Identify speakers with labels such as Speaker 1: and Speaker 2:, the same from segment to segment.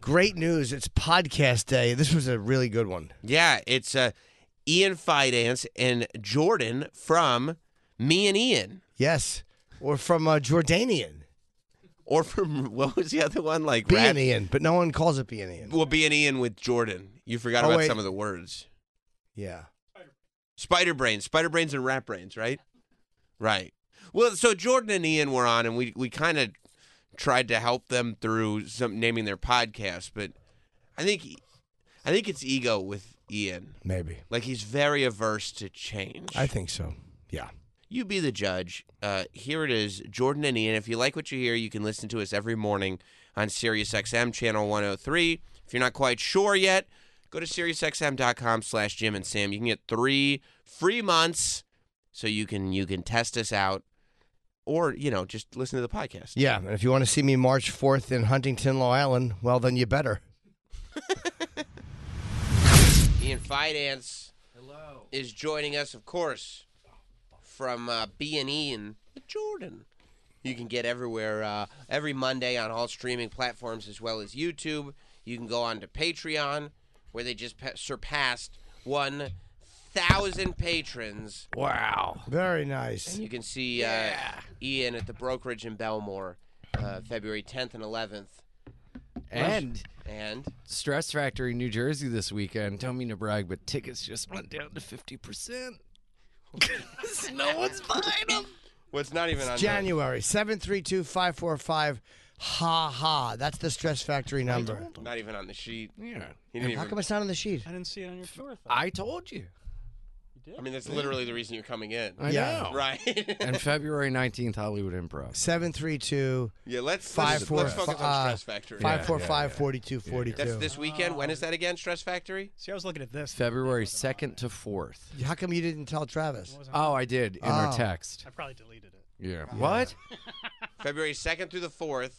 Speaker 1: Great news. It's podcast day. This was a really good one.
Speaker 2: Yeah, it's uh, Ian Finance and Jordan from Me and Ian,
Speaker 1: Yes. Or from uh, Jordanian.
Speaker 2: or from what was the other one? Like Rad-
Speaker 1: Bianian, but no one calls it Bianian.
Speaker 2: Well, B and Ian with Jordan. You forgot
Speaker 1: Oh,
Speaker 2: about
Speaker 1: wait.
Speaker 2: some of the words.
Speaker 1: Yeah.
Speaker 2: Spider brains, spider brains, and rat brains, right? Right. Well, so Jordan and Ian were on, and we we kind of tried to help them through some naming their podcast, but I think I think it's ego with Ian.
Speaker 1: Maybe.
Speaker 2: Like he's very averse to change.
Speaker 1: I think so. Yeah.
Speaker 2: You be the judge. Uh, here it is, Jordan and Ian. If you like what you hear, you can listen to us every morning on Sirius XM channel 103. If you're not quite sure yet, go to SiriusXM.com slash Jim and Sam. You can get three free months so you can you can test us out. Or, you know, just listen to the podcast.
Speaker 1: Yeah. And if you want to see me March 4th in Huntington, Long Island, well, then you better.
Speaker 2: Ian Finance Hello. is joining us, of course, from uh, B&E in Jordan. You can get everywhere uh, every Monday on all streaming platforms as well as YouTube. You can go on to Patreon, where they just pa- surpassed 1,000 patrons.
Speaker 1: Very nice.
Speaker 2: And you can see uh, Ian at the brokerage in Belmore uh, February 10th and 11th.
Speaker 3: And
Speaker 2: And
Speaker 3: Stress Factory, New Jersey this weekend. Don't mean to brag, but tickets just went down to 50%. no one's buying them.
Speaker 2: what's not even on
Speaker 1: January 732545. Ha ha. That's the Stress Factory number.
Speaker 2: the, not even on the sheet.
Speaker 3: Yeah.
Speaker 2: He didn't
Speaker 1: How
Speaker 2: even
Speaker 1: come it's not on the sheet?
Speaker 4: I didn't see it on your floor. though.
Speaker 3: I told you.
Speaker 2: I mean, that's literally the reason you're coming in.
Speaker 3: I
Speaker 1: Yeah.
Speaker 3: know.
Speaker 2: Right.
Speaker 3: And February 19th, Hollywood Improv.
Speaker 1: 732
Speaker 2: yeah, let's
Speaker 1: Five,
Speaker 2: let's,
Speaker 1: four,
Speaker 2: let's focus
Speaker 1: fi-
Speaker 2: on
Speaker 1: uh,
Speaker 2: Stress Factory.
Speaker 3: five-
Speaker 1: 545 4242.
Speaker 2: That's this weekend. When is that again? Stress Factory?
Speaker 4: See, I was looking at this.
Speaker 3: February 2nd to 4th.
Speaker 1: How come you didn't tell Travis?
Speaker 3: Oh, I did in her
Speaker 1: Oh.
Speaker 3: text.
Speaker 4: I probably deleted it.
Speaker 3: Yeah. What?
Speaker 2: February 2nd through the 4th.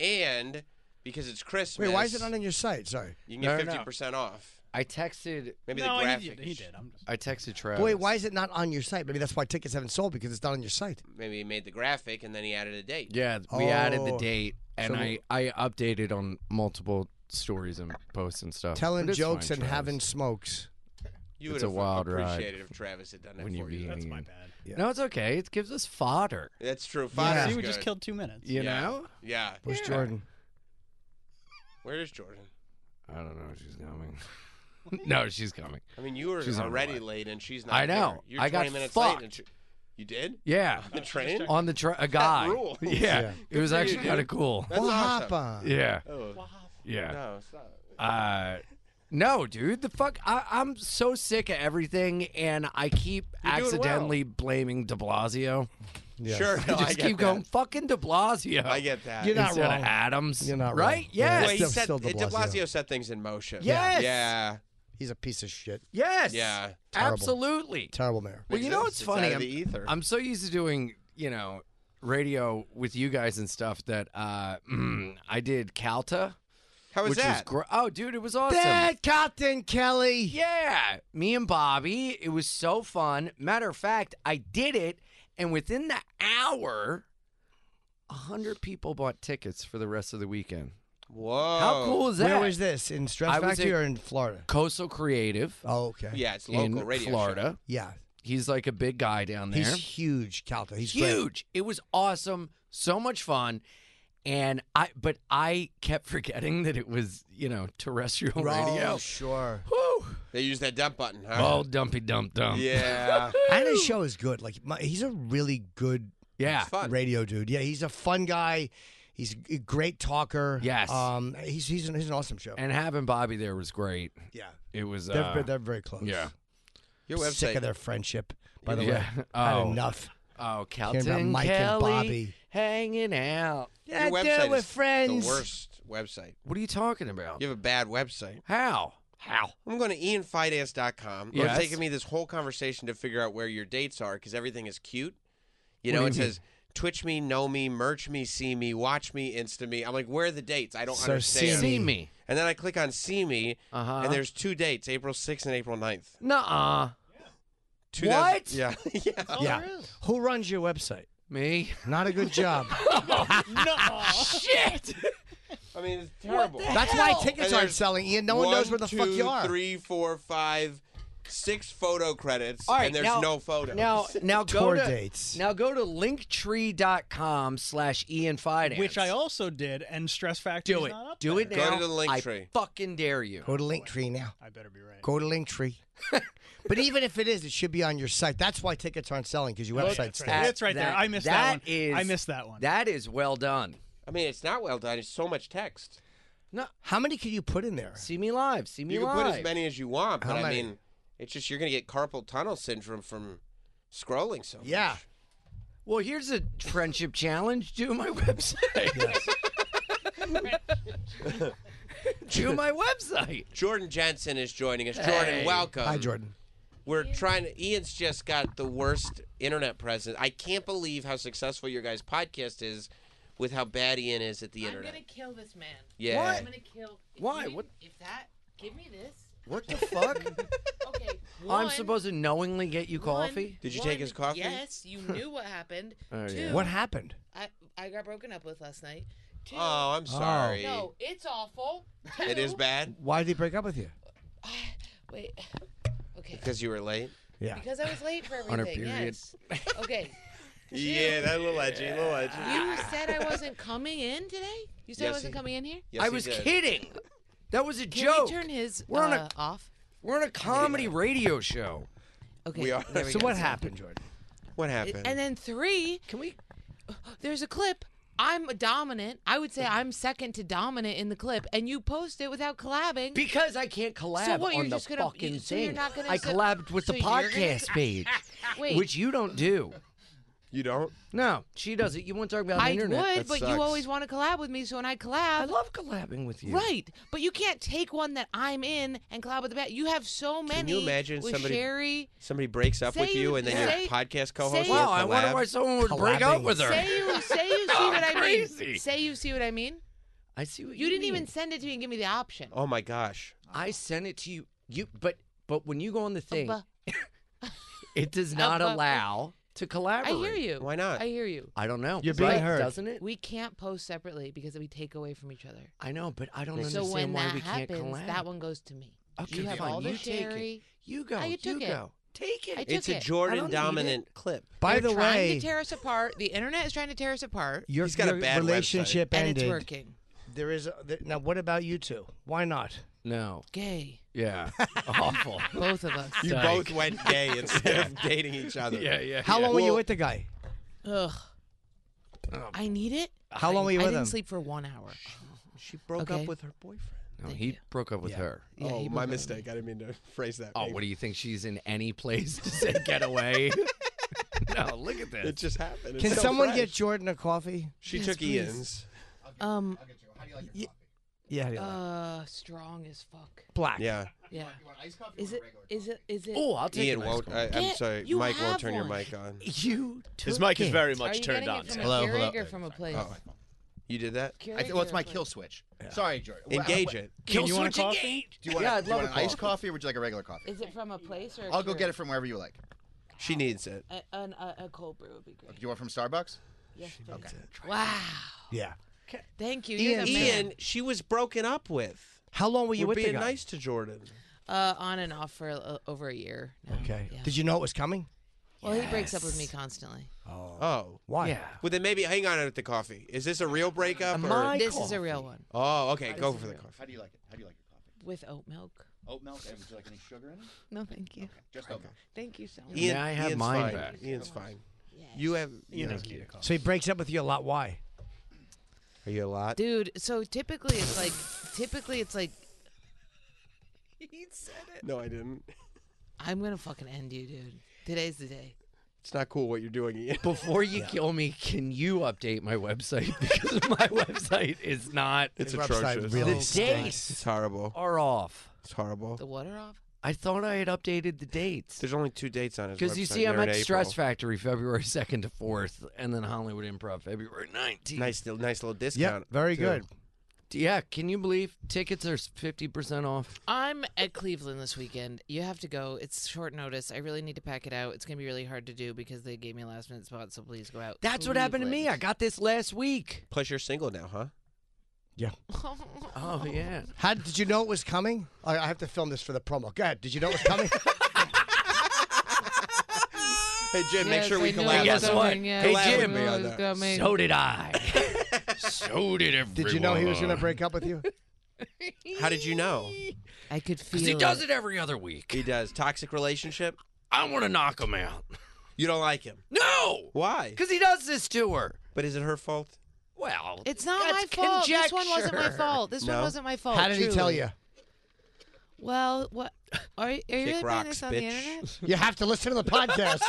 Speaker 2: And because it's Christmas.
Speaker 1: Wait, why is it not on your site? Sorry.
Speaker 2: You can get
Speaker 3: No, no, no.
Speaker 2: 50% off.
Speaker 3: I texted.
Speaker 2: Maybe
Speaker 4: no,
Speaker 2: the
Speaker 4: I-
Speaker 2: graphics.
Speaker 4: he, did, he did. I'm just,
Speaker 3: I texted Travis.
Speaker 1: But wait, why is it not on your site? Maybe that's why tickets haven't sold because it's not on your site.
Speaker 2: Maybe he made the graphic and then he added a date.
Speaker 3: Yeah, we added the
Speaker 1: Oh.
Speaker 3: date,
Speaker 1: So
Speaker 3: and I I updated on multiple stories and posts and stuff.
Speaker 1: Telling
Speaker 3: But it's
Speaker 1: jokes
Speaker 3: fine,
Speaker 1: and
Speaker 3: Travis.
Speaker 1: having smokes.
Speaker 2: You would
Speaker 3: It's a
Speaker 2: have
Speaker 3: wild ride
Speaker 2: appreciated if Travis had done it
Speaker 3: when you
Speaker 2: for you.
Speaker 3: being-
Speaker 4: that's my bad.
Speaker 1: Yeah.
Speaker 3: No, it's okay. It gives us fodder.
Speaker 2: That's true.
Speaker 1: Yeah.
Speaker 2: Fodder's
Speaker 4: See, we just
Speaker 2: good.
Speaker 4: killed two minutes.
Speaker 3: You
Speaker 2: Yeah.
Speaker 3: know?
Speaker 2: Yeah.
Speaker 1: Where's Jordan?
Speaker 2: Where is Jordan?
Speaker 3: I don't know. if She's coming. no, she's coming.
Speaker 2: I mean, you were
Speaker 3: She's on her
Speaker 2: already
Speaker 3: way.
Speaker 2: late and she's not
Speaker 3: I know.
Speaker 2: Here. You're 20
Speaker 3: I got
Speaker 2: minutes late. And
Speaker 3: fucked.
Speaker 2: she- you did?
Speaker 3: Yeah,
Speaker 2: The train?
Speaker 3: on the tra- a guy.
Speaker 2: rules.
Speaker 3: Yeah,
Speaker 1: Yeah.
Speaker 3: it was actually
Speaker 2: dude.
Speaker 3: kind of cool.
Speaker 2: That's
Speaker 1: Well,
Speaker 2: awesome.
Speaker 1: hop on.
Speaker 3: Yeah,
Speaker 2: Oh,
Speaker 3: yeah.
Speaker 2: no, it's not.
Speaker 3: Uh, no, dude, the fuck. I, I'm so sick of everything, and I keep
Speaker 2: You're doing well.
Speaker 3: accidentally blaming De Blasio.
Speaker 1: Yes.
Speaker 2: Sure.
Speaker 3: I
Speaker 2: no,
Speaker 3: just
Speaker 2: I get
Speaker 3: keep
Speaker 2: that.
Speaker 3: going, fucking De Blasio.
Speaker 2: I get that.
Speaker 1: You're not
Speaker 3: instead
Speaker 1: wrong.
Speaker 3: of Adams.
Speaker 1: You're not
Speaker 3: right.
Speaker 1: wrong.
Speaker 3: Yes.
Speaker 2: Well, he
Speaker 1: Still-
Speaker 2: set,
Speaker 1: still de
Speaker 2: De
Speaker 1: Blasio.
Speaker 2: Blasio set things in motion.
Speaker 3: Yes.
Speaker 2: Yeah.
Speaker 1: He's a piece of shit.
Speaker 3: Yes.
Speaker 2: Yeah.
Speaker 1: Terrible.
Speaker 3: Absolutely.
Speaker 1: Terrible mayor.
Speaker 3: Well, you know what's
Speaker 2: It's out
Speaker 3: funny?
Speaker 2: of
Speaker 3: I'm,
Speaker 2: the ether.
Speaker 3: I'm so used to doing, you know, radio with you guys and stuff that uh, I did Calta,
Speaker 2: How was
Speaker 3: which was
Speaker 2: that?
Speaker 3: gr- oh, dude, it was awesome.
Speaker 1: Captain Kelly.
Speaker 3: Yeah, me and Bobby. It was so fun. Matter of fact, I did it, and within the hour, a hundred people bought tickets for the rest of the weekend.
Speaker 2: Whoa.
Speaker 3: How cool is that?
Speaker 1: Where was this? In Stress
Speaker 3: I was
Speaker 1: Factory
Speaker 3: at-
Speaker 1: or in Florida?
Speaker 3: Coastal Creative
Speaker 1: Oh, okay.
Speaker 2: Yeah, it's local
Speaker 3: in
Speaker 2: radio. show.
Speaker 3: Florida.
Speaker 1: Yeah.
Speaker 3: He's like a big guy down there.
Speaker 1: He's huge, Calta. He's great.
Speaker 3: huge. It was awesome. So much fun. And I, but I kept forgetting that it was, you know, terrestrial radio.
Speaker 1: Oh, sure.
Speaker 3: Woo!
Speaker 2: They use that dump button, huh?
Speaker 3: Oh, dumpy dump dump.
Speaker 2: Uh-huh. Yeah.
Speaker 1: And his show is good. Like, my, he's a really good
Speaker 3: Yeah.
Speaker 2: It's fun.
Speaker 1: radio dude. Yeah, he's a fun guy. He's a great talker.
Speaker 3: Yes.
Speaker 1: Um, he's he's an, he's an awesome show.
Speaker 3: And having Bobby there was great.
Speaker 1: yeah.
Speaker 3: It was.
Speaker 1: They're,
Speaker 3: Uh,
Speaker 1: they're very close.
Speaker 3: yeah.
Speaker 2: Your
Speaker 1: Sick
Speaker 2: website.
Speaker 1: of their friendship, by the
Speaker 3: Yeah.
Speaker 1: way. Had
Speaker 3: Oh.
Speaker 1: enough.
Speaker 3: oh,
Speaker 1: about
Speaker 3: Calton
Speaker 1: Mike and
Speaker 3: Kelly
Speaker 1: Bobby.
Speaker 3: hanging out.
Speaker 2: Your
Speaker 1: do
Speaker 2: website
Speaker 1: with
Speaker 2: is
Speaker 1: friends.
Speaker 2: the worst website.
Speaker 3: What are you talking about?
Speaker 2: You have a bad website.
Speaker 3: How? How?
Speaker 2: I'm going to ianfinance.com. It's
Speaker 3: Yes.
Speaker 2: taking me this whole conversation to figure out where your dates are because everything is cute. You
Speaker 3: What
Speaker 2: know,
Speaker 3: do
Speaker 2: it
Speaker 3: you mean?
Speaker 2: says Twitch me, know me, merch me, see me, watch me, insta me. I'm like, where are the dates? I don't
Speaker 1: So
Speaker 2: understand.
Speaker 1: see
Speaker 3: See me?
Speaker 2: And then I click on see me,
Speaker 3: Uh-huh.
Speaker 2: and there's two dates, April 6th and April 9th.
Speaker 3: Nuh-uh.
Speaker 2: 2000
Speaker 3: What?
Speaker 2: Yeah. yeah.
Speaker 4: Oh,
Speaker 1: Yeah.
Speaker 4: there is.
Speaker 1: Who runs your website?
Speaker 3: Me?
Speaker 1: Not a good job.
Speaker 4: no.
Speaker 3: Shit.
Speaker 2: I mean, it's terrible.
Speaker 3: the
Speaker 1: That's why
Speaker 3: Hell.
Speaker 1: tickets
Speaker 2: And
Speaker 1: aren't
Speaker 2: there's
Speaker 1: selling, Ian. No one knows where the fuck you are.
Speaker 2: Three, four, five, six photo credits,
Speaker 3: All right,
Speaker 2: and there's
Speaker 3: now-
Speaker 2: no photos.
Speaker 3: Now, now go
Speaker 1: Tour
Speaker 3: to
Speaker 1: dates.
Speaker 3: now go to linktree.com slash Ian Finance.
Speaker 4: Which I also did, and Stress Factor
Speaker 3: do
Speaker 4: is
Speaker 3: it.
Speaker 4: not up
Speaker 3: Do it
Speaker 4: there.
Speaker 3: now.
Speaker 2: Go to the
Speaker 3: I
Speaker 2: Linktree.
Speaker 3: fucking dare you.
Speaker 1: Go to Linktree now.
Speaker 4: I better be right.
Speaker 1: Go to Linktree. but even if it is, it should be on your site. That's why tickets aren't selling because your
Speaker 4: Oh,
Speaker 1: website's
Speaker 4: that's
Speaker 1: still.
Speaker 4: right. It's right there. I missed that one.
Speaker 3: is-
Speaker 4: I missed that one.
Speaker 3: That is well done.
Speaker 2: I mean, it's not well done. It's so much text.
Speaker 1: How many can you put in there?
Speaker 3: See me live. See me
Speaker 2: You can
Speaker 3: live.
Speaker 2: put as many as you want, but
Speaker 1: How
Speaker 2: I
Speaker 1: many?
Speaker 2: mean, it's just you're gonna get carpal tunnel syndrome from scrolling so much.
Speaker 1: Yeah.
Speaker 3: Well, here's a friendship challenge. Do my website. Do my website.
Speaker 2: Jordan Jensen is joining us. Jordan,
Speaker 3: Hey.
Speaker 2: welcome.
Speaker 1: Hi, Jordan.
Speaker 2: We're trying to. Ian's just got the worst internet presence. I can't believe how successful your guys' podcast is with how bad Ian is at the
Speaker 5: I'm
Speaker 2: internet.
Speaker 5: gonna kill this man.
Speaker 2: Yeah. Why?
Speaker 5: I'm gonna kill. if
Speaker 3: Why?
Speaker 5: you-
Speaker 3: What-
Speaker 5: If that, give me this.
Speaker 3: What the fuck?
Speaker 5: Okay.
Speaker 3: I'm
Speaker 5: one-
Speaker 3: supposed to knowingly get you
Speaker 5: one-
Speaker 3: coffee?
Speaker 2: Did you take his coffee?
Speaker 5: Yes, you knew what happened.
Speaker 3: Oh,
Speaker 5: Two,
Speaker 3: yeah.
Speaker 1: What happened?
Speaker 5: I, I got broken up with last night. Two,
Speaker 2: Oh, I'm sorry.
Speaker 5: no, it's awful.
Speaker 2: It is
Speaker 5: Two-
Speaker 2: bad
Speaker 1: Why did he break up with you?
Speaker 5: Wait. Okay.
Speaker 2: because you were late.
Speaker 1: Yeah.
Speaker 5: Because I was late for
Speaker 3: On her
Speaker 5: everything.
Speaker 3: period.
Speaker 5: Yes. Okay.
Speaker 2: that little edgy, little edgy.
Speaker 5: You said I wasn't coming in today. You said
Speaker 2: Yes,
Speaker 5: I wasn't
Speaker 2: he-
Speaker 5: coming in here.
Speaker 2: Yes,
Speaker 3: I
Speaker 2: he
Speaker 3: was
Speaker 2: did.
Speaker 3: kidding. That was a
Speaker 5: Can
Speaker 3: joke.
Speaker 5: we turn his
Speaker 3: We're on a-
Speaker 5: uh, off?
Speaker 3: We're on a comedy radio show.
Speaker 5: Okay.
Speaker 2: We are.
Speaker 1: So what happened, Jordan?
Speaker 2: What happened?
Speaker 5: And then three,
Speaker 3: Can we?
Speaker 5: there's a clip. I'm dominant. I would say I'm second to dominant in the clip, and you post it without collabing.
Speaker 3: Because I can't collab
Speaker 5: So what,
Speaker 3: on
Speaker 5: you're
Speaker 3: the
Speaker 5: just gonna-
Speaker 3: fucking
Speaker 5: you- so
Speaker 3: thing.
Speaker 5: you're not gonna
Speaker 3: I
Speaker 5: sit-
Speaker 3: collabed with
Speaker 5: so
Speaker 3: the
Speaker 5: you're gonna-
Speaker 3: podcast page,
Speaker 5: Wait,
Speaker 3: which you don't do.
Speaker 2: you don't.
Speaker 3: No, she does it. You want to talk about the
Speaker 5: I
Speaker 3: internet?
Speaker 5: would,
Speaker 2: That
Speaker 5: but
Speaker 2: sucks.
Speaker 5: you always want to collab with me, so when I
Speaker 3: I
Speaker 5: collab,
Speaker 3: love collabing with you.
Speaker 5: right? But you can't take one that I'm in and collab with the bat. You have so many.
Speaker 2: Can you imagine
Speaker 5: with
Speaker 2: somebody-
Speaker 5: Sherry?
Speaker 2: Somebody breaks up with
Speaker 5: Say-
Speaker 2: you, and then
Speaker 5: say-
Speaker 2: your podcast co-host
Speaker 5: say-
Speaker 2: will
Speaker 3: Wow, I
Speaker 2: collab.
Speaker 3: wonder why someone would break
Speaker 1: Collabing.
Speaker 3: up with her.
Speaker 5: Say you, say you see what I
Speaker 3: Crazy.
Speaker 5: mean. Say you see what I mean.
Speaker 3: I see what you,
Speaker 5: You didn't even
Speaker 3: mean.
Speaker 5: send it to me and give me the option.
Speaker 2: oh my gosh.
Speaker 3: I sent it to you. You, but but when you go on the thing,
Speaker 5: Abba.
Speaker 3: it does not
Speaker 5: Abba.
Speaker 3: allow to
Speaker 5: I
Speaker 3: collaborate.
Speaker 5: hear you.
Speaker 2: Why not?
Speaker 5: I hear you.
Speaker 3: I don't know.
Speaker 1: You're being
Speaker 3: Right?
Speaker 1: heard.
Speaker 3: doesn't it?
Speaker 5: We can't post separately because we take away from each other.
Speaker 3: I know, but I don't
Speaker 5: So
Speaker 3: understand
Speaker 5: when
Speaker 3: why
Speaker 5: that
Speaker 3: we
Speaker 5: happens,
Speaker 3: can't collab.
Speaker 5: that one goes to me.
Speaker 3: Okay,
Speaker 5: you have
Speaker 3: fine.
Speaker 5: all
Speaker 3: you
Speaker 5: the
Speaker 3: take
Speaker 5: cherry.
Speaker 3: it. You go.
Speaker 5: I
Speaker 3: you
Speaker 5: took it.
Speaker 3: go. Take it.
Speaker 5: I took
Speaker 2: it's a
Speaker 5: it.
Speaker 3: I don't
Speaker 2: Jordan
Speaker 3: need it.
Speaker 2: dominant clip.
Speaker 1: By
Speaker 5: They're
Speaker 1: the
Speaker 5: trying
Speaker 1: way,
Speaker 5: to tear us apart. The internet is trying to tear us apart,
Speaker 1: your,
Speaker 2: He's got a
Speaker 1: your
Speaker 2: bad
Speaker 1: relationship
Speaker 5: and
Speaker 1: ended.
Speaker 5: it's working.
Speaker 1: There is a, there, now. What about you two? Why not?
Speaker 3: no.
Speaker 5: Gay,
Speaker 3: Yeah. Awful.
Speaker 5: both of us.
Speaker 2: You both went gay instead of dating each other.
Speaker 3: yeah.
Speaker 1: How long were you
Speaker 2: Well-
Speaker 1: with the guy?
Speaker 5: Ugh. I need it.
Speaker 1: How long were you
Speaker 5: I
Speaker 1: with
Speaker 5: didn't
Speaker 1: him?
Speaker 5: sleep for one hour.
Speaker 2: She broke
Speaker 5: Okay.
Speaker 2: up with her boyfriend.
Speaker 3: No, he broke up with her.
Speaker 5: Yeah,
Speaker 2: oh,
Speaker 5: he
Speaker 2: my
Speaker 5: broke up.
Speaker 2: mistake. I didn't mean to phrase that.
Speaker 3: Oh,
Speaker 2: way.
Speaker 3: what do you think? She's in any place to say get away? no, look at this.
Speaker 2: It just happened. It's
Speaker 1: Can
Speaker 2: so
Speaker 1: someone
Speaker 2: fresh.
Speaker 1: get Jordan a coffee?
Speaker 2: She
Speaker 5: Yes,
Speaker 2: took
Speaker 5: please.
Speaker 2: Ian's.
Speaker 5: Um,
Speaker 1: Yeah. yeah.
Speaker 5: uh, strong as fuck.
Speaker 1: Black.
Speaker 2: Yeah.
Speaker 5: Yeah. Is it? Is it? Is it?
Speaker 3: oh, I'll take
Speaker 2: Ian
Speaker 3: an ice
Speaker 2: won't. uh,
Speaker 3: cold.
Speaker 2: I, I'm
Speaker 5: Get-
Speaker 2: sorry.
Speaker 5: you
Speaker 2: Mike won't
Speaker 5: have
Speaker 2: turn your
Speaker 5: one.
Speaker 2: mic on.
Speaker 3: you.
Speaker 6: His
Speaker 3: took
Speaker 6: mic is
Speaker 3: it.
Speaker 6: very
Speaker 5: Are
Speaker 6: much
Speaker 5: you
Speaker 6: turned
Speaker 5: getting
Speaker 6: on.
Speaker 5: it from
Speaker 6: Hello,
Speaker 5: a Keurig
Speaker 6: hello.
Speaker 5: or from a place?
Speaker 2: Oh, you did that.
Speaker 6: I
Speaker 5: Keurig
Speaker 6: th- well, it's
Speaker 5: or
Speaker 6: my
Speaker 5: a place?
Speaker 6: kill switch. Sorry, Jordan. Well,
Speaker 2: Engage
Speaker 6: I-
Speaker 2: it.
Speaker 3: Kill
Speaker 4: you want a
Speaker 3: switch
Speaker 4: coffee?
Speaker 3: engage.
Speaker 6: Do you want,
Speaker 3: yeah,
Speaker 6: a,
Speaker 3: I'd
Speaker 6: do you
Speaker 3: love
Speaker 6: want
Speaker 3: a
Speaker 6: an iced
Speaker 3: coffee.
Speaker 6: coffee or would you like a regular coffee?
Speaker 5: Is it from a place or? i
Speaker 6: I'll go get it from wherever you like.
Speaker 2: She needs it.
Speaker 5: A, an, a, a cold brew would be
Speaker 6: Do
Speaker 5: great.
Speaker 6: you want from Starbucks?
Speaker 5: Yes, please. Wow.
Speaker 1: Yeah.
Speaker 5: Thank you. You're
Speaker 1: Ian-
Speaker 5: the man.
Speaker 2: Ian, she was broken up with.
Speaker 1: How long were you
Speaker 2: We're
Speaker 1: with the
Speaker 2: being
Speaker 1: guy?
Speaker 2: nice to Jordan.
Speaker 5: Uh, on and off for uh, over a year. Now.
Speaker 1: Okay.
Speaker 5: Yeah.
Speaker 1: Did you know it was coming?
Speaker 5: Well, he breaks up with me constantly.
Speaker 2: Oh.
Speaker 1: Why?
Speaker 3: Yeah.
Speaker 2: Well, then maybe hang on with the coffee. Is this a real breakup? Or?
Speaker 3: My
Speaker 5: This is
Speaker 3: coffee.
Speaker 5: a real one
Speaker 2: Oh, okay. Go for the coffee.
Speaker 6: How do you like it? How do you like your
Speaker 5: with oat milk.
Speaker 6: coffee? Oat milk? And would you like any sugar in it?
Speaker 5: No, thank you.
Speaker 6: Just oat milk.
Speaker 5: Thank you so much.
Speaker 2: Ian,
Speaker 3: I have
Speaker 2: Ian's
Speaker 3: mine
Speaker 2: fine.
Speaker 3: back?
Speaker 2: Ian's fine. You have. You know.
Speaker 1: So he breaks up with you a lot. Why?
Speaker 2: Are you a lot?
Speaker 5: Dude, so typically it's like, typically it's like,
Speaker 2: No, I didn't.
Speaker 5: I'm gonna fucking end you, dude. Today's the day.
Speaker 2: It's not cool what you're doing, Ian.
Speaker 3: Before you kill me, can you update my website because my website is not.
Speaker 2: It's
Speaker 1: Your website
Speaker 2: atrocious.
Speaker 1: Really
Speaker 3: The
Speaker 1: stinks.
Speaker 2: It's horrible.
Speaker 3: Are off.
Speaker 2: It's horrible.
Speaker 5: The water off.
Speaker 3: I thought I had updated the dates.
Speaker 2: There's only two dates on his
Speaker 3: Because you
Speaker 2: website,
Speaker 3: see, I'm
Speaker 2: they're
Speaker 3: at
Speaker 2: in
Speaker 3: Stress
Speaker 2: April.
Speaker 3: Factory February 2nd to 4th, and then Hollywood Improv February 19th.
Speaker 2: Nice, little- nice little
Speaker 1: Yeah.
Speaker 2: discount.
Speaker 1: Very
Speaker 2: too.
Speaker 1: good.
Speaker 3: Yeah, can you believe tickets are 50% off?
Speaker 5: I'm at Cleveland this weekend. You have to go. It's short notice. I really need to pack it out. It's gonna be really hard to do because they gave me a last minute spot. So please go out.
Speaker 3: That's what happened to me. I
Speaker 5: Cleveland.
Speaker 3: got this last week.
Speaker 2: Plus, you're single now, huh?
Speaker 1: Yeah.
Speaker 7: Oh yeah.
Speaker 1: How did you know it was coming? I, I have to film this for the promo. Go ahead. Did you know it was coming?
Speaker 2: Hey, Jim, make
Speaker 5: Yes,
Speaker 2: sure
Speaker 5: I
Speaker 2: we
Speaker 5: knew it
Speaker 2: collab.
Speaker 5: was
Speaker 7: Guess what?
Speaker 5: coming. Yes,
Speaker 7: Hey,
Speaker 5: I knew
Speaker 7: Jim.
Speaker 5: it was
Speaker 2: So
Speaker 5: coming.
Speaker 7: So did I. so did everyone.
Speaker 1: did you know he was going to break up with you?
Speaker 2: How did you know?
Speaker 5: I could feel
Speaker 7: Because he does it every other week.
Speaker 2: He does. Toxic relationship?
Speaker 7: I want to knock him out.
Speaker 2: You don't like him.
Speaker 7: No,
Speaker 2: Why?
Speaker 7: because he does this to her.
Speaker 2: But is it her fault?
Speaker 7: Well,
Speaker 5: It's not
Speaker 7: that's
Speaker 5: my fault. This one wasn't my
Speaker 7: conjecture.
Speaker 5: fault. This
Speaker 2: No?
Speaker 5: one wasn't my fault.
Speaker 1: How did he tell
Speaker 5: truly.
Speaker 1: you?
Speaker 5: Well, what are, you- are you really putting
Speaker 2: rocks,
Speaker 5: this on the
Speaker 2: bitch.
Speaker 5: internet?
Speaker 1: You have to listen to the podcast.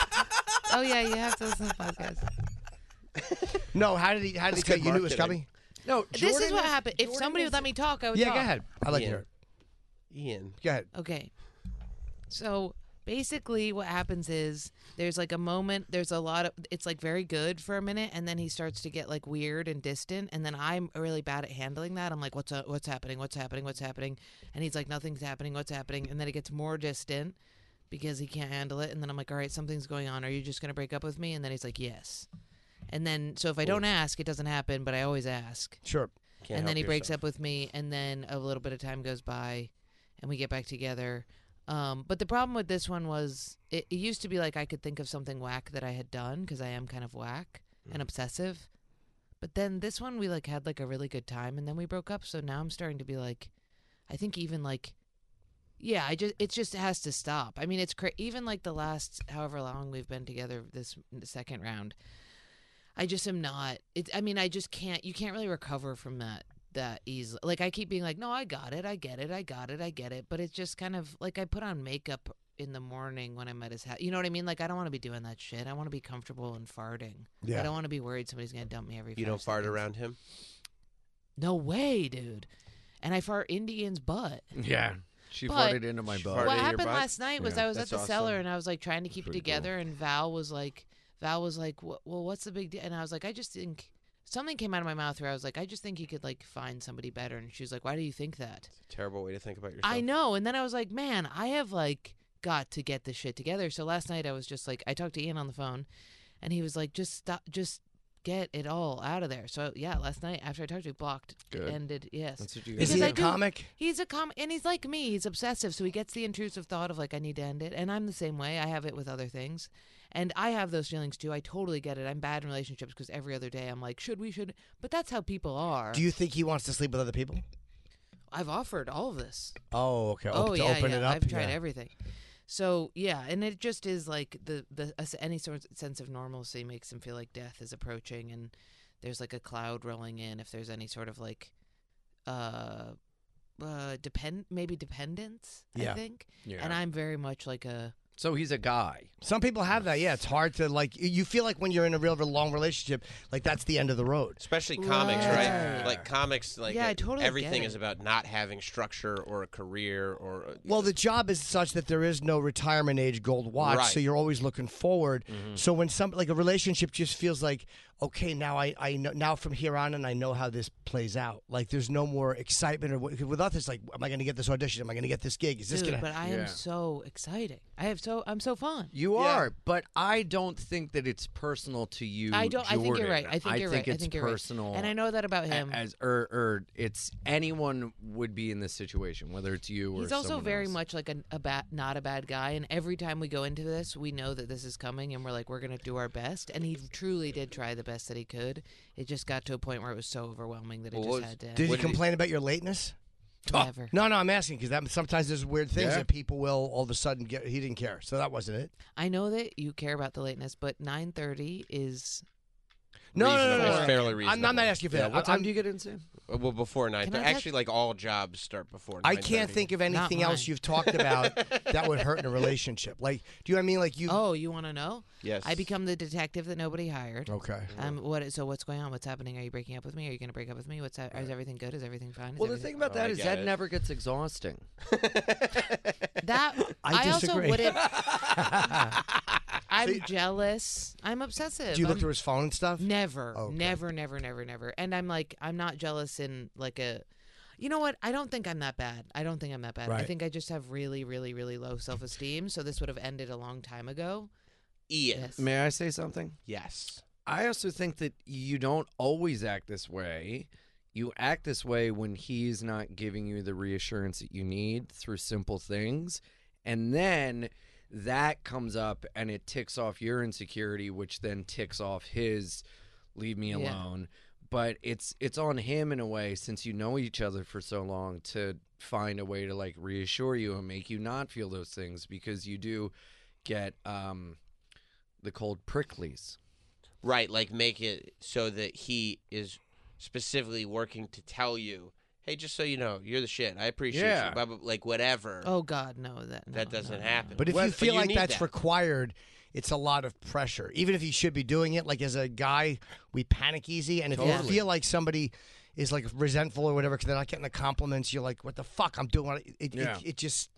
Speaker 5: Oh yeah, you have to listen to the podcast.
Speaker 1: no, how did he? How did he
Speaker 2: That's
Speaker 1: tell
Speaker 2: good
Speaker 1: you knew it was
Speaker 2: marketing.
Speaker 1: coming?
Speaker 7: No,
Speaker 5: this is
Speaker 7: Jordan
Speaker 5: what happened. If
Speaker 7: Jordan
Speaker 5: somebody
Speaker 7: is-
Speaker 5: would let me talk, I would
Speaker 1: Yeah,
Speaker 5: talk.
Speaker 1: go ahead. I like
Speaker 2: Yeah.
Speaker 1: to hear. it.
Speaker 2: Ian.
Speaker 1: Go ahead.
Speaker 5: Okay. So basically, what happens is there's like a moment, there's a lot of, it's like very good for a minute, and then he starts to get like weird and distant. And then I'm really bad at handling that. I'm like, what's, uh what's happening? What's happening? What's happening? And he's like, nothing's happening. What's happening? And then it gets more distant because he can't handle it. And then I'm like, all right, something's going on. Are you just going to break up with me? And then he's like, yes. And then, so if I don't ask, it doesn't happen, but I always ask
Speaker 1: Sure.
Speaker 2: Can't
Speaker 5: and then
Speaker 2: help
Speaker 5: he breaks
Speaker 2: yourself.
Speaker 5: up with me and then a little bit of time goes by and we get back together um, but the problem with this one was it, it used to be like i could think of something whack that i had done because i am kind of whack
Speaker 2: Mm.
Speaker 5: and obsessive but then this one we like had like a really good time and then we broke up so now i'm starting to be like i think even like yeah i just it just has to stop i mean it's cra- even like the last however long we've been together this second round I just am not. It's. I mean, I just can't. You can't really recover from that that easily. Like I keep being like, no, I got it, I get it, I got it, I get it. But it's just kind of like I put on makeup in the morning when I'm at his house. You know what I mean? Like I don't want to be doing that shit. I want to be comfortable and farting.
Speaker 1: Yeah.
Speaker 5: I don't want to be worried somebody's gonna dump me every.
Speaker 2: You
Speaker 5: five
Speaker 2: don't fart
Speaker 5: seconds.
Speaker 2: around him?
Speaker 5: No way, dude. And I fart Indian's butt.
Speaker 7: Yeah, she
Speaker 5: But-
Speaker 7: farted into my
Speaker 2: She
Speaker 7: butt.
Speaker 2: farted.
Speaker 5: What
Speaker 2: in your
Speaker 5: happened
Speaker 2: butt?
Speaker 5: last night was
Speaker 7: Yeah.
Speaker 5: I was
Speaker 2: That's
Speaker 5: at the cellar
Speaker 2: awesome.
Speaker 5: and I was like trying to keep it
Speaker 7: pretty cool.
Speaker 5: together, and Val was like, Val was like, "Wh- well, what's the big deal? And I was like, I just think something came out of my mouth where I was like, I just think you could like find somebody better, and she was like, why do you think that?
Speaker 2: Terrible way to think about yourself.
Speaker 5: I know, and then I was like, man, I have like got to get this shit together. So last night I was just like, I talked to Ian on the phone, and he was like, just stop, just get it all out of there. So yeah, last night after I talked to you, blocked,
Speaker 7: Good.
Speaker 5: ended, yes.
Speaker 7: That's what you
Speaker 1: Is
Speaker 5: Because
Speaker 1: he
Speaker 5: I
Speaker 1: a
Speaker 5: do-
Speaker 1: comic?
Speaker 5: He's a com and he's like me. He's obsessive, so he gets the intrusive thought of like I need to end it, and I'm the same way. I have it with other things, and I have those feelings too. I totally get it. I'm bad in relationships because every other day I'm like, should we should, but that's how people are.
Speaker 1: Do you think he wants to sleep with other people?
Speaker 5: I've offered all of this.
Speaker 1: Oh, okay.
Speaker 5: Oh
Speaker 1: Op- to
Speaker 5: yeah,
Speaker 1: open
Speaker 5: yeah.
Speaker 1: it up.
Speaker 5: I've tried
Speaker 1: yeah.
Speaker 5: everything. So yeah, and it just is like the the a s- any sort of sense of normalcy makes him feel like death is approaching, and there's like a cloud rolling in. If there's any sort of like, uh, uh depend maybe dependence,
Speaker 1: Yeah.
Speaker 5: I think.
Speaker 7: Yeah.
Speaker 5: And I'm very much like a
Speaker 7: so he's a guy.
Speaker 1: Some people have that. Yeah, it's hard to like. y- You feel like when you're in a real long relationship, like that's the end of the road.
Speaker 2: Especially comics,
Speaker 7: Yeah.
Speaker 2: right? Like comics, like
Speaker 5: Yeah, I
Speaker 2: it-
Speaker 5: totally get
Speaker 2: everything
Speaker 5: it.
Speaker 2: is about not having structure or a career or. uh, A,
Speaker 1: Well, the job is such that there is no retirement age gold watch, so
Speaker 2: Right. Mm-hmm.
Speaker 1: you're always looking forward. So when some like a relationship just feels like, okay, now I I know now from here on and I know how this plays out. Like there's no more excitement or what- 'cause without this, like, am I going to get this audition? Am I going to get this gig? Is this
Speaker 5: dude,
Speaker 1: going to?
Speaker 5: but I
Speaker 7: Yeah.
Speaker 5: am so exciting. I have so I'm so fun.
Speaker 7: You are, but I don't think that it's personal to you.
Speaker 5: I don't. I think you're
Speaker 7: Jordan.
Speaker 5: right. I think you're right.
Speaker 7: It's
Speaker 5: I think you're
Speaker 7: personal.
Speaker 5: right. And I know that about
Speaker 7: a-
Speaker 5: him.
Speaker 7: As or or it's anyone would be in this situation, whether it's you or
Speaker 5: He's also
Speaker 7: someone
Speaker 5: very
Speaker 7: else.
Speaker 5: much like a, a bad, not a bad guy. And every time we go into this, we know that this is coming, and we're like, we're gonna do our best. And he truly did try the best that he could. It just got to a point where it was so overwhelming that it
Speaker 2: Well,
Speaker 5: just
Speaker 2: what was-
Speaker 5: had to.
Speaker 1: Did
Speaker 2: What
Speaker 1: you
Speaker 2: did he-
Speaker 1: complain about your lateness?
Speaker 5: Never.
Speaker 1: No, no, I'm asking because that sometimes there's weird things
Speaker 7: Yeah.
Speaker 1: that people will all of a sudden get. He didn't care, so that wasn't it.
Speaker 5: I know that you care about the lateness, but 9:30 is.
Speaker 1: No, no, no, no,
Speaker 2: Reasonable.
Speaker 1: no,
Speaker 2: It's
Speaker 1: no.
Speaker 2: fairly
Speaker 1: I'm not, I'm
Speaker 2: reasonable.
Speaker 1: not asking for
Speaker 7: Yeah,
Speaker 1: that.
Speaker 7: what
Speaker 1: I-
Speaker 7: time
Speaker 1: I'm-
Speaker 7: do you get in, Sam?
Speaker 2: well, before nine
Speaker 5: Can I
Speaker 2: thirty.
Speaker 5: touch-
Speaker 2: Actually, like all jobs start before.
Speaker 1: I can't
Speaker 2: 9:30.
Speaker 1: think of
Speaker 5: Not
Speaker 1: anything else
Speaker 5: mine.
Speaker 1: you've talked about that would hurt in a relationship. Like, do you know what I mean? Like you.
Speaker 5: Oh, you want to know?
Speaker 2: Yes.
Speaker 5: I become the detective that nobody hired.
Speaker 1: Okay.
Speaker 5: Um. What? So what's going on? What's happening? Are you breaking up with me? Are you gonna break up with me? What's that? Is everything good? Is everything fine? Is
Speaker 7: Well, the
Speaker 5: everything-
Speaker 7: thing about
Speaker 2: Oh,
Speaker 7: that
Speaker 2: I
Speaker 7: is
Speaker 2: get
Speaker 7: that
Speaker 2: it.
Speaker 7: never gets exhausting.
Speaker 5: That
Speaker 1: I
Speaker 5: I, also
Speaker 1: disagree.
Speaker 5: wouldn't. I'm jealous. I'm obsessive.
Speaker 1: Do you
Speaker 5: I'm-
Speaker 1: look through his phone and stuff?
Speaker 5: Never,
Speaker 1: Okay.
Speaker 5: never, never, never, never. And I'm like, I'm not jealous in like a. You know what? I don't think I'm that bad. I don't think I'm that bad. I
Speaker 1: Right.
Speaker 5: think I just have really, really, really low self esteem. So this would have ended a long time ago.
Speaker 2: Ian.
Speaker 5: Yes.
Speaker 7: May I say something?
Speaker 2: Yes.
Speaker 7: I also think that you don't always act this way.
Speaker 3: you act this way when he's not giving you the reassurance that you need through simple things. And then that comes up and it ticks off your insecurity, which then ticks off his leave me
Speaker 5: Yeah.
Speaker 3: alone. But it's it's on him in a way, since you know each other for so long, to find a way to like reassure you and make you not feel those things because you do get um the cold pricklies.
Speaker 2: Right, like make it so that he is specifically working to tell you, hey, just so you know, you're the shit. I appreciate
Speaker 3: Yeah.
Speaker 2: you. Blah, blah, like whatever.
Speaker 5: Oh God, no, that no,
Speaker 2: that
Speaker 5: no,
Speaker 2: doesn't
Speaker 5: no.
Speaker 2: happen.
Speaker 1: But if
Speaker 2: Well,
Speaker 1: you feel like
Speaker 2: need
Speaker 1: that's
Speaker 2: that.
Speaker 1: required, it's a lot of pressure. Even if you should be doing it, like as a guy, we panic easy. And if you
Speaker 5: Totally.
Speaker 1: feel like somebody is like resentful or whatever because they're not getting the compliments, you're like, what the fuck? I'm doing what I- it,
Speaker 3: Yeah.
Speaker 1: it, it just.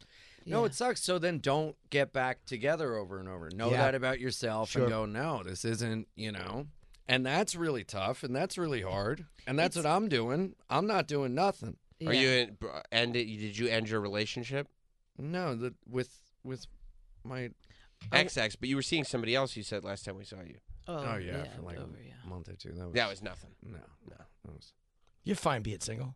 Speaker 5: Yeah.
Speaker 3: No, it sucks. So then don't get back together over and over. Know
Speaker 1: Yeah.
Speaker 3: that about yourself
Speaker 1: Sure.
Speaker 3: and go, no, this isn't, you know. And that's really tough and that's really hard. And that's
Speaker 5: It's-
Speaker 3: what I'm doing. I'm not doing nothing.
Speaker 2: Are
Speaker 5: Yeah.
Speaker 2: you in, br- end? Did you end your relationship?
Speaker 3: No, the, with with my
Speaker 2: XX, but you were seeing somebody else. You said last time we saw you.
Speaker 5: Oh,
Speaker 3: oh, yeah,
Speaker 5: it's
Speaker 3: for like
Speaker 5: over, yeah.
Speaker 3: a month or two. That was,
Speaker 2: That was nothing.
Speaker 3: no, no. That was,
Speaker 1: You're fine being single.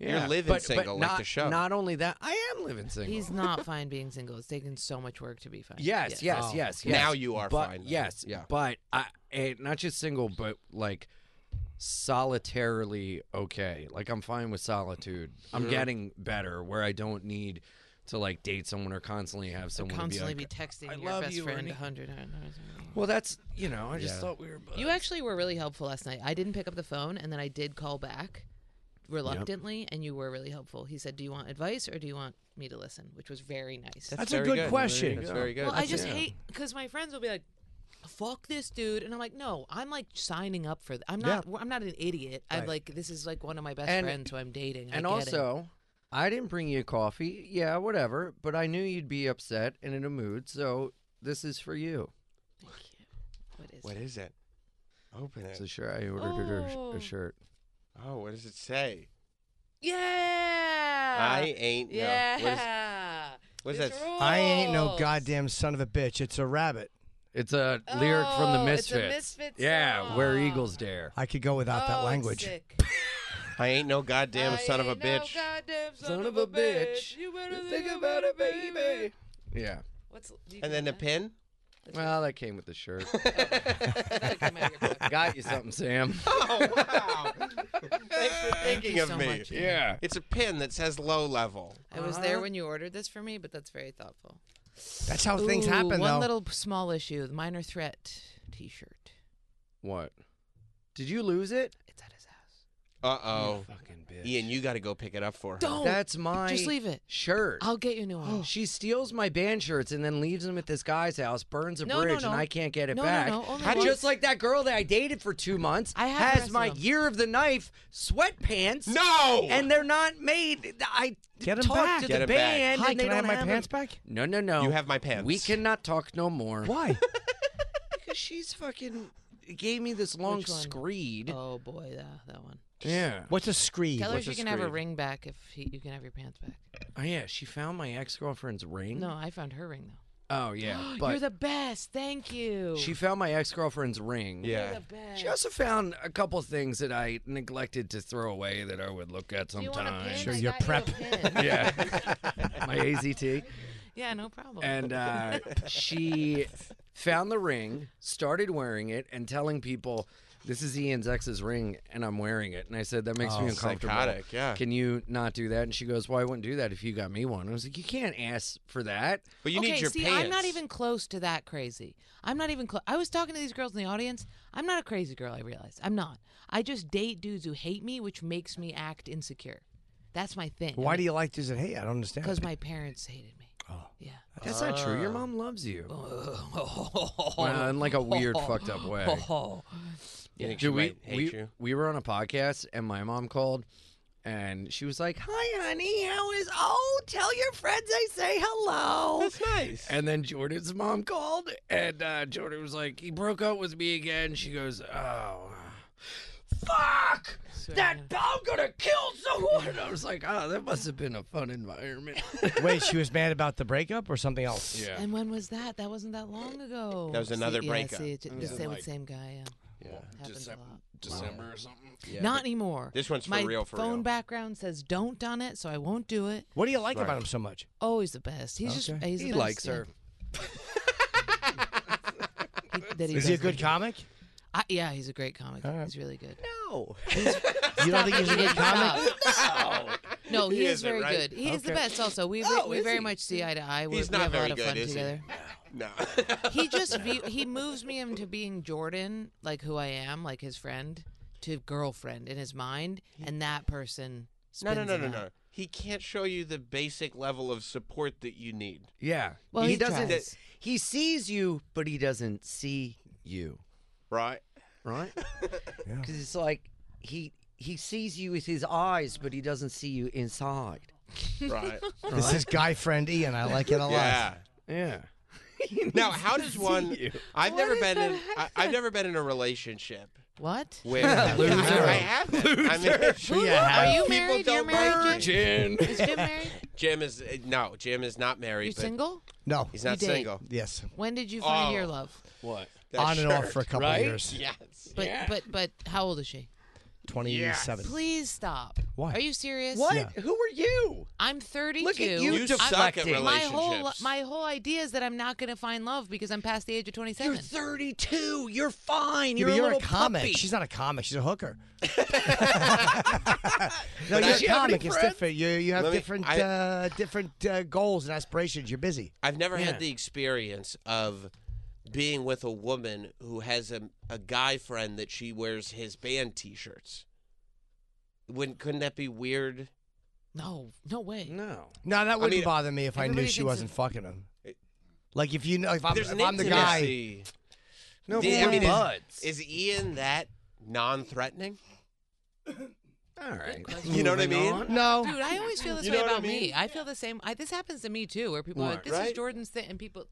Speaker 2: You're living single like
Speaker 3: not,
Speaker 2: the show.
Speaker 3: Not only that, I am living single.
Speaker 5: He's not fine being single. It's taken so much work to be fine.
Speaker 3: Yes, yes,
Speaker 1: Oh.
Speaker 3: yes, yes.
Speaker 2: Now you are
Speaker 3: but,
Speaker 2: fine, though.
Speaker 3: Yes,
Speaker 2: Yeah.
Speaker 3: But I, eh, not just single, but like solitarily okay. Like I'm fine with solitude. I'm getting better where I don't need to like date someone or constantly have
Speaker 5: To
Speaker 3: someone
Speaker 5: constantly
Speaker 3: be
Speaker 5: be
Speaker 3: like.
Speaker 5: texting
Speaker 3: "I
Speaker 5: your
Speaker 3: love
Speaker 5: best
Speaker 3: you," or
Speaker 5: friend
Speaker 3: any-
Speaker 5: a hundred.
Speaker 3: well, that's you know. I just
Speaker 2: Yeah.
Speaker 3: thought we were.
Speaker 5: You actually were really helpful last night. I didn't pick up the phone, and then I did call back reluctantly, and you were really helpful. He said, "Do you want advice or do you want me to listen?" Which was very nice.
Speaker 1: That's a good question.
Speaker 2: That's very good.
Speaker 5: well, I just
Speaker 3: yeah.
Speaker 5: hate because my friends will be like, "Fuck this dude," and I'm like, "No, I'm like signing up for. Th- I'm not. I'm not an idiot. I'm
Speaker 1: Right.
Speaker 5: like, this is like one of my best
Speaker 3: And-
Speaker 5: friends who I'm dating. I
Speaker 3: And
Speaker 5: get it."
Speaker 3: also, I didn't bring you coffee. Yeah, whatever. But I knew you'd be upset and in a mood, so this is for you.
Speaker 5: Thank you. What is?
Speaker 2: What
Speaker 5: it?
Speaker 2: is it? Open it.
Speaker 3: It's a shirt. I ordered her a sh-
Speaker 5: Oh.
Speaker 3: a shirt.
Speaker 2: Oh, what does it say?
Speaker 5: Yeah.
Speaker 2: I ain't.
Speaker 5: Yeah.
Speaker 2: No. What is- what is
Speaker 5: This
Speaker 2: that?
Speaker 5: rules.
Speaker 1: I ain't no
Speaker 5: Oh.
Speaker 1: goddamn son of a bitch. It's a rabbit.
Speaker 3: It's a lyric from the
Speaker 5: Oh, it's
Speaker 3: Misfits.
Speaker 5: a Misfits
Speaker 3: yeah, where
Speaker 5: song.
Speaker 3: eagles dare.
Speaker 1: I could go without
Speaker 5: Oh,
Speaker 1: that
Speaker 5: it's
Speaker 1: language.
Speaker 5: sick.
Speaker 2: I ain't no goddamn
Speaker 5: I
Speaker 2: son of a
Speaker 5: ain't no
Speaker 2: bitch.
Speaker 5: goddamn son,
Speaker 3: Son of a bitch.
Speaker 5: You better
Speaker 3: You think about it, baby. Yeah.
Speaker 5: What's do you
Speaker 2: and
Speaker 5: do
Speaker 2: then the
Speaker 5: that?
Speaker 2: pin.
Speaker 3: Well, that came with the shirt.
Speaker 5: That came out of your pocket.
Speaker 3: Got you something, Sam.
Speaker 2: Oh wow! Thanks for thinking
Speaker 5: you
Speaker 2: of
Speaker 5: so
Speaker 2: me.
Speaker 5: much.
Speaker 3: yeah.
Speaker 2: It's a pin that says low level.
Speaker 5: I was there when you ordered this for me, but that's very thoughtful.
Speaker 1: That's how Oh, things happen,
Speaker 5: One
Speaker 1: though.
Speaker 5: little small issue: the minor threat T-shirt.
Speaker 3: What? Did you lose it?
Speaker 5: It's at his house.
Speaker 2: Uh oh.
Speaker 3: Fucking bitch.
Speaker 2: Ian, you got to go pick it up for her.
Speaker 5: Don't.
Speaker 3: That's my
Speaker 5: Just leave it.
Speaker 3: shirt.
Speaker 5: I'll get you a new one.
Speaker 3: she steals my band shirts and then leaves them at this guy's house, burns a
Speaker 5: No, no,
Speaker 3: bridge,
Speaker 5: no.
Speaker 3: and I can't get it
Speaker 5: No, no,
Speaker 3: back.
Speaker 5: no, only
Speaker 3: I-
Speaker 5: once.
Speaker 3: Just like that girl that I dated for two months
Speaker 5: I have the rest
Speaker 3: has
Speaker 5: of
Speaker 3: my
Speaker 5: them.
Speaker 3: Year of the Knife sweatpants.
Speaker 2: No.
Speaker 3: and they're not made. I
Speaker 1: Get 'em
Speaker 3: talked
Speaker 1: back.
Speaker 3: to
Speaker 2: Oh. Get
Speaker 3: the
Speaker 2: 'em back.
Speaker 3: band,
Speaker 1: Hi,
Speaker 3: and they
Speaker 1: can I have
Speaker 3: don't
Speaker 1: my
Speaker 3: them.
Speaker 1: pants back?
Speaker 3: No, no, no.
Speaker 2: You have my pants.
Speaker 3: We cannot talk no more.
Speaker 1: Why?
Speaker 3: Because she's fucking gave me this long
Speaker 5: Which one?
Speaker 3: screed.
Speaker 5: Oh boy, that that one.
Speaker 3: yeah.
Speaker 1: What's a screed?
Speaker 5: Tell her
Speaker 2: what's
Speaker 5: she
Speaker 2: a
Speaker 5: can have a
Speaker 2: screed?
Speaker 5: ring back if he, you can have your pants back.
Speaker 3: Oh yeah, she found my ex girlfriend's ring.
Speaker 5: No, I found her ring though.
Speaker 3: Oh yeah,
Speaker 5: You're
Speaker 3: but
Speaker 5: the best. Thank you.
Speaker 3: she found my ex girlfriend's ring.
Speaker 5: You're
Speaker 2: Yeah.
Speaker 5: the best.
Speaker 3: She also found a couple things that I neglected to throw away that I would look at
Speaker 5: Do you want a pin?
Speaker 3: sometimes.
Speaker 1: Sure,
Speaker 5: I
Speaker 1: your
Speaker 5: got you a pin.
Speaker 3: Yeah. my AZT.
Speaker 5: yeah, no problem.
Speaker 3: and uh, she found the ring, started wearing it, and telling people, "This is Ian's ex's ring, and I'm wearing it." And I said, "That makes
Speaker 1: Oh,
Speaker 3: me uncomfortable.
Speaker 2: psychotic, yeah.
Speaker 3: Can you not do that?" And she goes, "Well, I wouldn't do that if you got me one." I was like, "You can't ask for that."
Speaker 2: But you
Speaker 5: okay,
Speaker 2: need your
Speaker 5: see,
Speaker 2: pants.
Speaker 5: I'm not even close to that crazy. I'm not even close. I was talking to these girls in the audience. I'm not a crazy girl. I realized I'm not. I just date dudes who hate me, which makes me act insecure. That's my thing.
Speaker 1: Why do you like this? Hey, I don't understand.
Speaker 5: Because my parents hated me.
Speaker 1: Oh.
Speaker 5: Yeah.
Speaker 3: That's not true.
Speaker 2: Oh.
Speaker 3: Your mom loves you.
Speaker 5: Oh,
Speaker 3: Well,
Speaker 5: well,
Speaker 3: in like a weird, fucked up way.
Speaker 2: You think she
Speaker 3: Dude, we,
Speaker 2: might hate
Speaker 3: we,
Speaker 2: you?
Speaker 3: we were on a podcast and my mom called and she was like, Hi, honey, how is. Oh, tell your friends I say hello. That's nice. And then Jordan's mom called and uh, Jordan was like, He broke up with me again. She goes, Oh, fuck. That I'm gonna kill someone. And I was like, oh, that must have been a fun environment.
Speaker 1: Wait, she was mad about the breakup or something else?
Speaker 3: yeah.
Speaker 5: And when was that? That wasn't that long ago.
Speaker 2: That was another
Speaker 5: see,
Speaker 2: breakup.
Speaker 5: Yeah, see, it's,
Speaker 3: was
Speaker 5: the
Speaker 3: in,
Speaker 5: same,
Speaker 3: like,
Speaker 5: same guy. Yeah.
Speaker 3: yeah.
Speaker 5: Happens a lot.
Speaker 7: December or something.
Speaker 2: Yeah,
Speaker 5: Not
Speaker 2: but
Speaker 5: anymore.
Speaker 2: This one's for
Speaker 5: My
Speaker 2: real, for
Speaker 5: phone
Speaker 2: real.
Speaker 5: background says don't on it, so I won't do it.
Speaker 1: What do you like
Speaker 2: Smart.
Speaker 1: about him so much?
Speaker 5: Oh, he's the best. He's just he's the
Speaker 7: he
Speaker 5: best,
Speaker 7: likes
Speaker 5: yeah.
Speaker 7: her.
Speaker 5: He- that
Speaker 1: Is he a
Speaker 5: does
Speaker 1: good
Speaker 5: like-
Speaker 1: comic?
Speaker 5: I, yeah, he's a great comic. He's really good.
Speaker 2: No.
Speaker 1: You don't think he's a good comic?
Speaker 5: No, no he,
Speaker 2: He
Speaker 5: is
Speaker 2: isn't,
Speaker 5: very
Speaker 2: right?
Speaker 5: good. He is the
Speaker 1: Okay.
Speaker 5: best. Also, we
Speaker 2: Oh,
Speaker 5: we
Speaker 2: is
Speaker 5: very
Speaker 2: he?
Speaker 5: much see eye to eye. We're,
Speaker 2: He's
Speaker 5: we
Speaker 2: not
Speaker 5: have a
Speaker 2: very
Speaker 5: lot of
Speaker 2: good,
Speaker 5: fun
Speaker 2: is he?
Speaker 5: together.
Speaker 2: No.
Speaker 5: He, just view, he moves me into being Jordan, like who I am, like his friend, to girlfriend in his mind, and that person.
Speaker 2: no, no,
Speaker 5: spins
Speaker 2: no,
Speaker 5: him
Speaker 2: no,
Speaker 5: out.
Speaker 2: no. He can't show you the basic level of support that you need.
Speaker 7: Yeah.
Speaker 5: Well,
Speaker 2: He
Speaker 5: he
Speaker 2: doesn't-
Speaker 5: tries.
Speaker 3: He sees you, but he doesn't see you,
Speaker 2: Right?
Speaker 3: right? Because it's like he he sees you with his eyes, but he doesn't see you inside.
Speaker 2: Right.
Speaker 1: This is guy friend Ian. I like it a lot.
Speaker 2: yeah.
Speaker 7: Yeah.
Speaker 2: Now, how does one? I've never
Speaker 5: does
Speaker 2: been
Speaker 5: that
Speaker 2: in. I, I've never been in a relationship
Speaker 5: What?
Speaker 2: where I, I have. I mean,
Speaker 1: Sure you have.
Speaker 5: Are you
Speaker 2: people
Speaker 5: married? You're
Speaker 2: don't like
Speaker 5: married, Jim?
Speaker 7: Virgin.
Speaker 5: Is Jim married?
Speaker 2: Jim is uh, no. Jim is not married.
Speaker 5: You
Speaker 2: but
Speaker 5: single?
Speaker 1: No.
Speaker 2: He's not
Speaker 5: You date.
Speaker 2: single.
Speaker 1: Yes.
Speaker 5: When did you find
Speaker 2: Oh.
Speaker 5: your love?
Speaker 7: what?
Speaker 2: That
Speaker 1: On and off
Speaker 2: shirt.
Speaker 1: for a couple
Speaker 7: right?
Speaker 1: years.
Speaker 2: Yes.
Speaker 5: But
Speaker 7: Yeah.
Speaker 5: but but how old is she?
Speaker 1: 27.
Speaker 5: Please stop.
Speaker 1: Why?
Speaker 5: Are you serious?
Speaker 3: What?
Speaker 1: Yeah.
Speaker 3: Who are you?
Speaker 5: I'm 32.
Speaker 3: Look at you,
Speaker 2: You
Speaker 3: deflecting.
Speaker 2: suck at
Speaker 5: My whole
Speaker 2: Relationships.
Speaker 5: my whole idea is that I'm not going to find love because I'm past the age of 27.
Speaker 3: You're 32. You're fine.
Speaker 1: Yeah,
Speaker 3: You're,
Speaker 1: but
Speaker 3: a
Speaker 1: you're a
Speaker 3: little
Speaker 1: comic.
Speaker 3: puppy.
Speaker 1: She's not a comic. She's a hooker. no, you're a
Speaker 7: she have any
Speaker 1: comic. It's
Speaker 7: friends?
Speaker 1: different. You you have
Speaker 2: Let me-
Speaker 1: different
Speaker 2: I-
Speaker 1: uh, different uh, goals and aspirations. You're busy.
Speaker 2: I've never
Speaker 7: Yeah.
Speaker 2: had the experience of being with a woman who has a, a guy friend that she wears his band T-shirts. Wouldn't couldn't that be weird?
Speaker 5: No, no way.
Speaker 7: No.
Speaker 1: No, that wouldn't
Speaker 2: mean,
Speaker 1: bother me if I knew
Speaker 5: everybody
Speaker 1: she
Speaker 5: thinks
Speaker 1: wasn't
Speaker 5: of-
Speaker 1: fucking him. Like if you know if I'm,
Speaker 2: There's
Speaker 1: if
Speaker 2: an
Speaker 1: I'm the guy.
Speaker 2: intimacy.
Speaker 7: No,
Speaker 2: Yeah,
Speaker 7: but
Speaker 2: I mean,
Speaker 7: we're
Speaker 2: it's-
Speaker 7: buds.
Speaker 2: Is Ian that non-threatening?
Speaker 7: All right.
Speaker 2: You know what I mean?
Speaker 1: No.
Speaker 5: Dude, I always feel this
Speaker 2: You
Speaker 5: way
Speaker 2: know what I
Speaker 5: about me.
Speaker 2: mean?
Speaker 5: I feel the same. I, this happens to me too, where people are
Speaker 7: Right.
Speaker 5: like, "This is
Speaker 2: Right?
Speaker 5: Jordan's thing," and people.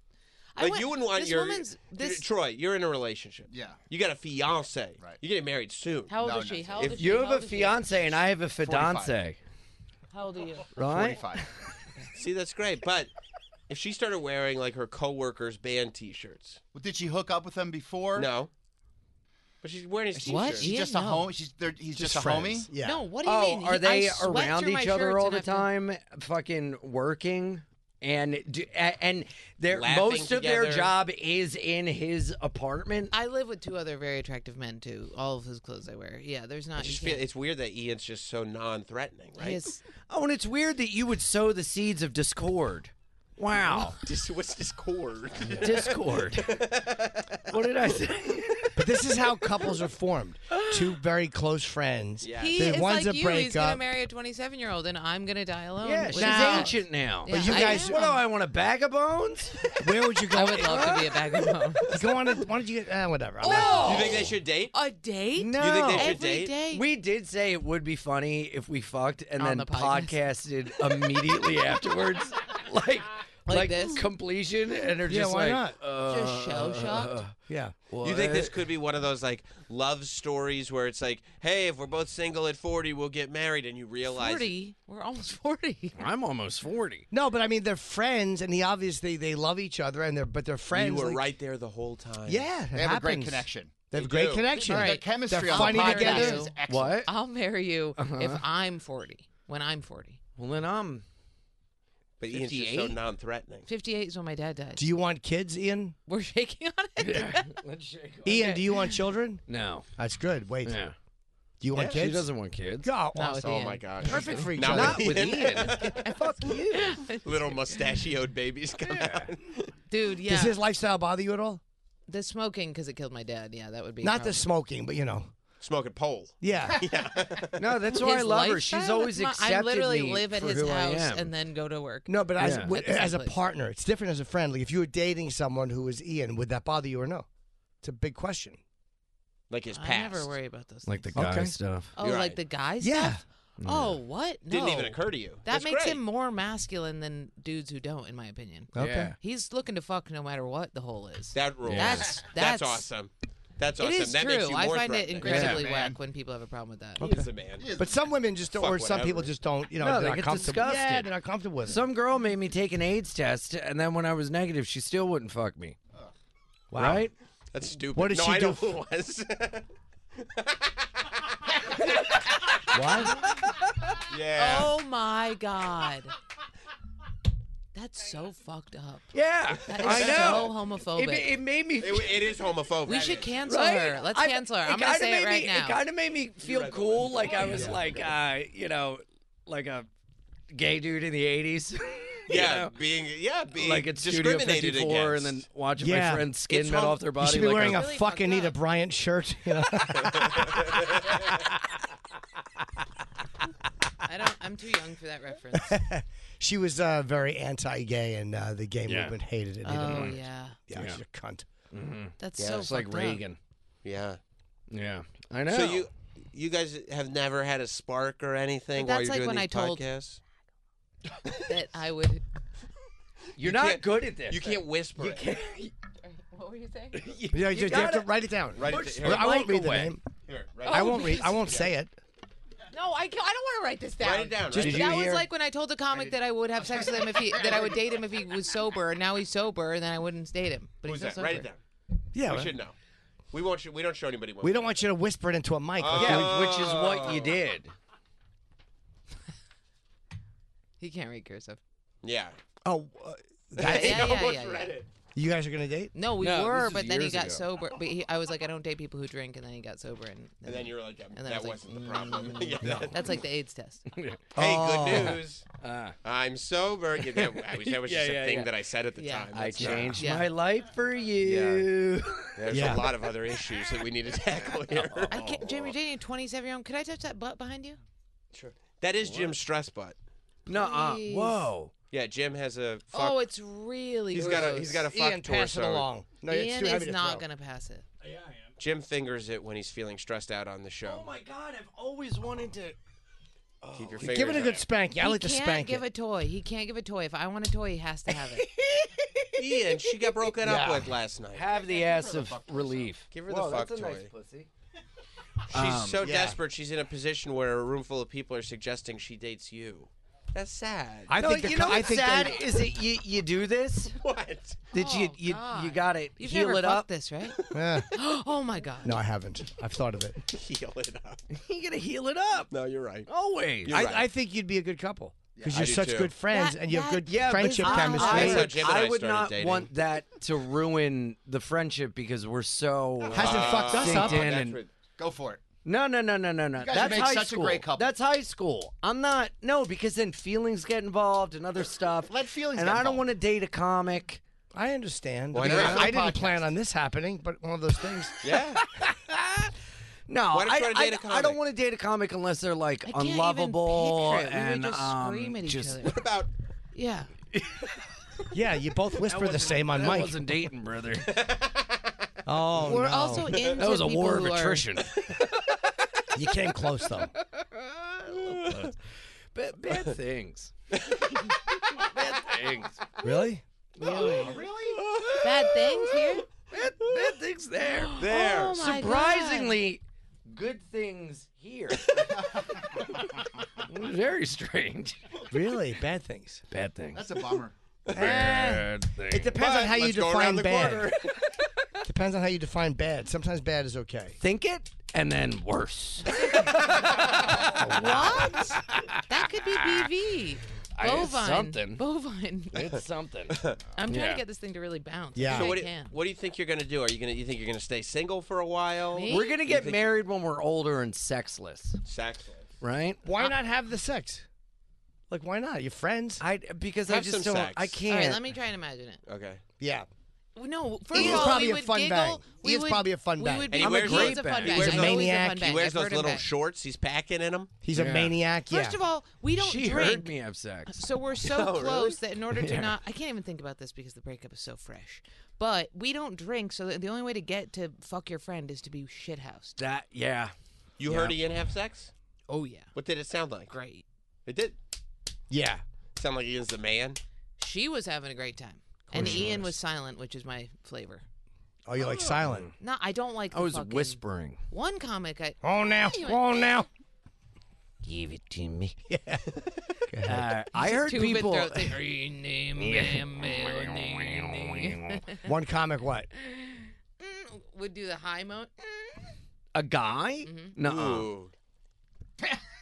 Speaker 5: I
Speaker 2: Like
Speaker 5: went-
Speaker 2: you wouldn't want
Speaker 5: this
Speaker 2: your
Speaker 5: woman's. This
Speaker 2: Troy. You're in a relationship.
Speaker 6: Yeah.
Speaker 2: You got a fiance.
Speaker 6: Right.
Speaker 2: You're getting married soon.
Speaker 5: how old
Speaker 6: No,
Speaker 5: is she?
Speaker 6: no.
Speaker 5: How old
Speaker 2: If
Speaker 5: is she?
Speaker 3: You
Speaker 5: How
Speaker 3: have
Speaker 5: old
Speaker 3: a
Speaker 5: is she?
Speaker 3: fiance and I have a fiance,
Speaker 5: How old are you?
Speaker 3: right?
Speaker 6: 45.
Speaker 2: See, that's great. But if she started wearing like her coworkers' band T-shirts,
Speaker 6: Well, did she hook up with him before?
Speaker 2: no. But she's wearing his
Speaker 5: What?
Speaker 2: T-shirt.
Speaker 6: She's
Speaker 5: Yeah,
Speaker 6: just a
Speaker 5: no.
Speaker 6: home. She's there, he's just, a homie.
Speaker 1: Yeah.
Speaker 5: No, what do you
Speaker 3: Oh,
Speaker 5: mean?
Speaker 3: are
Speaker 5: He-
Speaker 3: they
Speaker 5: I sweat
Speaker 3: around
Speaker 5: through my
Speaker 3: each other
Speaker 5: shirts
Speaker 3: all
Speaker 5: and
Speaker 3: the
Speaker 5: have to-
Speaker 3: time, fucking working? And do, a- and their
Speaker 2: Laughing
Speaker 3: most of their
Speaker 2: together.
Speaker 3: job is in his apartment.
Speaker 5: I live with two other very attractive men too. All of his clothes I wear. Yeah, there's
Speaker 2: I
Speaker 5: not.
Speaker 2: just
Speaker 5: you
Speaker 2: feel
Speaker 5: can't-
Speaker 2: it's weird that Ian's just so non-threatening, right?
Speaker 5: he is-
Speaker 3: Oh, and it's weird that you would sow the seeds of discord. Wow,
Speaker 2: Just- what's this cord?
Speaker 3: discord. what did I say?
Speaker 1: But this is how couples are formed. Two very close friends.
Speaker 2: Yeah.
Speaker 5: He
Speaker 1: Then
Speaker 5: is
Speaker 1: one's
Speaker 5: like
Speaker 1: a
Speaker 5: you. He's gonna
Speaker 1: breakup.
Speaker 5: marry a 27 year old, and I'm gonna die alone.
Speaker 3: yeah,
Speaker 5: with
Speaker 3: she's
Speaker 5: that.
Speaker 3: ancient now.
Speaker 5: Yeah,
Speaker 1: you
Speaker 5: I
Speaker 1: guys-
Speaker 5: am.
Speaker 3: What do I want? A bag of bones?
Speaker 1: Where would you go?
Speaker 5: I would love to be a bag of bones.
Speaker 1: go on. A, why don't you get? Uh, whatever. I'm
Speaker 2: Do
Speaker 1: not-
Speaker 2: you think they should date?
Speaker 5: A date?
Speaker 3: No.
Speaker 2: You think they should
Speaker 5: Every
Speaker 2: date?
Speaker 5: day.
Speaker 3: We did say it would be funny if we fucked and
Speaker 5: On
Speaker 3: then
Speaker 5: the
Speaker 3: podcasted immediately afterwards, like like,
Speaker 5: this?
Speaker 3: completion, and are
Speaker 1: Yeah,
Speaker 3: just
Speaker 1: why
Speaker 3: like,
Speaker 1: not?
Speaker 3: Uh,
Speaker 5: Just shell shocked.
Speaker 1: Yeah.
Speaker 2: You think this could be one of those like love stories where it's like, hey, if we're both single at forty, we'll get married, and you realize
Speaker 5: Forty. We're almost forty.
Speaker 7: I'm almost 40.
Speaker 1: No, but I mean they're friends, and the obvious they they love each other, and they're but they're friends.
Speaker 2: you were
Speaker 1: like-
Speaker 2: right there the whole time.
Speaker 1: Yeah, it
Speaker 6: They have a great
Speaker 1: happens.
Speaker 6: connection.
Speaker 1: They have a
Speaker 2: They
Speaker 1: great
Speaker 2: do.
Speaker 1: connection.
Speaker 5: All
Speaker 6: Their
Speaker 5: right.
Speaker 6: chemistry
Speaker 1: They're
Speaker 6: on the
Speaker 1: funny
Speaker 6: podcast
Speaker 1: together. Uh-huh.
Speaker 6: is excellent.
Speaker 3: What?
Speaker 5: I'll marry you if I'm forty. When I'm forty.
Speaker 3: Well, then I'm.
Speaker 2: But Ian's just so
Speaker 3: 58?
Speaker 2: non-threatening.
Speaker 5: Fifty-eight is when my dad died.
Speaker 1: Do you want kids, Ian?
Speaker 5: We're shaking on it.
Speaker 3: Let's shake.
Speaker 1: Ian, do you want children?
Speaker 7: No.
Speaker 1: That's good. Wait,
Speaker 7: Yeah.
Speaker 1: do you want kids?
Speaker 7: She doesn't want kids.
Speaker 1: Go.
Speaker 5: Not
Speaker 1: awesome.
Speaker 5: with
Speaker 2: Oh
Speaker 5: Ian.
Speaker 2: my gosh.
Speaker 1: Perfect for each
Speaker 2: Not
Speaker 1: other.
Speaker 2: with
Speaker 7: With
Speaker 2: Ian.
Speaker 7: Ian.
Speaker 1: Fuck you.
Speaker 2: Little mustachioed babies coming out.
Speaker 5: Dude, yeah.
Speaker 1: Does his lifestyle bother you at all?
Speaker 5: the smoking because it killed my dad. Yeah, that would be a
Speaker 1: Not the
Speaker 5: problem.
Speaker 1: smoking, but you know.
Speaker 2: Smoking pole.
Speaker 1: Yeah.
Speaker 3: No, that's why I
Speaker 5: His
Speaker 3: love her.
Speaker 5: lifestyle?
Speaker 3: She's always
Speaker 5: That's my-
Speaker 3: accepted
Speaker 5: I literally
Speaker 3: me
Speaker 5: live at
Speaker 3: for
Speaker 5: his
Speaker 3: who I
Speaker 5: house
Speaker 3: am.
Speaker 5: and then go to work.
Speaker 1: No, but as,
Speaker 7: Yeah.
Speaker 1: with,
Speaker 5: At the same
Speaker 1: as a
Speaker 5: place.
Speaker 1: partner, it's different as a friend. Like if you were dating someone who was Ian, would that bother you or no? It's a big question.
Speaker 2: Like his past.
Speaker 5: I never worry about those.
Speaker 7: Like the
Speaker 5: things.
Speaker 7: guy
Speaker 1: Okay.
Speaker 7: stuff.
Speaker 5: oh,
Speaker 2: You're
Speaker 5: like
Speaker 2: right.
Speaker 5: the guy stuff.
Speaker 1: Yeah.
Speaker 5: Oh, what? No.
Speaker 2: Didn't even occur to you.
Speaker 5: That
Speaker 2: That's
Speaker 5: makes
Speaker 2: great.
Speaker 5: him more masculine than dudes who don't, in my opinion.
Speaker 1: Okay.
Speaker 7: Yeah.
Speaker 5: He's looking to fuck no matter what the hole is.
Speaker 2: That rules.
Speaker 7: Yeah.
Speaker 5: That's-
Speaker 2: that's
Speaker 5: that's-
Speaker 2: awesome. That's
Speaker 5: it
Speaker 2: awesome.
Speaker 5: is
Speaker 2: that makes
Speaker 5: true.
Speaker 2: you
Speaker 5: I
Speaker 2: more
Speaker 5: find it
Speaker 2: threatening.
Speaker 5: incredibly
Speaker 6: Yeah, man.
Speaker 5: whack when people have a problem with that.
Speaker 2: He is a man.
Speaker 1: But some women just don't,
Speaker 2: Fuck
Speaker 1: or some people
Speaker 2: whatever.
Speaker 1: just don't, you know,
Speaker 3: No,
Speaker 1: they're
Speaker 3: they
Speaker 1: not
Speaker 3: get
Speaker 1: comfortable. Yeah,
Speaker 3: disgusted.
Speaker 1: they're not comfortable with it.
Speaker 3: Some girl made me take an AIDS test, and then when I was negative, she still wouldn't fuck me.
Speaker 1: Wow.
Speaker 3: Right?
Speaker 2: That's stupid.
Speaker 1: What did
Speaker 2: no,
Speaker 1: she
Speaker 2: I
Speaker 1: do
Speaker 2: know
Speaker 1: for-
Speaker 2: who it was.
Speaker 1: What?
Speaker 2: Yeah.
Speaker 5: Oh my god. That's so fucked up.
Speaker 3: Yeah,
Speaker 5: That is
Speaker 3: I
Speaker 5: so
Speaker 3: know.
Speaker 5: homophobic.
Speaker 3: it, it made me.
Speaker 2: It, it is homophobic.
Speaker 5: we should cancel
Speaker 3: Right?
Speaker 5: her. Let's
Speaker 3: I-
Speaker 5: cancel her. I'm
Speaker 3: kinda
Speaker 5: gonna say
Speaker 3: made
Speaker 5: it right
Speaker 3: me,
Speaker 5: now.
Speaker 3: It kind of made me feel cool, like I was like, uh, you know, like a gay dude in the '80s. you
Speaker 2: Yeah,
Speaker 3: know?
Speaker 2: being yeah, being
Speaker 3: like it's Studio
Speaker 2: discriminated
Speaker 3: 54,
Speaker 2: against.
Speaker 3: and then watching
Speaker 1: Yeah.
Speaker 3: my friend's skin
Speaker 2: It's
Speaker 3: melt
Speaker 2: hom-
Speaker 3: off their
Speaker 1: You
Speaker 3: body.
Speaker 1: should be
Speaker 3: like
Speaker 1: wearing a
Speaker 5: really fucked
Speaker 1: fucking Anita
Speaker 5: up.
Speaker 1: Bryant shirt. You know?
Speaker 5: I don't. I'm too young for that reference.
Speaker 1: she was uh, very anti-gay, and uh, the gay
Speaker 3: Yeah.
Speaker 1: movement hated it. Anita
Speaker 5: oh
Speaker 1: Bryant.
Speaker 5: yeah,
Speaker 1: yeah,
Speaker 3: Yeah.
Speaker 1: she's a cunt.
Speaker 5: that's
Speaker 3: yeah,
Speaker 5: so
Speaker 3: it's like
Speaker 5: fucked up.
Speaker 3: Reagan.
Speaker 2: yeah.
Speaker 3: Yeah, I know.
Speaker 2: So you you guys have never had a spark or anything
Speaker 5: But
Speaker 2: while
Speaker 5: that's
Speaker 2: you're
Speaker 5: like
Speaker 2: doing
Speaker 5: when
Speaker 2: these
Speaker 5: I told-
Speaker 2: podcasts?
Speaker 5: That I would.
Speaker 3: you're not
Speaker 2: can't-
Speaker 3: good at this.
Speaker 2: You can't whisper.
Speaker 3: You
Speaker 2: it.
Speaker 3: can't.
Speaker 5: What were you saying?
Speaker 3: you,
Speaker 1: Yeah,
Speaker 3: you
Speaker 1: you, you have to
Speaker 3: gotta-
Speaker 1: write it down.
Speaker 2: Write it
Speaker 3: Push
Speaker 2: down.
Speaker 1: Well,
Speaker 2: Here,
Speaker 1: I won't
Speaker 3: mic
Speaker 1: read the
Speaker 3: away.
Speaker 1: name.
Speaker 2: here, write,
Speaker 1: I won't read. I won't say it.
Speaker 5: No, I can't, I don't want to write this down.
Speaker 2: write it down.
Speaker 1: Just-
Speaker 2: write it
Speaker 5: that
Speaker 2: down.
Speaker 5: was like when I told the comic that I would have sex with him if he that I would date him if he was sober, and now he's sober, and then I wouldn't date him. But
Speaker 2: Who's
Speaker 5: he's
Speaker 2: that?
Speaker 5: not
Speaker 2: Write it
Speaker 5: sober.
Speaker 2: down.
Speaker 1: Yeah,
Speaker 2: We
Speaker 1: well,
Speaker 2: should know. We won't. Sh- we don't show anybody. What
Speaker 1: we don't want you to whisper it into a mic. like
Speaker 2: Oh.
Speaker 1: you-
Speaker 3: Which which is what you did.
Speaker 5: He can't read cursive.
Speaker 2: Yeah.
Speaker 1: Oh, uh, that's,
Speaker 5: Yeah, yeah,
Speaker 2: no
Speaker 5: yeah,
Speaker 2: one's
Speaker 5: yeah,
Speaker 2: read
Speaker 5: yeah.
Speaker 2: it.
Speaker 1: you guys are gonna date?
Speaker 5: No, we
Speaker 3: No, this
Speaker 5: were,
Speaker 3: is
Speaker 5: but then he
Speaker 3: years
Speaker 5: got
Speaker 3: ago.
Speaker 5: sober. But he, I was like, I don't date people who drink, and then he got sober, and,
Speaker 2: And then you're like, yeah,
Speaker 5: then
Speaker 2: that
Speaker 5: it's like,
Speaker 2: wasn't the problem. Yeah, that-
Speaker 5: that's like the AIDS test.
Speaker 2: hey, good news.
Speaker 3: Ah.
Speaker 2: I'm sober. You know, I wish that was
Speaker 3: Yeah,
Speaker 2: just a
Speaker 3: yeah,
Speaker 2: thing
Speaker 3: yeah.
Speaker 2: that I said at the
Speaker 5: Yeah.
Speaker 2: time.
Speaker 3: I
Speaker 2: That's not-
Speaker 3: changed
Speaker 5: Yeah.
Speaker 3: my life for you.
Speaker 2: There's
Speaker 1: Yeah.
Speaker 2: a lot of other issues that we need to tackle here.
Speaker 5: I can't,
Speaker 2: Oh.
Speaker 5: Jamie, you're dating a 27 year old. Could I touch that butt behind you?
Speaker 2: Sure. That is Jim Stress butt.
Speaker 3: Nuh-uh.
Speaker 5: Please.
Speaker 3: Whoa.
Speaker 2: Yeah, Jim has a. Fuck,
Speaker 5: Oh, it's really.
Speaker 2: he's
Speaker 5: gross.
Speaker 2: got a he's got a fuck
Speaker 1: Ian,
Speaker 2: torso.
Speaker 1: pass it along. No, it's
Speaker 5: Ian
Speaker 1: too heavy to
Speaker 5: is not
Speaker 1: throw.
Speaker 5: gonna pass it.
Speaker 2: Jim fingers it when he's feeling stressed out on the show.
Speaker 3: Oh my God! I've always wanted to. oh.
Speaker 2: Keep your fingers.
Speaker 1: Give it a
Speaker 2: out.
Speaker 1: good spanking. I
Speaker 5: he
Speaker 1: like to
Speaker 5: can't
Speaker 1: spank
Speaker 5: give
Speaker 1: it.
Speaker 5: a toy. He can't give a toy. If I want a toy, he has to have it.
Speaker 2: Ian, she got broken up
Speaker 1: Yeah.
Speaker 2: with last night.
Speaker 3: Have the ass of relief. Um,
Speaker 2: Give her the fuck toy.
Speaker 8: pussy.
Speaker 2: She's so
Speaker 1: yeah.
Speaker 2: desperate. She's in a position where a room full of people are suggesting she dates you. That's sad.
Speaker 1: I
Speaker 8: No,
Speaker 1: think the
Speaker 8: you
Speaker 1: co-
Speaker 8: know
Speaker 1: I
Speaker 8: what's
Speaker 1: think
Speaker 8: sad
Speaker 1: they-
Speaker 8: is that you, you do this,
Speaker 2: what?
Speaker 8: that you
Speaker 5: Oh,
Speaker 8: you, you
Speaker 5: God.
Speaker 8: got to
Speaker 5: You've
Speaker 8: heal
Speaker 5: never
Speaker 8: it up.
Speaker 5: fucked this, right?
Speaker 1: Yeah.
Speaker 5: oh my god.
Speaker 1: No, I haven't. I've thought of it.
Speaker 2: Heal it up.
Speaker 8: you got to heal it up.
Speaker 2: No, you're right.
Speaker 3: Always.
Speaker 2: You're
Speaker 1: I,
Speaker 2: right.
Speaker 1: I think you'd be a good couple because
Speaker 2: I
Speaker 1: you're
Speaker 2: do
Speaker 1: such
Speaker 2: too.
Speaker 1: good friends
Speaker 5: That-
Speaker 1: and you have
Speaker 5: that-
Speaker 1: good
Speaker 5: Yeah, but
Speaker 1: friendship
Speaker 5: I-
Speaker 1: chemistry.
Speaker 2: That's how
Speaker 3: I,
Speaker 2: Jim and
Speaker 3: I
Speaker 2: I
Speaker 3: would
Speaker 2: started
Speaker 3: not
Speaker 2: dating.
Speaker 3: want that to ruin the friendship because we're so
Speaker 1: Hasn't
Speaker 2: Uh,
Speaker 1: fucked us
Speaker 3: synced
Speaker 1: up.
Speaker 3: in
Speaker 6: That's
Speaker 3: and-
Speaker 6: what- go for it.
Speaker 3: no, no, no, no, no, no.
Speaker 6: guys
Speaker 3: That's
Speaker 6: make
Speaker 3: high
Speaker 6: such a
Speaker 3: school.
Speaker 6: great couple.
Speaker 3: That's high school. I'm not. No, because then feelings get involved and other stuff.
Speaker 6: Let feelings
Speaker 3: And
Speaker 6: get
Speaker 3: I don't
Speaker 6: involved.
Speaker 3: want to date a comic.
Speaker 1: I understand.
Speaker 2: Why
Speaker 1: Because
Speaker 2: not?
Speaker 1: I didn't
Speaker 6: Podcast.
Speaker 1: plan on this happening, but one of those things.
Speaker 2: Yeah.
Speaker 3: No,
Speaker 2: Why don't you wanna
Speaker 3: I, I-
Speaker 2: date a
Speaker 3: I
Speaker 2: comic?
Speaker 3: don't want to date a comic unless they're like
Speaker 5: I can't
Speaker 3: unlovable
Speaker 5: even picture it.
Speaker 3: and
Speaker 5: we would just
Speaker 3: um,
Speaker 5: scream at each
Speaker 3: just
Speaker 5: other.
Speaker 2: What about
Speaker 5: Yeah.
Speaker 1: Yeah, you both whisper the same on
Speaker 3: that
Speaker 1: mic.
Speaker 3: wasn't dating, brother.
Speaker 1: Oh,
Speaker 5: We're
Speaker 1: no.
Speaker 5: also into
Speaker 3: That was a
Speaker 5: people
Speaker 3: war of
Speaker 5: who are-
Speaker 3: attrition.
Speaker 1: you came close though.
Speaker 3: bad, bad things. bad things.
Speaker 1: Really?
Speaker 5: bad things here.
Speaker 3: Bad, bad things there.
Speaker 2: there?
Speaker 5: Oh my
Speaker 3: Surprisingly, good things here. Very strange.
Speaker 1: Really? Bad things.
Speaker 3: Bad things.
Speaker 6: That's a bummer.
Speaker 3: bad things.
Speaker 1: Eh, It depends on
Speaker 2: But
Speaker 1: how you
Speaker 2: let's go
Speaker 1: define
Speaker 2: around the
Speaker 1: bad.
Speaker 2: corner.
Speaker 1: depends on how you define bad. Sometimes bad is okay.
Speaker 3: Think it and then worse.
Speaker 5: God. What? that could be BV.
Speaker 3: I- it's
Speaker 5: Bovine.
Speaker 3: something.
Speaker 5: Bovine.
Speaker 3: It's something.
Speaker 5: I'm trying
Speaker 3: Yeah.
Speaker 5: to get this thing to really bounce.
Speaker 1: Yeah.
Speaker 5: I
Speaker 1: So
Speaker 2: So what do, you,
Speaker 5: can't.
Speaker 2: what do you think you're gonna do? Are you gonna you think you're gonna stay single for a while?
Speaker 5: Me?
Speaker 3: We're gonna get married when we're older and sexless,
Speaker 2: Sex.
Speaker 3: right?
Speaker 1: Why not have the sex? Like, why not? You're friends.
Speaker 3: I because I
Speaker 2: Have
Speaker 3: just
Speaker 2: some
Speaker 3: don't.
Speaker 2: sex.
Speaker 3: I
Speaker 5: All
Speaker 3: can't.
Speaker 5: right, let me try and imagine it.
Speaker 2: Okay.
Speaker 1: Yeah.
Speaker 5: No, first
Speaker 1: Ian's
Speaker 5: of all,
Speaker 1: probably
Speaker 5: we
Speaker 1: a
Speaker 5: would
Speaker 1: fun
Speaker 5: giggle.
Speaker 1: bag.
Speaker 5: We
Speaker 1: Ian's
Speaker 5: would,
Speaker 1: probably a fun
Speaker 5: we
Speaker 1: bag.
Speaker 2: And
Speaker 5: Would
Speaker 2: he
Speaker 5: be,
Speaker 2: wears
Speaker 5: he
Speaker 2: a
Speaker 5: is a
Speaker 3: great
Speaker 5: fun
Speaker 3: bag.
Speaker 5: bag.
Speaker 2: He wears those-
Speaker 5: I know he's a fun
Speaker 1: maniac.
Speaker 5: bag.
Speaker 2: He wears
Speaker 5: I've heard
Speaker 2: those
Speaker 5: him
Speaker 2: little
Speaker 5: bag.
Speaker 2: shorts. He's packing in them.
Speaker 1: He's a
Speaker 3: Yeah.
Speaker 1: maniac. Yeah.
Speaker 5: First of all, we don't
Speaker 3: she
Speaker 5: drink.
Speaker 3: heard me have sex.
Speaker 5: So we're so close that in order to not, I can't even think about this because the breakup is so fresh. But we don't drink, so the only way to get to fuck your friend is to be shithoused.
Speaker 3: That yeah.
Speaker 2: You heard Ian have sex?
Speaker 5: Oh yeah,
Speaker 2: What did it sound like?
Speaker 5: great.
Speaker 2: It did
Speaker 1: yeah.
Speaker 2: sound like Ian's the man.
Speaker 5: She was having a great time, and Ian was silent, which is my flavor.
Speaker 1: Oh, you're like silent.
Speaker 5: No, I don't like.
Speaker 3: I
Speaker 5: the
Speaker 3: was
Speaker 5: fucking-
Speaker 3: whispering.
Speaker 5: One comic, I
Speaker 1: Oh now. Oh now.
Speaker 3: Give it to me. Yeah. Uh, I heard
Speaker 5: two bit
Speaker 3: people.
Speaker 5: throat thing. Rename my melody.
Speaker 1: One comic. What?
Speaker 3: Mm,
Speaker 5: would do the high mode.
Speaker 3: a guy?
Speaker 5: Mm.
Speaker 3: No.
Speaker 2: Ooh.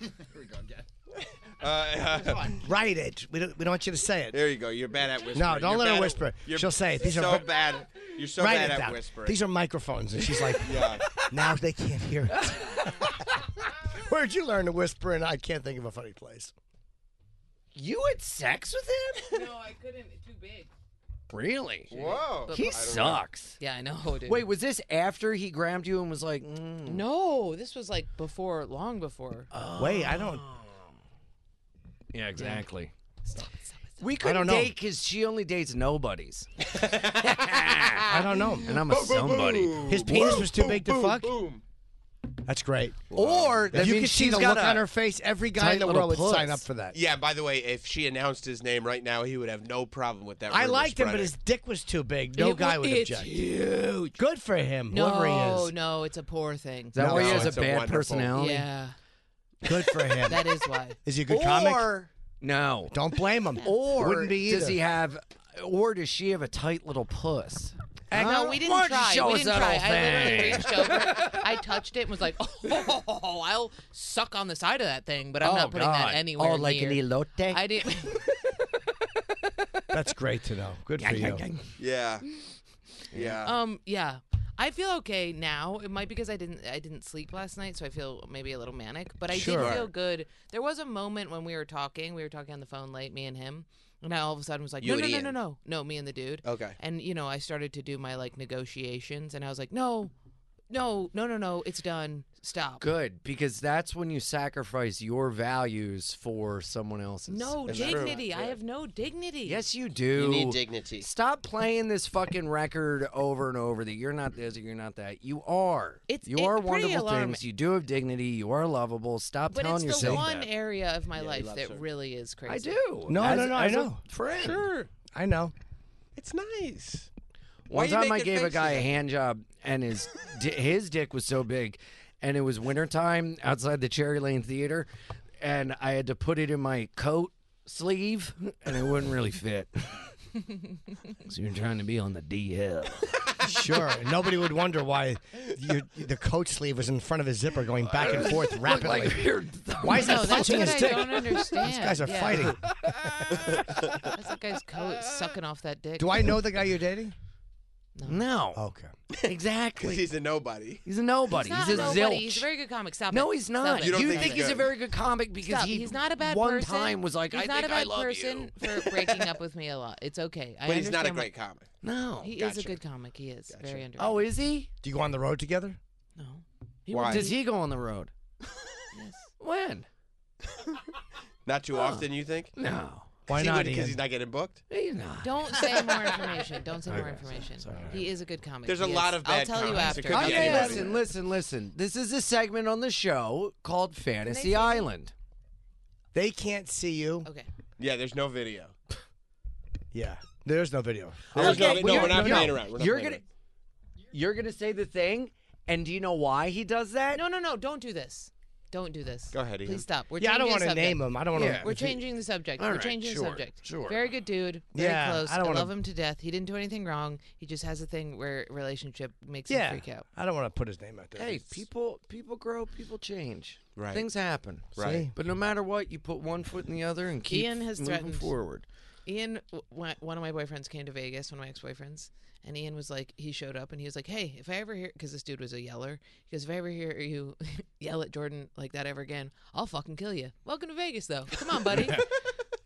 Speaker 1: Uh,
Speaker 2: Here we go again.
Speaker 1: Write it. We don't, we don't want you to say it.
Speaker 2: there you go. You're bad at whispering.
Speaker 1: don't
Speaker 2: You're
Speaker 1: let her
Speaker 2: bad at-
Speaker 1: whisper.
Speaker 2: you're
Speaker 1: She'll say it. These are
Speaker 2: so
Speaker 1: ver-
Speaker 2: bad. You're so
Speaker 1: Write
Speaker 2: bad
Speaker 1: it
Speaker 2: at
Speaker 1: down.
Speaker 2: whispering.
Speaker 1: These are microphones, and she's like,
Speaker 2: yeah.
Speaker 1: now they can't hear it. Where'd you learn to whisper? And I can't think of a funny place.
Speaker 3: You had sex with him?
Speaker 5: No, I couldn't. Too big.
Speaker 3: really?
Speaker 2: Whoa.
Speaker 5: But-
Speaker 3: He
Speaker 5: I
Speaker 3: sucks.
Speaker 5: Yeah, I know, dude.
Speaker 9: Wait, was this after he grabbed you and was like, mm,
Speaker 5: No, this was like before, long before.
Speaker 3: Uh,
Speaker 1: Wait, I don't.
Speaker 3: Yeah, exactly.
Speaker 5: Stop it, stop it, stop
Speaker 3: We
Speaker 1: I
Speaker 3: could
Speaker 1: don't know.
Speaker 3: date because she only dates nobodies.
Speaker 1: I don't know.
Speaker 3: And I'm a somebody.
Speaker 1: His penis was too big to fuck. That's great.
Speaker 3: Or that
Speaker 1: you
Speaker 3: means
Speaker 1: can see
Speaker 3: she's
Speaker 1: the
Speaker 3: got
Speaker 1: look
Speaker 3: a-
Speaker 1: on her face. Every guy in
Speaker 3: tight
Speaker 1: the
Speaker 3: little
Speaker 1: world would sign up
Speaker 3: puss.
Speaker 1: for that.
Speaker 2: Yeah. By the way, if she announced his name right now, he would have no problem with that.
Speaker 1: I
Speaker 2: rumor
Speaker 1: liked him, but
Speaker 2: spreading.
Speaker 1: his dick was too big. No
Speaker 5: It
Speaker 1: guy
Speaker 5: wa-
Speaker 1: would
Speaker 5: it's
Speaker 1: object. Good for him,
Speaker 5: it. No,
Speaker 1: whoever he is.
Speaker 5: no, it's a poor thing.
Speaker 3: Is that why he
Speaker 2: No,
Speaker 3: has a
Speaker 2: it's a
Speaker 3: bad
Speaker 2: wonderful-
Speaker 3: personality?
Speaker 5: Yeah,
Speaker 1: Good for him.
Speaker 5: that is why.
Speaker 1: Is he a good
Speaker 3: or,
Speaker 1: comic?
Speaker 3: No.
Speaker 1: Don't blame him.
Speaker 3: Or
Speaker 1: wouldn't be either.
Speaker 3: does he have? Or does she have a tight little puss?
Speaker 5: I
Speaker 3: Huh?
Speaker 5: know Uh, we
Speaker 3: Why
Speaker 5: didn't
Speaker 3: don't you
Speaker 5: try.
Speaker 3: Show
Speaker 5: We
Speaker 3: us that
Speaker 5: didn't try.
Speaker 3: whole
Speaker 5: I literally
Speaker 3: thing.
Speaker 5: reached over. I touched it and was like, "Oh, I'll suck on the side of that thing," but I'm
Speaker 3: Oh,
Speaker 5: not putting
Speaker 3: God.
Speaker 5: that anywhere
Speaker 9: oh, like
Speaker 5: near.
Speaker 9: an elote?
Speaker 5: I didn't.
Speaker 1: That's great to know. Good for you.
Speaker 2: Yeah. Yeah.
Speaker 5: Um, yeah. I feel okay now. It might be because I didn't I didn't sleep last night, so I feel maybe a little manic. But I
Speaker 1: Sure.
Speaker 5: did feel good. There was a moment when we were talking. We were talking on the phone late, me and him. And I all of a sudden was like,
Speaker 2: You
Speaker 5: no, no,
Speaker 2: and
Speaker 5: no,
Speaker 2: Ian.
Speaker 5: no, no, no, me and the dude.
Speaker 2: Uh, Okay.
Speaker 5: And you know, I started to do my like negotiations, and I was like, no, no, no, no, no, it's done. Stop.
Speaker 3: Good, because that's when you sacrifice your values for someone else's.
Speaker 5: No
Speaker 2: It's true.
Speaker 5: dignity. I
Speaker 2: Yeah.
Speaker 5: have no dignity.
Speaker 3: Yes, you do.
Speaker 2: You need dignity.
Speaker 3: Stop playing this fucking record over and over that you're not this or you're not that. You are.
Speaker 5: It's-
Speaker 3: you
Speaker 5: it's
Speaker 3: are
Speaker 5: pretty
Speaker 3: wonderful
Speaker 5: alarming.
Speaker 3: things. You do have dignity. You are lovable. Stop
Speaker 5: But
Speaker 3: telling
Speaker 5: it's the
Speaker 3: yourself
Speaker 5: one
Speaker 3: that.
Speaker 5: area of my
Speaker 2: he
Speaker 5: life
Speaker 2: loves
Speaker 5: that
Speaker 2: her.
Speaker 5: really is crazy.
Speaker 3: I do.
Speaker 1: No,
Speaker 3: As-
Speaker 1: no, no, I
Speaker 3: as a
Speaker 1: know.
Speaker 3: Friend.
Speaker 2: Sure.
Speaker 1: I know.
Speaker 2: It's nice.
Speaker 3: One
Speaker 2: Why you
Speaker 3: time I
Speaker 2: making
Speaker 3: gave a
Speaker 2: faces
Speaker 3: guy a
Speaker 2: at me?
Speaker 3: hand job, and his di- his dick was so big, and it was wintertime outside the Cherry Lane Theater, and I had to put it in my coat sleeve, and it wouldn't really fit. so you're trying to be on the DL.
Speaker 1: Sure. Nobody would wonder why your, the coat sleeve was in front of his zipper going back and forth rapidly. Why is
Speaker 5: No,
Speaker 1: that
Speaker 5: that's
Speaker 1: punching
Speaker 5: what
Speaker 1: his
Speaker 5: I
Speaker 1: dick?
Speaker 5: don't understand.
Speaker 1: These guys are
Speaker 5: Yeah.
Speaker 1: fighting.
Speaker 5: That's that guy's coat sucking off that dick.
Speaker 1: Do I know the guy you're dating?
Speaker 3: No,
Speaker 1: Okay.
Speaker 3: exactly.
Speaker 2: Because he's a nobody.
Speaker 3: He's a nobody.
Speaker 5: He's, not
Speaker 3: He's,
Speaker 5: a
Speaker 3: a
Speaker 5: nobody.
Speaker 3: zilch.
Speaker 5: He's a very good comic. Stop
Speaker 3: no,
Speaker 5: it.
Speaker 3: he's
Speaker 5: Stop
Speaker 3: not.
Speaker 5: it.
Speaker 2: You don't
Speaker 3: think,
Speaker 2: think he's
Speaker 3: he's a
Speaker 2: good?
Speaker 3: very good comic because
Speaker 5: Stop.
Speaker 3: he
Speaker 5: he's not a bad
Speaker 3: one
Speaker 5: person.
Speaker 3: time was like,
Speaker 5: he's
Speaker 3: I
Speaker 5: not
Speaker 3: think
Speaker 5: a bad
Speaker 3: I love
Speaker 5: person
Speaker 3: you.
Speaker 5: for breaking up with me a lot. It's okay. I
Speaker 2: But he's not a
Speaker 5: understand why-
Speaker 2: great comic.
Speaker 3: No.
Speaker 5: He is
Speaker 2: Gotcha.
Speaker 5: a good comic. He is very underrated.
Speaker 3: oh, is he?
Speaker 1: Do you go on the road together?
Speaker 5: no. He
Speaker 2: Why?
Speaker 5: was-
Speaker 3: Does he go on the road?
Speaker 5: Yes.
Speaker 3: When?
Speaker 2: Not too often, you think?
Speaker 3: No.
Speaker 1: Why not?
Speaker 2: Because
Speaker 1: Ian?
Speaker 2: he's not getting booked.
Speaker 3: He's not.
Speaker 5: Don't say more information. Don't say more information. He is a good comic.
Speaker 2: There's a
Speaker 5: He is.
Speaker 2: lot of bad
Speaker 5: I'll tell you
Speaker 2: comics.
Speaker 5: after.
Speaker 2: It could
Speaker 5: I'll
Speaker 2: be
Speaker 5: tell you
Speaker 2: anybody.
Speaker 5: after.
Speaker 3: listen, listen, listen. This is a segment on the show called Fantasy
Speaker 5: say-
Speaker 3: Island.
Speaker 1: They can't see you.
Speaker 5: Okay.
Speaker 2: Yeah, there's no video.
Speaker 1: Yeah. There's no video.
Speaker 2: There's no,
Speaker 3: Okay,
Speaker 2: no,
Speaker 3: you're-
Speaker 2: we're not
Speaker 3: no,
Speaker 2: playing around. We're not
Speaker 3: you're
Speaker 2: playing
Speaker 3: gonna, you're gonna say the thing, and do you know why he does that?
Speaker 5: No, no, no. Don't do this. Don't do this.
Speaker 2: Go ahead, Ian.
Speaker 5: Please stop. We're
Speaker 1: Yeah, I don't
Speaker 5: want to
Speaker 1: name him. I don't want
Speaker 3: Yeah.
Speaker 1: to.
Speaker 5: We're changing the subject.
Speaker 3: All
Speaker 5: We're
Speaker 3: right,
Speaker 5: changing
Speaker 3: sure,
Speaker 5: the subject.
Speaker 3: sure.
Speaker 5: Very good dude. Very
Speaker 1: Yeah,
Speaker 5: close.
Speaker 1: I
Speaker 5: I,
Speaker 1: don't wanna-
Speaker 5: love him to death. He didn't do anything wrong. He just has a thing where relationship makes
Speaker 1: Yeah.
Speaker 5: him freak out.
Speaker 1: I don't want to put his name out there.
Speaker 3: Hey,
Speaker 1: It's-
Speaker 3: people, people grow, people change.
Speaker 2: Right.
Speaker 3: Things happen.
Speaker 2: Right.
Speaker 1: See?
Speaker 3: But no matter what, you put one foot in the other and keep
Speaker 5: Ian has
Speaker 3: moving
Speaker 5: threatened.
Speaker 3: forward.
Speaker 5: Ian, w- one- one of my boyfriends came to Vegas, one of my ex boyfriends, and Ian was like, he showed up and he was like, hey, if I ever hear, because this dude was a yeller, he goes, if I ever hear you yell at Jordan like that ever again, I'll fucking kill you. Welcome to Vegas, though. Come on, buddy.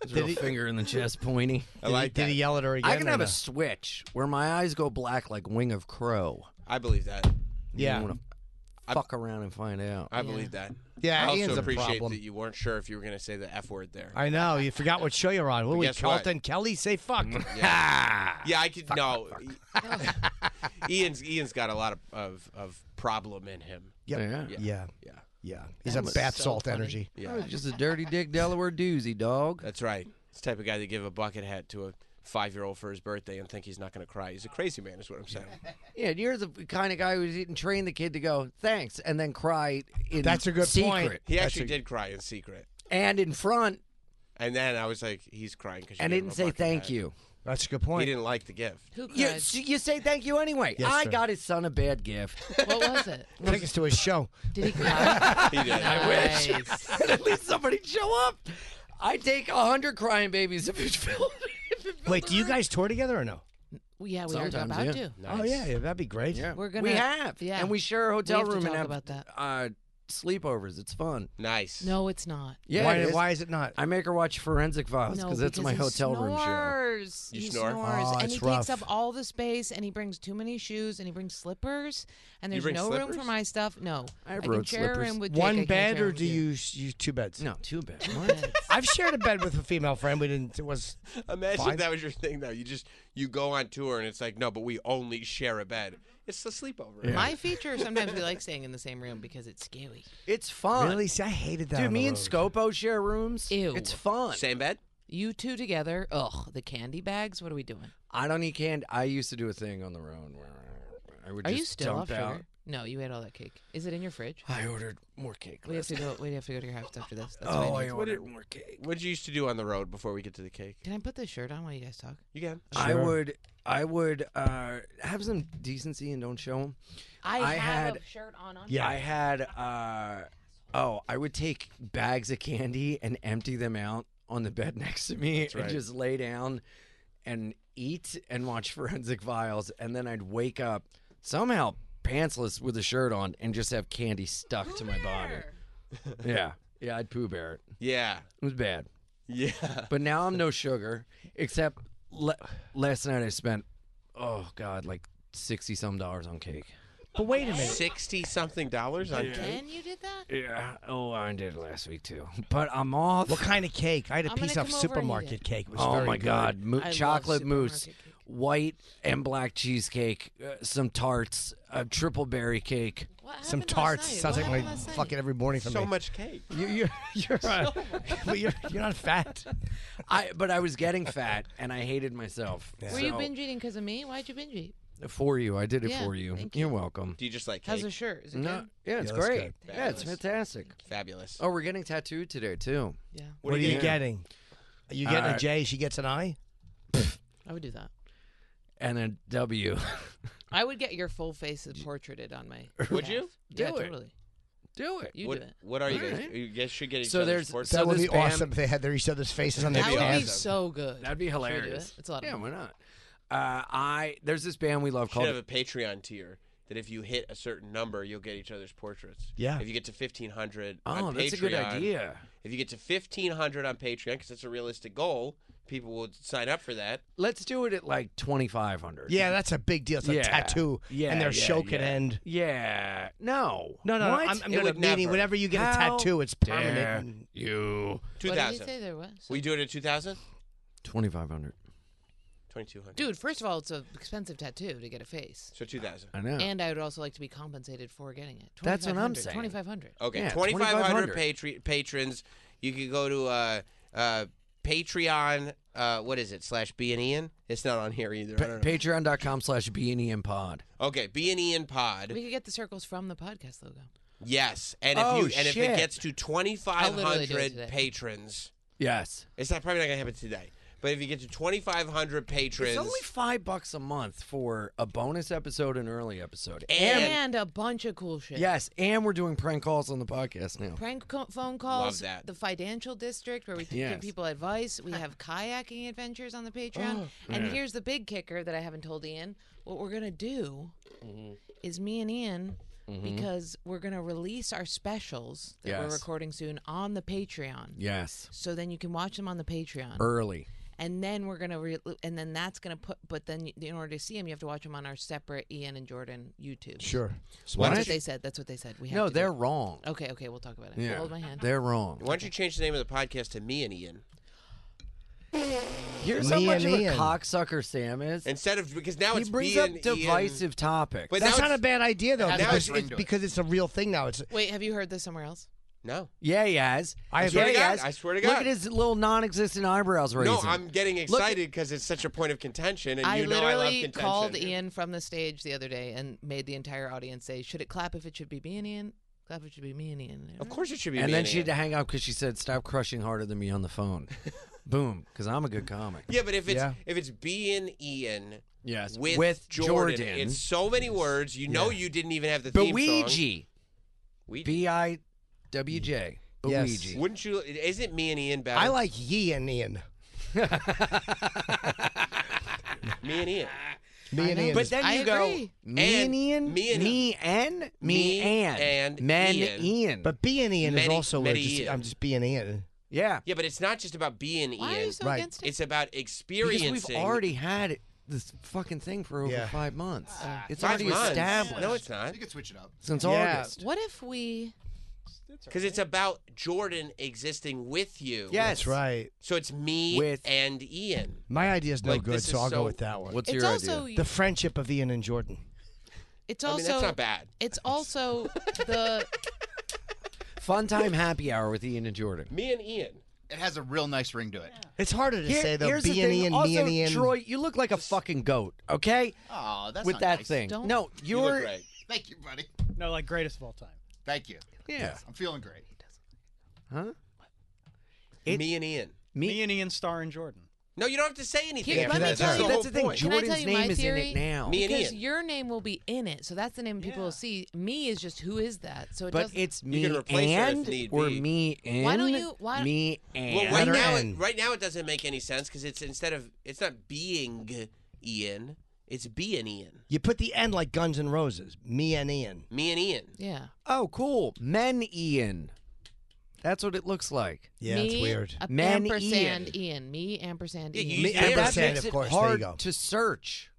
Speaker 3: His real finger in the chest, pointy.
Speaker 2: I like
Speaker 1: Did
Speaker 2: that.
Speaker 1: he yell at her again?
Speaker 3: I can
Speaker 1: or
Speaker 3: have
Speaker 1: no?
Speaker 3: a switch where my eyes go black like wing of crow.
Speaker 2: I believe that.
Speaker 1: Yeah.
Speaker 3: You want to fuck around and find out.
Speaker 2: I believe that.
Speaker 1: Yeah,
Speaker 2: I also
Speaker 1: Ian's a
Speaker 2: appreciate
Speaker 1: problem.
Speaker 2: that you weren't sure if you were going to say the F word there.
Speaker 1: I know. You forgot what show you're on. What were we,
Speaker 2: guess what? Mm,
Speaker 1: Carlton Kelly? Say fuck.
Speaker 2: yeah, I could. no. Ian's, Ian's got a lot of, of, of problem in him.
Speaker 1: Yep.
Speaker 3: Yeah.
Speaker 1: Yeah. Yeah.
Speaker 2: Yeah.
Speaker 1: He's
Speaker 5: That
Speaker 1: a
Speaker 5: was
Speaker 1: bath
Speaker 5: so
Speaker 1: salt
Speaker 5: funny.
Speaker 1: energy.
Speaker 3: That
Speaker 2: Yeah.
Speaker 3: was just a dirty dick Delaware doozy, dog.
Speaker 2: That's right. It's the type of guy that give a bucket hat to a five year old for his birthday and think he's not going to cry. He's a crazy man, is what I'm saying.
Speaker 3: Yeah, and you're the kind of guy who didn't train the kid to go thanks and then cry in
Speaker 1: That's a good point.
Speaker 3: secret
Speaker 2: He
Speaker 1: That's
Speaker 2: actually
Speaker 1: a-
Speaker 2: did cry in secret.
Speaker 3: and in front
Speaker 2: And then I was like, he's crying because
Speaker 3: and didn't say thank you.
Speaker 1: That's a good point.
Speaker 2: He didn't like the gift.
Speaker 5: Who
Speaker 3: You,
Speaker 5: cried?
Speaker 3: s- you say thank you anyway.
Speaker 1: Yes,
Speaker 3: I
Speaker 1: sir.
Speaker 3: got his son a bad gift.
Speaker 5: what was it?
Speaker 1: Tickets to his show.
Speaker 5: Did he cry?
Speaker 2: He did.
Speaker 3: I wish.
Speaker 5: Nice.
Speaker 3: At least somebody show up. I take a hundred crying babies if it filled. if it filled
Speaker 1: Wait,
Speaker 3: the
Speaker 1: do you
Speaker 3: room.
Speaker 1: guys tour together or no?
Speaker 5: Well, yeah, we are
Speaker 7: Sometimes,
Speaker 5: about
Speaker 7: yeah.
Speaker 5: to.
Speaker 1: Oh yeah, yeah, that'd be great.
Speaker 7: Yeah.
Speaker 5: We're gonna.
Speaker 3: We have,
Speaker 5: Yeah.
Speaker 3: and we share a hotel
Speaker 5: have to
Speaker 3: room
Speaker 5: talk
Speaker 3: and have
Speaker 5: about that.
Speaker 3: Uh, sleepovers. It's fun.
Speaker 2: Nice.
Speaker 5: No, it's not.
Speaker 3: Yeah.
Speaker 1: why,
Speaker 3: it is.
Speaker 1: why is it not?
Speaker 3: I make her watch Forensic Files
Speaker 5: no,
Speaker 3: because that's my
Speaker 5: he
Speaker 3: hotel
Speaker 5: snores.
Speaker 3: room show.
Speaker 2: You
Speaker 5: he
Speaker 2: snore?
Speaker 5: snores,
Speaker 1: Oh,
Speaker 5: and
Speaker 1: it's
Speaker 5: he
Speaker 1: rough.
Speaker 5: takes up all the space, and he brings too many shoes, and he brings slippers, and
Speaker 2: You
Speaker 5: there's
Speaker 2: bring
Speaker 5: no room for
Speaker 2: slippers?
Speaker 5: my stuff. No,
Speaker 3: I
Speaker 5: can
Speaker 3: rode
Speaker 5: share a
Speaker 3: slippers.
Speaker 5: room with Jake, I
Speaker 1: One
Speaker 5: can't
Speaker 1: bed,
Speaker 5: share a
Speaker 1: or
Speaker 5: room
Speaker 1: do
Speaker 5: with
Speaker 1: you you two beds?
Speaker 3: No, too bad. What?
Speaker 1: I've shared a bed with a female friend. We didn't. It was
Speaker 2: Imagine
Speaker 1: Fine.
Speaker 2: that was your thing though. You just you go on tour and it's like no, but we only share a bed. It's the sleepover.
Speaker 5: My feature sometimes we like staying in the same room because it's scary.
Speaker 3: it's fun.
Speaker 1: really. See, I hated that.
Speaker 3: Oh. Dude,
Speaker 1: on
Speaker 3: me
Speaker 1: the
Speaker 3: and
Speaker 1: road.
Speaker 3: Scopo share rooms.
Speaker 5: Ew.
Speaker 3: It's fun.
Speaker 2: Same bed.
Speaker 5: You two together, ugh, the candy bags. What are we doing?
Speaker 3: I don't eat candy. I used to do a thing on the road where I would
Speaker 5: Are
Speaker 3: just
Speaker 5: you still off
Speaker 3: dump out.
Speaker 5: sugar? No, you ate all that cake. Is it in your fridge?
Speaker 3: I ordered more cake.
Speaker 5: We have
Speaker 3: Last
Speaker 5: to go. We have to go to your house after this. That's
Speaker 3: Oh,
Speaker 5: what I
Speaker 3: I
Speaker 5: need.
Speaker 3: ordered more cake.
Speaker 2: What did you used to do on the road before we get to the cake?
Speaker 5: Can I put this shirt on while you guys talk?
Speaker 2: You can.
Speaker 3: I would, I would uh, have some decency and don't show them. I have a had-
Speaker 5: shirt on. on
Speaker 1: Yeah.
Speaker 3: I had, uh, oh, I would take bags of candy and empty them out on the bed next to me and just lay down and eat and watch Forensic Files, and then I'd wake up somehow pantsless with a shirt on and just have candy stuck to my body. Yeah, yeah, I'd poo bear it.
Speaker 2: Yeah.
Speaker 3: It was bad.
Speaker 2: Yeah.
Speaker 3: But now I'm no sugar, except le- last night I spent, oh God, like sixty some dollars on cake.
Speaker 1: But wait a minute.
Speaker 2: Sixty something dollars on cake.
Speaker 5: Ken, you did that.
Speaker 3: Yeah. Oh, I did last week too. But I'm off.
Speaker 1: What kind of cake? I had a
Speaker 5: I'm
Speaker 1: piece
Speaker 5: gonna
Speaker 1: of
Speaker 5: come over and eat
Speaker 1: supermarket
Speaker 5: it.
Speaker 1: cake. It was
Speaker 3: oh
Speaker 1: very
Speaker 3: my
Speaker 1: good.
Speaker 3: God, Mo-
Speaker 5: I love
Speaker 3: chocolate mousse,
Speaker 5: supermarket cake.
Speaker 3: white and black cheesecake, uh, some tarts, a triple berry cake.
Speaker 5: What happened
Speaker 1: Some
Speaker 5: last
Speaker 1: tarts.
Speaker 5: night?
Speaker 1: Sounds
Speaker 5: What
Speaker 1: like my
Speaker 5: happened last night?
Speaker 1: fucking every morning for
Speaker 2: So
Speaker 1: me.
Speaker 2: much cake.
Speaker 1: You, you're you're, uh, but you're you're not fat.
Speaker 3: I but I was getting fat and I hated myself.
Speaker 5: Were you
Speaker 3: So-
Speaker 5: binge eating because of me? Why'd you binge eat?
Speaker 3: for you? I did it
Speaker 5: Yeah,
Speaker 3: for you.
Speaker 5: thank
Speaker 3: You're welcome.
Speaker 2: Do you just like
Speaker 5: How's
Speaker 2: cake?
Speaker 5: the shirt? Is it
Speaker 3: No,
Speaker 5: good?
Speaker 3: yeah, it's
Speaker 1: that's
Speaker 3: great.
Speaker 1: good.
Speaker 3: Yeah, it's
Speaker 2: Fabulous.
Speaker 3: fantastic.
Speaker 2: Fabulous.
Speaker 3: Oh, we're getting tattooed today too.
Speaker 5: Yeah,
Speaker 1: What, are you
Speaker 3: getting?
Speaker 1: getting? Are you getting
Speaker 3: Uh,
Speaker 1: a J? She gets an I.
Speaker 5: I would do that.
Speaker 3: and a W.
Speaker 5: I would get your full face portraited on my.
Speaker 2: Would
Speaker 5: behalf.
Speaker 2: you?
Speaker 5: Yeah,
Speaker 3: Do it.
Speaker 5: totally.
Speaker 3: Do it.
Speaker 5: You
Speaker 2: what,
Speaker 5: do it.
Speaker 2: what are you guys?
Speaker 3: Alright.
Speaker 2: You guys should get each
Speaker 3: So
Speaker 2: other's
Speaker 3: there's-
Speaker 2: portraits.
Speaker 3: so
Speaker 1: that would
Speaker 3: this
Speaker 1: be
Speaker 3: band-
Speaker 1: awesome if they had their each other's faces on their
Speaker 5: That
Speaker 2: That'd be
Speaker 5: would be
Speaker 1: pants.
Speaker 2: awesome.
Speaker 5: so good.
Speaker 3: That'd be
Speaker 5: Should we do
Speaker 3: hilarious.
Speaker 5: it? It's a lot of
Speaker 3: yeah,
Speaker 5: money.
Speaker 3: why not? Uh, I there's this band we love
Speaker 2: should have
Speaker 3: called
Speaker 2: a Patreon tier that if you hit a certain number, you'll get each other's portraits.
Speaker 1: Yeah.
Speaker 2: If you get to fifteen hundred.
Speaker 3: Oh,
Speaker 2: on
Speaker 3: that's a good
Speaker 2: Patreon,
Speaker 3: idea.
Speaker 2: If you get to fifteen hundred on Patreon, because that's a realistic goal, people will sign up for that.
Speaker 3: Let's do it at like 2500.
Speaker 1: Yeah, that's a big deal. It's a
Speaker 3: Yeah.
Speaker 1: tattoo,
Speaker 3: Yeah,
Speaker 1: and their
Speaker 3: yeah,
Speaker 1: show can
Speaker 3: yeah.
Speaker 1: end.
Speaker 3: Yeah. No.
Speaker 1: No, no, no,
Speaker 3: What?
Speaker 1: I'm, I'm
Speaker 2: It
Speaker 1: not
Speaker 2: would
Speaker 1: meaning
Speaker 2: never.
Speaker 1: whenever you get
Speaker 3: How
Speaker 1: a tattoo, it's
Speaker 3: Dare
Speaker 1: permanent. and-
Speaker 3: you.
Speaker 2: Two
Speaker 5: What did you
Speaker 2: thousand.
Speaker 5: say there was?
Speaker 2: We do it at 2000?
Speaker 3: 2500.
Speaker 2: 2200.
Speaker 5: Dude, first of all, it's an expensive tattoo to get a face,
Speaker 2: So 2000.
Speaker 3: I know.
Speaker 5: and I would also like to be compensated for getting it.
Speaker 3: That's what I'm
Speaker 5: 2500,
Speaker 3: saying.
Speaker 5: 2500.
Speaker 2: Okay,
Speaker 3: Yeah,
Speaker 2: 2500
Speaker 3: 2,500.
Speaker 2: patri- patrons. You could go to uh uh Patreon uh what is it? slash B and Ian? It's not on here either. I
Speaker 3: Pa-
Speaker 2: don't know.
Speaker 3: Patreon.com slash BNEM pod.
Speaker 2: okay, B and Ian pod.
Speaker 5: We could get the circles from the podcast logo.
Speaker 2: yes. And if
Speaker 3: Oh,
Speaker 2: you and if it
Speaker 3: shit.
Speaker 2: gets to
Speaker 5: I'll literally do
Speaker 2: 2500
Speaker 5: it today.
Speaker 2: patrons.
Speaker 3: Yes.
Speaker 2: It's not probably not going to happen today. But if you get to 2500 patrons
Speaker 3: It's only five bucks a month for a bonus episode and early episode.
Speaker 5: And,
Speaker 2: and
Speaker 5: a bunch of cool shit.
Speaker 3: Yes, and we're doing prank calls on the podcast now.
Speaker 5: Prank co- phone calls.
Speaker 2: that.
Speaker 5: The financial district where we
Speaker 3: Yes.
Speaker 5: give people advice. We have kayaking adventures on the
Speaker 3: Oh,
Speaker 5: Patreon. and here's the big kicker that I haven't told Ian. What we're going to do
Speaker 3: Mm-hmm.
Speaker 5: is me and Ian, because we're going to release our specials that we're
Speaker 3: Yes.
Speaker 5: recording soon on the Patreon.
Speaker 3: Yes.
Speaker 5: So then you can watch them on the Patreon.
Speaker 3: Early.
Speaker 5: and then we're gonna re- and then that's gonna put but then y- in order to see him you have to watch him on our separate ian and jordan youtube
Speaker 1: Sure.
Speaker 3: Why
Speaker 5: that's
Speaker 3: don't
Speaker 5: what
Speaker 3: you-
Speaker 5: they said that's what they said we have
Speaker 3: No,
Speaker 5: to do
Speaker 3: they're
Speaker 5: it.
Speaker 3: wrong.
Speaker 5: okay okay we'll talk about it
Speaker 3: Yeah.
Speaker 5: hold my hand
Speaker 3: They're wrong.
Speaker 2: why don't you change the name of the podcast to Me and Ian?
Speaker 1: Me
Speaker 3: Here's how much
Speaker 1: and
Speaker 3: of a
Speaker 1: Ian.
Speaker 3: cocksucker Sam is.
Speaker 2: Instead of because now
Speaker 3: he
Speaker 2: it's
Speaker 3: brings
Speaker 2: B
Speaker 3: up
Speaker 2: and
Speaker 3: divisive
Speaker 2: Ian.
Speaker 3: topics.
Speaker 2: But
Speaker 1: That's
Speaker 2: now
Speaker 1: not a
Speaker 2: it's-
Speaker 1: bad idea though,
Speaker 2: Now
Speaker 1: because
Speaker 2: it's-
Speaker 1: it's because it's a real thing now. It's
Speaker 5: wait have you heard this somewhere else
Speaker 2: No.
Speaker 3: yeah, he has.
Speaker 1: I
Speaker 3: yeah,
Speaker 1: swear
Speaker 2: to
Speaker 3: he
Speaker 2: God,
Speaker 3: has.
Speaker 2: I swear to
Speaker 3: Look
Speaker 2: God.
Speaker 3: at his little non-existent eyebrows raising.
Speaker 2: No, I'm getting excited because it's such a point of contention, and
Speaker 5: i
Speaker 2: you know I love
Speaker 5: literally
Speaker 2: contention.
Speaker 5: called ian from the stage the other day and made the entire audience say should it clap if it should be me and ian clap if it should be me and ian
Speaker 2: Of course, it should be.
Speaker 3: And
Speaker 2: me
Speaker 3: then she had
Speaker 2: Ian.
Speaker 3: to hang up because she said, "Stop crushing harder than me on the phone." Boom, because I'm a good comic.
Speaker 2: Yeah, but if it's
Speaker 1: Yeah.
Speaker 2: if it's being Ian
Speaker 3: Yes,
Speaker 2: with, Jordan,
Speaker 3: Jordan.
Speaker 2: it's so many words. You know, you didn't even have the theme song.
Speaker 3: Luigi,
Speaker 2: We-
Speaker 3: B I W J,
Speaker 1: Yes.
Speaker 3: Luigi.
Speaker 2: Wouldn't you? Isn't me and Ian better?
Speaker 1: I like Yee and Ian.
Speaker 2: me and Ian.
Speaker 1: Me and Ian.
Speaker 3: But
Speaker 1: is-
Speaker 3: then
Speaker 5: I
Speaker 3: you go
Speaker 5: agree.
Speaker 3: me
Speaker 2: And-
Speaker 3: and Ian,
Speaker 2: me and-
Speaker 3: me and
Speaker 2: Me
Speaker 3: me and
Speaker 2: and
Speaker 3: men
Speaker 2: Ian.
Speaker 3: Ian.
Speaker 1: but B and Ian is
Speaker 2: Many-
Speaker 1: also a
Speaker 2: many
Speaker 1: just,
Speaker 2: Ian.
Speaker 1: I'm just being Ian.
Speaker 3: yeah,
Speaker 2: Yeah, but it's not just about being
Speaker 5: Why are
Speaker 2: Ian.
Speaker 5: you so
Speaker 1: Right.
Speaker 5: against it?
Speaker 2: It's about
Speaker 3: because
Speaker 2: experiencing.
Speaker 3: we've already had it- this fucking thing for over
Speaker 1: Yeah. Uh,
Speaker 3: five months. it's
Speaker 2: five
Speaker 3: already
Speaker 2: months.
Speaker 3: established
Speaker 2: No, it's not.
Speaker 6: You could switch it up.
Speaker 3: since
Speaker 1: Yeah.
Speaker 3: August.
Speaker 5: What if we?
Speaker 2: Because it's about Jordan existing with you.
Speaker 3: Yes.
Speaker 1: That's right.
Speaker 2: So it's me
Speaker 3: With-
Speaker 2: and Ian.
Speaker 1: My idea is no
Speaker 2: Like,
Speaker 1: good,
Speaker 2: this
Speaker 1: so
Speaker 2: is
Speaker 1: I'll
Speaker 2: so-
Speaker 1: go with that one.
Speaker 3: What's
Speaker 5: it's
Speaker 3: your
Speaker 5: also.
Speaker 3: idea?
Speaker 1: the friendship of Ian and Jordan.
Speaker 5: It's
Speaker 2: I
Speaker 5: also.
Speaker 2: mean, that's not bad.
Speaker 5: It's also the.
Speaker 3: Fun time happy hour with Ian and Jordan.
Speaker 2: Me and Ian.
Speaker 6: It has a real nice ring to it.
Speaker 1: It's harder to
Speaker 3: Here-
Speaker 1: say though.
Speaker 3: here's the
Speaker 1: B and
Speaker 3: thing.
Speaker 1: Ian,
Speaker 3: also,
Speaker 1: me and Ian.
Speaker 3: Troy, you look like a fucking goat. Okay,
Speaker 6: Oh, that's
Speaker 3: with
Speaker 6: not
Speaker 3: that
Speaker 6: nice.
Speaker 3: thing.
Speaker 5: Don't-
Speaker 3: No,
Speaker 2: You look
Speaker 3: you're.
Speaker 2: great.
Speaker 6: Thank you, buddy.
Speaker 4: No, like greatest of all time.
Speaker 6: Thank you.
Speaker 3: Yeah.
Speaker 6: I'm feeling great.
Speaker 3: Huh? It-
Speaker 2: me and Ian.
Speaker 4: Me, and Ian star and Jordan.
Speaker 2: No, you don't have to say anything.
Speaker 5: Here, Yeah,
Speaker 2: after
Speaker 5: let me
Speaker 2: that.
Speaker 5: tell
Speaker 2: That's
Speaker 5: you-
Speaker 2: the
Speaker 3: That's
Speaker 2: whole
Speaker 3: the thing.
Speaker 2: point.
Speaker 5: Can I tell
Speaker 3: Jordan's
Speaker 5: you my
Speaker 3: name is in
Speaker 5: theory?
Speaker 3: it now.
Speaker 2: Me and
Speaker 5: because
Speaker 2: Ian.
Speaker 5: your name will be in it, so that's the name people will see. Me is just who is that? So it
Speaker 3: But
Speaker 5: doesn't.
Speaker 3: it's me
Speaker 2: can replace her if
Speaker 3: and
Speaker 2: need
Speaker 3: or
Speaker 2: be.
Speaker 3: me and
Speaker 5: Why don't you- why-
Speaker 3: me and
Speaker 2: Well, right
Speaker 1: Letter
Speaker 2: now, it,
Speaker 1: N.
Speaker 2: right now it doesn't make any sense because it's instead of it's not being Ian, it's being Ian.
Speaker 1: You put the N like Guns and Roses. Me and Ian.
Speaker 2: Me and Ian.
Speaker 5: yeah.
Speaker 3: oh cool men Ian. That's what it looks like.
Speaker 1: Yeah,
Speaker 5: me,
Speaker 1: it's weird.
Speaker 5: a-
Speaker 3: Man,
Speaker 5: ampersand Ian. Me ampersand
Speaker 2: Yeah,
Speaker 5: Ian.
Speaker 2: you-
Speaker 1: Me,
Speaker 2: there, that
Speaker 1: ampersand,
Speaker 2: makes
Speaker 1: of
Speaker 2: it
Speaker 1: course. There you
Speaker 3: Hard
Speaker 1: go.
Speaker 3: to search.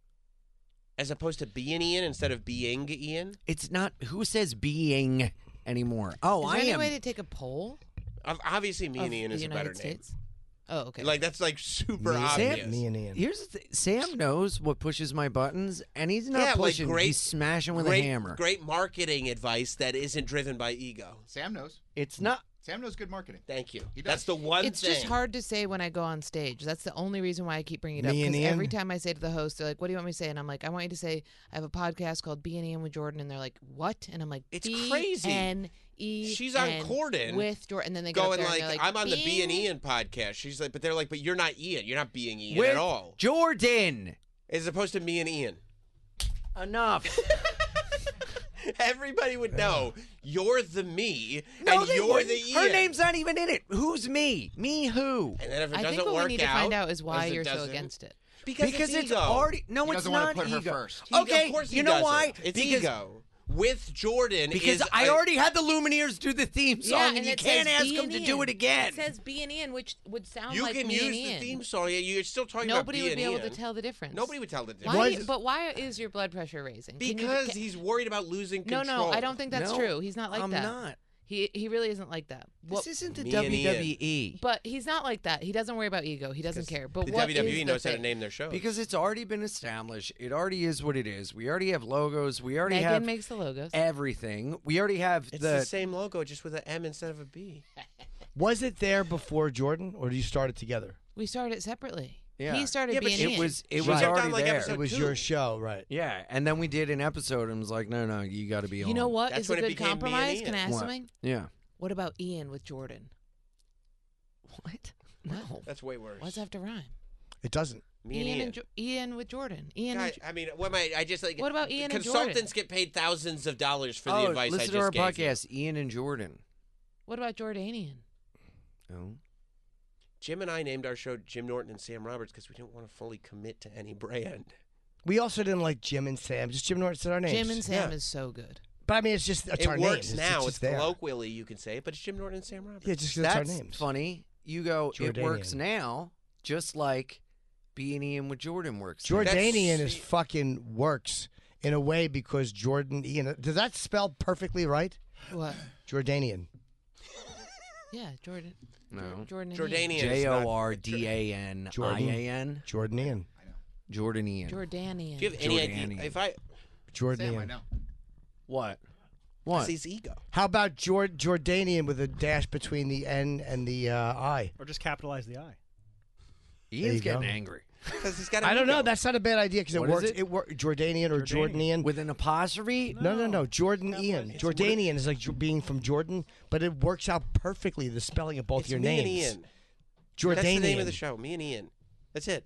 Speaker 2: As opposed to being Ian instead of being Ian.
Speaker 3: It's not who says being anymore. Oh, I
Speaker 5: is there any
Speaker 3: am.
Speaker 5: way to take a poll?
Speaker 2: Ob- Obviously, me
Speaker 5: of
Speaker 2: and Ian
Speaker 5: the
Speaker 2: is a
Speaker 5: United
Speaker 2: better
Speaker 5: States? Oh, okay.
Speaker 2: name. Like that's like super
Speaker 1: Me and-
Speaker 2: obvious.
Speaker 1: me and Ian.
Speaker 3: Here's the th- Sam knows what pushes my buttons, and he's not
Speaker 2: Yeah, like
Speaker 3: pushing.
Speaker 2: great-
Speaker 3: he's smashing with
Speaker 2: great,
Speaker 3: a hammer.
Speaker 2: great marketing advice that isn't driven by ego.
Speaker 6: Sam knows.
Speaker 3: It's not.
Speaker 6: Sam knows good marketing.
Speaker 2: Thank you.
Speaker 6: He does.
Speaker 2: That's the one
Speaker 5: it's
Speaker 2: thing.
Speaker 5: just hard to say when I go on stage. That's the only reason why I keep bringing it up.
Speaker 1: Me and
Speaker 5: Because every
Speaker 1: Ian?
Speaker 5: time I say to the host, they're like, "What do you want me to say?" and I'm like, "I want you to say I have a podcast called B and Ian with Jordan," and they're like, "What?" and I'm like,
Speaker 2: It's crazy.
Speaker 5: B-N-E-N
Speaker 2: She's on Corden
Speaker 5: with Jordan," and then they go up
Speaker 2: Going
Speaker 5: there
Speaker 2: like,
Speaker 5: and they're like
Speaker 2: I'm on the B and
Speaker 5: "Bing."
Speaker 2: Ian podcast. She's like, but they're like, but you're not Ian. You're not being Ian
Speaker 3: With
Speaker 2: at all.
Speaker 3: Jordan.
Speaker 2: As opposed to me and Ian.
Speaker 3: Enough.
Speaker 2: Everybody would know you're the me
Speaker 3: No,
Speaker 2: and
Speaker 3: they
Speaker 2: you're
Speaker 3: wouldn't.
Speaker 2: the Ian.
Speaker 3: Her name's not even in it. Who's me? Me who?
Speaker 2: And then if it
Speaker 5: I
Speaker 2: doesn't
Speaker 5: think what
Speaker 2: work
Speaker 5: we need to find out is
Speaker 2: as
Speaker 5: why
Speaker 2: it
Speaker 5: you're so
Speaker 2: doesn't-
Speaker 5: against it.
Speaker 2: Because, it's, ego.
Speaker 3: already no,
Speaker 6: He
Speaker 3: it's
Speaker 6: doesn't
Speaker 3: not
Speaker 6: want to put her
Speaker 3: ego.
Speaker 6: first.
Speaker 2: He-
Speaker 3: Okay,
Speaker 2: of course he
Speaker 3: you know
Speaker 2: doesn't.
Speaker 3: why?
Speaker 2: It's
Speaker 3: because
Speaker 2: ego. With Jordan
Speaker 3: because
Speaker 2: is
Speaker 3: I
Speaker 2: a-
Speaker 3: already had the Lumineers do the theme song,
Speaker 5: yeah,
Speaker 3: and,
Speaker 5: and
Speaker 3: you
Speaker 5: it
Speaker 3: can't
Speaker 5: says
Speaker 3: ask
Speaker 5: B
Speaker 3: them
Speaker 5: and
Speaker 3: to
Speaker 5: Ian.
Speaker 3: do it again.
Speaker 5: It says B and Ian, which would sound
Speaker 2: you
Speaker 5: like
Speaker 2: can
Speaker 5: me
Speaker 2: use
Speaker 5: and
Speaker 2: the
Speaker 5: Ian.
Speaker 2: theme song. Yeah, You're still talking
Speaker 5: Nobody
Speaker 2: about being
Speaker 5: would be able to
Speaker 2: Ian.
Speaker 5: tell the difference.
Speaker 2: Nobody would tell the difference.
Speaker 5: Why
Speaker 1: Why
Speaker 5: do you-
Speaker 1: is-
Speaker 5: but why is your blood pressure raising? Can you-
Speaker 2: Because
Speaker 5: can-
Speaker 2: he's worried about losing
Speaker 5: no,
Speaker 2: control.
Speaker 5: no, I don't think that's
Speaker 3: No,
Speaker 5: true. He's not like
Speaker 3: I'm
Speaker 5: that.
Speaker 3: not.
Speaker 5: He he really isn't like that. What-
Speaker 3: this isn't the E.
Speaker 2: Me and Ian.
Speaker 3: WWE
Speaker 5: but he's not like that. He doesn't worry about ego. He doesn't care. But
Speaker 2: The
Speaker 5: what is
Speaker 2: WWE
Speaker 5: the
Speaker 2: knows how to
Speaker 5: thing?
Speaker 2: name their show.
Speaker 3: because it's already been established. It already is what it is. We already have logos. We already
Speaker 5: Megan
Speaker 3: have
Speaker 5: makes the logos.
Speaker 3: everything. We already have
Speaker 2: it's the,
Speaker 3: the.
Speaker 2: same logo, just with an M instead of a B.
Speaker 1: Was it there before Jordan, or do you start it together?
Speaker 5: we started separately.
Speaker 3: Yeah.
Speaker 5: He started
Speaker 2: Yeah, but
Speaker 5: being
Speaker 2: she-
Speaker 3: it
Speaker 5: Ian.
Speaker 3: was. It
Speaker 2: She
Speaker 3: was
Speaker 2: kept on,
Speaker 3: already
Speaker 2: like,
Speaker 3: there.
Speaker 2: episode
Speaker 1: It was
Speaker 2: two.
Speaker 1: your show, right?
Speaker 3: Yeah, and then we did an episode and was like, no, no, you got to be on.
Speaker 5: you know what
Speaker 2: That's
Speaker 5: is
Speaker 2: when it
Speaker 5: a good
Speaker 2: became me and
Speaker 5: compromise? Can I
Speaker 2: Ian.
Speaker 5: ask
Speaker 3: What?
Speaker 5: something?
Speaker 3: Yeah.
Speaker 5: What about Ian with Jordan? What? No.
Speaker 2: That's way worse.
Speaker 5: Why does that have to rhyme?
Speaker 1: It doesn't.
Speaker 2: Me and
Speaker 5: Ian
Speaker 2: Ian.
Speaker 5: and jo- Ian with Jordan. Ian.
Speaker 2: God,
Speaker 5: and Jo-
Speaker 2: I mean, what am I? I just like.
Speaker 5: What about Ian and Jordan?
Speaker 2: Consultants get paid thousands of dollars for
Speaker 3: oh,
Speaker 2: the advice
Speaker 3: listen
Speaker 2: I just
Speaker 3: to our
Speaker 2: gave you.
Speaker 3: podcast, Ian and Jordan.
Speaker 5: what about Jordanian?
Speaker 3: Oh.
Speaker 2: Jim and I named our show Jim Norton and Sam Roberts because we didn't want to fully commit to any brand.
Speaker 1: We also didn't like Jim and Sam. Just Jim Norton said our names.
Speaker 5: Jim and Sam
Speaker 2: Yeah.
Speaker 5: is so good.
Speaker 1: But I mean, it's just it's
Speaker 2: it
Speaker 1: our
Speaker 2: works
Speaker 1: names. It's-
Speaker 2: now.
Speaker 1: It's,
Speaker 2: It's,
Speaker 1: there.
Speaker 2: colloquially you can say it, but it's Jim Norton and Sam Roberts.
Speaker 1: Yeah, just 'cause it's our
Speaker 3: That's
Speaker 1: names.
Speaker 3: funny. You go, it works
Speaker 1: Jordanian.
Speaker 3: now, just like being Ian with Jordan works. now.
Speaker 2: Jordan-
Speaker 1: Jordanian
Speaker 2: That's-
Speaker 1: is fucking works in a way because Jordan Ian. Does that spell perfectly right?
Speaker 5: What?
Speaker 1: Jordanian.
Speaker 5: Yeah, Jordan.
Speaker 3: No.
Speaker 5: Jordan. and Ian.
Speaker 2: Jordanian. is
Speaker 3: J
Speaker 2: not-
Speaker 3: O R D A N I A N.
Speaker 1: Jordanian.
Speaker 3: Jordanian.
Speaker 5: Jordanian.
Speaker 2: Do you have any
Speaker 3: Jordanian.
Speaker 2: idea? If I,
Speaker 6: Sam, I
Speaker 1: Jordanian.
Speaker 6: know.
Speaker 3: What?
Speaker 2: it's
Speaker 3: What?
Speaker 2: his ego.
Speaker 1: How about Jord- Jordanian with a dash between the N and the uh, I?
Speaker 4: Or just capitalize the I.
Speaker 3: Ian's
Speaker 1: you go.
Speaker 3: getting angry.
Speaker 2: Because he's got.
Speaker 1: I don't know. That's not a bad idea because it
Speaker 3: What is
Speaker 1: works.
Speaker 3: it?
Speaker 1: It, works. Jordanian or Jordanian.
Speaker 4: Jordanian.
Speaker 3: With an apostrophe?
Speaker 1: no, no, no. Jordanian.
Speaker 4: It's-
Speaker 1: Jordanian is like Ju- being from Jordan, but it works out perfectly the spelling of both
Speaker 2: it's
Speaker 1: your
Speaker 2: me and
Speaker 1: names.
Speaker 2: Ian.
Speaker 1: Jordanian.
Speaker 2: That's the name of the show. Me and Ian. That's it.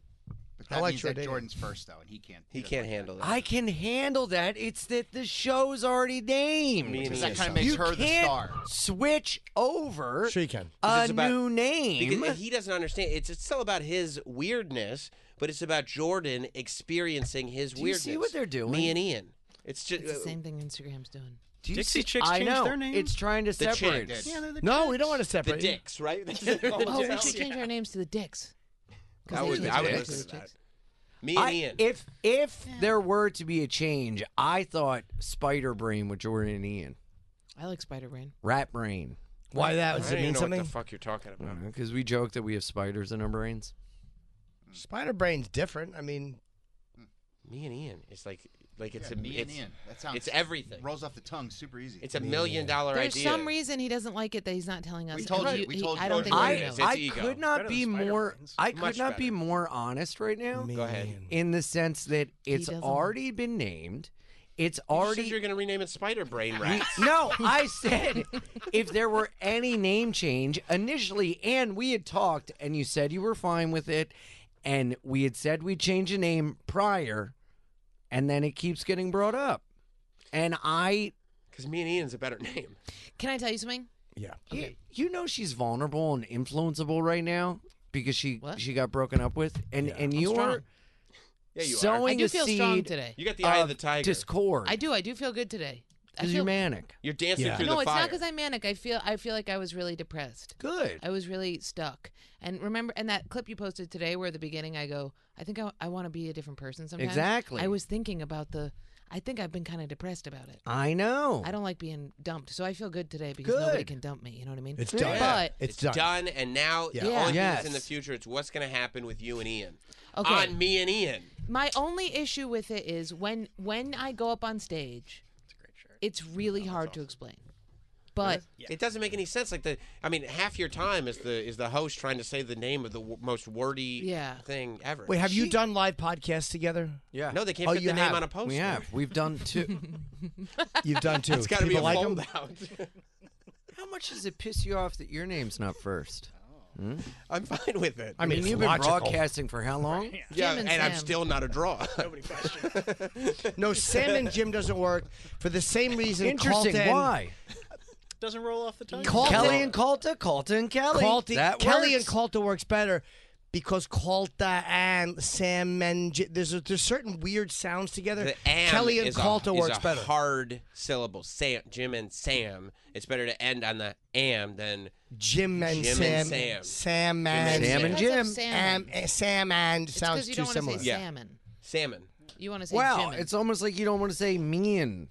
Speaker 6: But that
Speaker 1: I like
Speaker 6: means that
Speaker 1: Jordanian.
Speaker 6: Jordan's first though, and he can't.
Speaker 2: He
Speaker 6: doesn't
Speaker 2: can't
Speaker 6: like
Speaker 2: handle that.
Speaker 3: I can handle that. It's that the show's already named.
Speaker 2: Me and
Speaker 6: Because
Speaker 2: Ian.
Speaker 6: that kind of makes
Speaker 3: you
Speaker 6: her
Speaker 3: can't
Speaker 6: the star.
Speaker 3: switch over
Speaker 1: Sure, you can.
Speaker 3: a
Speaker 2: it's about-
Speaker 3: new name.
Speaker 2: Because he doesn't understand. It's, it's still about his weirdness, but it's about Jordan experiencing his
Speaker 3: Do you
Speaker 2: weirdness.
Speaker 3: see what they're doing?
Speaker 2: Me and Ian. It's uh, just
Speaker 5: It's the same thing Instagram's doing.
Speaker 3: Do you
Speaker 4: Dixie
Speaker 3: see-
Speaker 4: Chicks
Speaker 3: I
Speaker 4: changed
Speaker 3: know.
Speaker 4: their name?
Speaker 3: It's trying to
Speaker 2: The Chicks.
Speaker 3: separate.
Speaker 6: They did.
Speaker 4: Yeah, they're the
Speaker 1: No,
Speaker 4: chicks.
Speaker 1: we don't want to
Speaker 2: the
Speaker 1: separate.
Speaker 2: dicks, right? That's
Speaker 5: Oh, we
Speaker 2: oh,
Speaker 5: should change our names to the Dicks. 'Cause
Speaker 2: I
Speaker 5: they
Speaker 2: would-
Speaker 5: change
Speaker 2: I
Speaker 5: their
Speaker 2: would
Speaker 5: names to
Speaker 2: listen
Speaker 5: the
Speaker 2: to
Speaker 5: Dicks.
Speaker 2: Me and
Speaker 3: I,
Speaker 2: Ian.
Speaker 3: if if there were to be a change, I thought Spider Brain with Jordan and Ian,
Speaker 5: I like Spider Brain.
Speaker 3: Rat Brain,
Speaker 1: Why that?
Speaker 2: I
Speaker 1: Does it
Speaker 2: don't even
Speaker 1: mean
Speaker 2: know
Speaker 1: something?
Speaker 2: what the fuck you're talking about.
Speaker 3: because we joke that we have spiders in our brains.
Speaker 1: Spider brain's different. I mean,
Speaker 2: Me and Ian. It's like like it's
Speaker 6: Yeah,
Speaker 2: a
Speaker 6: me and
Speaker 2: it's,
Speaker 6: Ian. That sounds.
Speaker 2: it's everything.
Speaker 6: Rolls off the tongue, super easy.
Speaker 2: It's a million dollar
Speaker 5: There's
Speaker 2: idea.
Speaker 5: some reason he doesn't like it that he's not telling us.
Speaker 6: We told
Speaker 5: and
Speaker 6: you- we
Speaker 5: he-
Speaker 6: told
Speaker 5: I don't
Speaker 6: you
Speaker 5: think
Speaker 2: already.
Speaker 5: I
Speaker 2: I-
Speaker 5: know.
Speaker 2: It's
Speaker 3: I
Speaker 2: ego.
Speaker 3: could not
Speaker 4: Better
Speaker 3: be
Speaker 4: than Spider
Speaker 3: more.
Speaker 4: Brains.
Speaker 3: I could
Speaker 2: Much
Speaker 3: not
Speaker 2: better.
Speaker 3: be more honest right now.
Speaker 1: man.
Speaker 2: Go ahead.
Speaker 3: in the sense that it's
Speaker 5: doesn't.
Speaker 3: already been named. It's
Speaker 2: You said
Speaker 3: already
Speaker 2: you're gonna rename it Spider Brain Rat.
Speaker 3: no. I said if there were any name change initially, and we had talked, and you said you were fine with it, and we had said we'd change the name prior, and then it keeps getting brought up, and I,
Speaker 2: Because me and Ian's a better name.
Speaker 5: Can I tell you something?
Speaker 1: Yeah.
Speaker 3: you, you know, she's vulnerable and influenceable right now because she
Speaker 5: What?
Speaker 3: she got broken up with, and
Speaker 1: Yeah.
Speaker 3: and you
Speaker 5: strong.
Speaker 3: are
Speaker 2: Yeah, you are.
Speaker 5: I
Speaker 3: sowing
Speaker 5: do
Speaker 3: the
Speaker 5: feel strong
Speaker 3: seed
Speaker 5: today.
Speaker 2: You got the eye of
Speaker 3: of
Speaker 2: the tiger.
Speaker 3: discord.
Speaker 5: I do. I do feel good today. I
Speaker 3: 'cause you're
Speaker 5: feel,
Speaker 3: manic.
Speaker 2: You're dancing
Speaker 1: Yeah.
Speaker 2: through
Speaker 5: no,
Speaker 2: the
Speaker 5: it's
Speaker 2: fire.
Speaker 5: not because I'm manic. I feel. I feel like I was really depressed.
Speaker 3: Good.
Speaker 5: I was really stuck. And remember, and that clip you posted today, where at the beginning I go, I think I, I want to be a different person sometimes.
Speaker 3: Exactly.
Speaker 5: I was thinking about the. I think I've been kind of depressed about it.
Speaker 3: I know.
Speaker 5: I don't like being dumped, so I feel good today because nobody
Speaker 3: Good.
Speaker 5: can dump me. You know what I mean?
Speaker 1: It's
Speaker 5: Yeah.
Speaker 1: done.
Speaker 5: But
Speaker 1: It's done.
Speaker 2: and now
Speaker 1: Yeah.
Speaker 2: the
Speaker 5: Yeah.
Speaker 2: only thing
Speaker 3: Yes.
Speaker 2: that's in the future it's what's going to happen with you and Ian.
Speaker 5: Okay.
Speaker 2: On me and Ian.
Speaker 5: my only issue with it is when when I go up on stage, it's really hard to explain. But
Speaker 2: It doesn't make any sense. Like the, I mean, half your time is the is the host trying to say the name of the w- most wordy
Speaker 5: Yeah.
Speaker 2: thing ever.
Speaker 1: Wait, have you done live podcasts together?
Speaker 3: Yeah.
Speaker 2: no, they can't
Speaker 1: Oh,
Speaker 2: put
Speaker 1: you
Speaker 2: the name
Speaker 1: have.
Speaker 2: on a poster.
Speaker 3: we have. We've done two.
Speaker 1: You've done two.
Speaker 2: It's got to be a
Speaker 1: People like 'em?
Speaker 2: holdout.
Speaker 3: How much does it piss you off that your name's not first?
Speaker 2: I'm fine with it.
Speaker 1: I mean, it's
Speaker 3: you've been
Speaker 1: logical.
Speaker 3: broadcasting for how long?
Speaker 2: yeah,
Speaker 5: Jim
Speaker 2: and,
Speaker 5: and
Speaker 2: I'm
Speaker 5: Sam.
Speaker 2: still not a draw.
Speaker 1: No, Sam and Jim doesn't work for the same reason.
Speaker 3: Interesting.
Speaker 1: Colton,
Speaker 3: Why?
Speaker 4: Doesn't roll off the tongue.
Speaker 1: Call- Colton-
Speaker 3: Kelly and Calta, Calta and Kelly.
Speaker 1: Calty,
Speaker 3: that
Speaker 1: Kelly
Speaker 3: works.
Speaker 1: and Calta works better because Calta and Sam and J- there's a, there's certain weird sounds together.
Speaker 2: The am
Speaker 1: Kelly and
Speaker 2: is a-
Speaker 1: Calta
Speaker 2: is
Speaker 1: works
Speaker 2: a
Speaker 1: better.
Speaker 2: Hard syllable. Sam, Jim, and Sam. It's better to end on the am than
Speaker 1: Jim and
Speaker 2: Jim
Speaker 1: Sam,
Speaker 2: and Sam.
Speaker 1: Sam
Speaker 2: and
Speaker 1: and
Speaker 3: Sam and
Speaker 5: Because of
Speaker 3: Jim.
Speaker 5: salmon.
Speaker 1: Am- eh, Sam and
Speaker 5: It's
Speaker 1: sounds
Speaker 5: because you
Speaker 1: too
Speaker 5: don't want to
Speaker 1: similar.
Speaker 5: say
Speaker 2: Yeah.
Speaker 5: salmon.
Speaker 2: salmon.
Speaker 5: You want to say
Speaker 3: Wow,
Speaker 5: Jimin.
Speaker 3: it's almost like you don't want to say mean.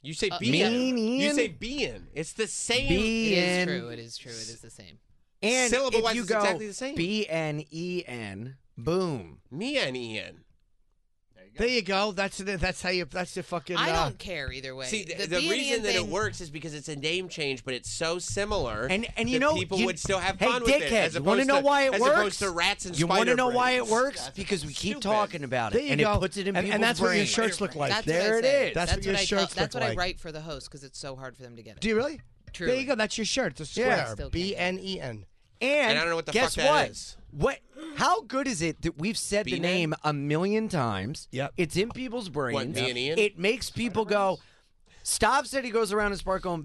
Speaker 2: You say
Speaker 5: Uh,
Speaker 2: being.
Speaker 3: Mean
Speaker 2: You
Speaker 3: Ian?
Speaker 2: say being. It's the same.
Speaker 5: It
Speaker 3: Be
Speaker 5: is
Speaker 3: and
Speaker 5: true. It is true. It is the same.
Speaker 3: and
Speaker 2: Syllable-wise,
Speaker 3: if you
Speaker 2: it's
Speaker 3: go
Speaker 2: exactly the same.
Speaker 3: B N E N, boom.
Speaker 2: Me and Ian.
Speaker 1: There you go. That's the, that's how you. That's the fucking.
Speaker 5: I
Speaker 1: uh,
Speaker 5: don't care either way.
Speaker 2: See, the, the,
Speaker 5: B&E
Speaker 2: reason that it
Speaker 5: thing-
Speaker 2: works is because it's a name change, but it's so similar.
Speaker 3: And and you
Speaker 2: that
Speaker 3: know
Speaker 2: people
Speaker 3: you-
Speaker 2: would still have
Speaker 3: hey,
Speaker 2: fun with it.
Speaker 3: dickheads,
Speaker 2: As
Speaker 3: you
Speaker 2: want to
Speaker 3: know why it
Speaker 2: as
Speaker 3: works?
Speaker 2: opposed to rats and
Speaker 3: you
Speaker 2: want to
Speaker 3: know why it works
Speaker 6: That's
Speaker 3: because we keep
Speaker 2: stupid.
Speaker 3: talking about it,
Speaker 1: There you
Speaker 3: and
Speaker 1: go.
Speaker 3: it puts it in
Speaker 1: and,
Speaker 3: people's
Speaker 1: and that's what your
Speaker 3: brains.
Speaker 1: shirts look like.
Speaker 5: That's
Speaker 3: There
Speaker 5: what
Speaker 3: it
Speaker 5: I say.
Speaker 3: is.
Speaker 1: That's what your
Speaker 5: I
Speaker 1: shirts
Speaker 5: call, That's
Speaker 1: look
Speaker 5: what I
Speaker 1: like.
Speaker 5: write for the host because it's so hard for them to get it.
Speaker 1: Do you really? There
Speaker 5: Truly.
Speaker 1: you go. That's your shirt. The
Speaker 3: Yeah.
Speaker 1: square.
Speaker 5: Still can't.
Speaker 1: B N E N.
Speaker 3: And,
Speaker 2: And I don't know what the
Speaker 3: guess
Speaker 2: fuck that
Speaker 3: what?
Speaker 2: is.
Speaker 3: What? How good is it that we've said the
Speaker 2: Beanin?
Speaker 3: name a million times?
Speaker 1: Yep.
Speaker 3: It's in people's brains.
Speaker 2: Beanin?
Speaker 3: It makes people go. Stav said he goes around his park going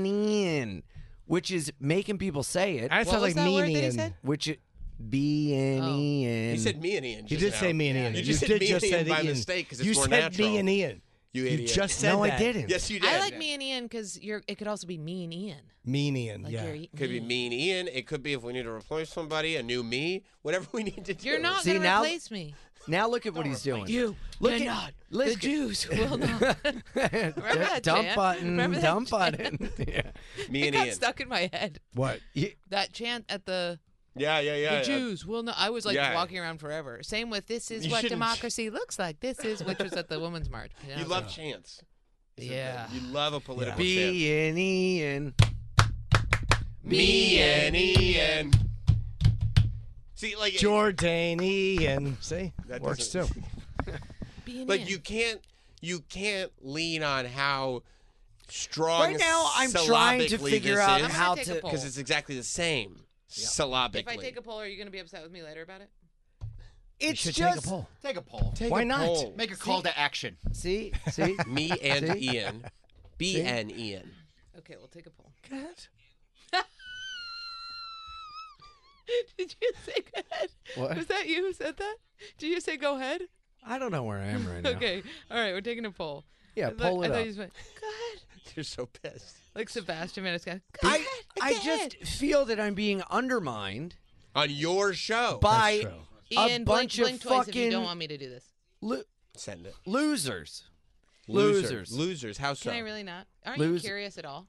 Speaker 3: Beanin, which is making people say it.
Speaker 1: That
Speaker 5: What
Speaker 1: sounds
Speaker 5: was
Speaker 1: like
Speaker 5: that word
Speaker 1: meanie
Speaker 5: that he
Speaker 1: and-
Speaker 5: said?
Speaker 3: Which it,
Speaker 5: Oh.
Speaker 3: Beanin.
Speaker 2: He said me and Ian.
Speaker 1: He
Speaker 2: just
Speaker 1: did
Speaker 2: now.
Speaker 1: say me and Ian.
Speaker 2: You just said
Speaker 1: did
Speaker 2: me and
Speaker 1: just
Speaker 2: Ian
Speaker 1: said
Speaker 2: by
Speaker 1: Ian.
Speaker 2: mistake 'cause it's
Speaker 1: you
Speaker 2: more
Speaker 1: said
Speaker 2: natural.
Speaker 1: me and Ian.
Speaker 2: You
Speaker 1: You
Speaker 2: idiot.
Speaker 1: just said
Speaker 3: No,
Speaker 1: that.
Speaker 3: I didn't.
Speaker 2: Yes, you did.
Speaker 5: I like me and Ian because you're. It could also be me and Ian.
Speaker 1: Me and Ian.
Speaker 5: Like
Speaker 1: yeah.
Speaker 5: you're. e-,
Speaker 2: Could be me and Ian. It could be if we need to replace somebody, a new me, whatever we need to do.
Speaker 5: You're not
Speaker 3: See,
Speaker 5: gonna
Speaker 3: now-
Speaker 5: replace me.
Speaker 3: Now look at what he's doing.
Speaker 5: You
Speaker 3: Look at-
Speaker 5: cannot.
Speaker 3: let's
Speaker 5: the
Speaker 3: go-
Speaker 5: Jews will not. Remember that
Speaker 3: dump
Speaker 5: chant?
Speaker 3: button.
Speaker 5: Remember that
Speaker 3: dump button. yeah.
Speaker 2: me
Speaker 5: It
Speaker 2: and
Speaker 5: got
Speaker 2: Ian.
Speaker 5: stuck in my head.
Speaker 1: What?
Speaker 5: That chant at the
Speaker 2: Yeah, yeah, yeah.
Speaker 5: the
Speaker 2: yeah.
Speaker 5: Jews will not. I was like
Speaker 2: Yeah.
Speaker 5: walking around forever. Same with this is
Speaker 2: You
Speaker 5: what
Speaker 2: shouldn't-
Speaker 5: democracy looks like. This is which was at the Women's March. And I
Speaker 2: You
Speaker 5: was
Speaker 2: love
Speaker 5: like,
Speaker 2: chance.
Speaker 5: yeah.
Speaker 2: You love a political chance.
Speaker 3: Beanin.
Speaker 2: Me and Ian. See, like it-
Speaker 1: Jordanian. See?
Speaker 2: That
Speaker 1: works too.
Speaker 2: doesn't-
Speaker 5: Being
Speaker 2: like
Speaker 5: in.
Speaker 2: you can't you can't lean on how strong
Speaker 3: Right now, I'm trying to figure out
Speaker 5: I'm gonna
Speaker 3: how
Speaker 5: take a
Speaker 3: to.
Speaker 5: poll.
Speaker 2: because it's exactly the same syllabically.
Speaker 5: If I take a poll, are you going to be upset with me later about it?
Speaker 3: It's
Speaker 1: should
Speaker 3: just
Speaker 1: take a poll.
Speaker 6: Take a poll.
Speaker 1: Why not?
Speaker 6: Make a call to action.
Speaker 3: see, see.
Speaker 2: me and Ian, B and Ian.
Speaker 5: Okay, we'll take a poll.
Speaker 2: Good.
Speaker 5: Did you say go ahead?
Speaker 3: What?
Speaker 5: Was that you who said that? Did you say go ahead?
Speaker 3: I don't know where I am right now.
Speaker 5: Okay. All right, we're taking a poll.
Speaker 3: Yeah,
Speaker 5: I thought-
Speaker 3: pull
Speaker 5: I
Speaker 3: it
Speaker 5: thought
Speaker 3: up.
Speaker 5: you just went, go ahead.
Speaker 2: You're so pissed.
Speaker 5: Like Sebastian Maniscalco. Go
Speaker 3: I,
Speaker 5: ahead.
Speaker 3: I
Speaker 5: go
Speaker 3: just
Speaker 5: ahead.
Speaker 3: feel that I'm being undermined
Speaker 2: On your show.
Speaker 3: by a
Speaker 5: Ian,
Speaker 3: bunch
Speaker 5: blink,
Speaker 3: of
Speaker 5: blink twice if you
Speaker 3: fucking
Speaker 5: don't want me to do this.
Speaker 3: lo-
Speaker 2: Send it.
Speaker 3: losers.
Speaker 2: Loser.
Speaker 3: Losers.
Speaker 2: Losers. How so?
Speaker 5: Can I really not? Aren't you
Speaker 3: Lose-
Speaker 5: curious at all?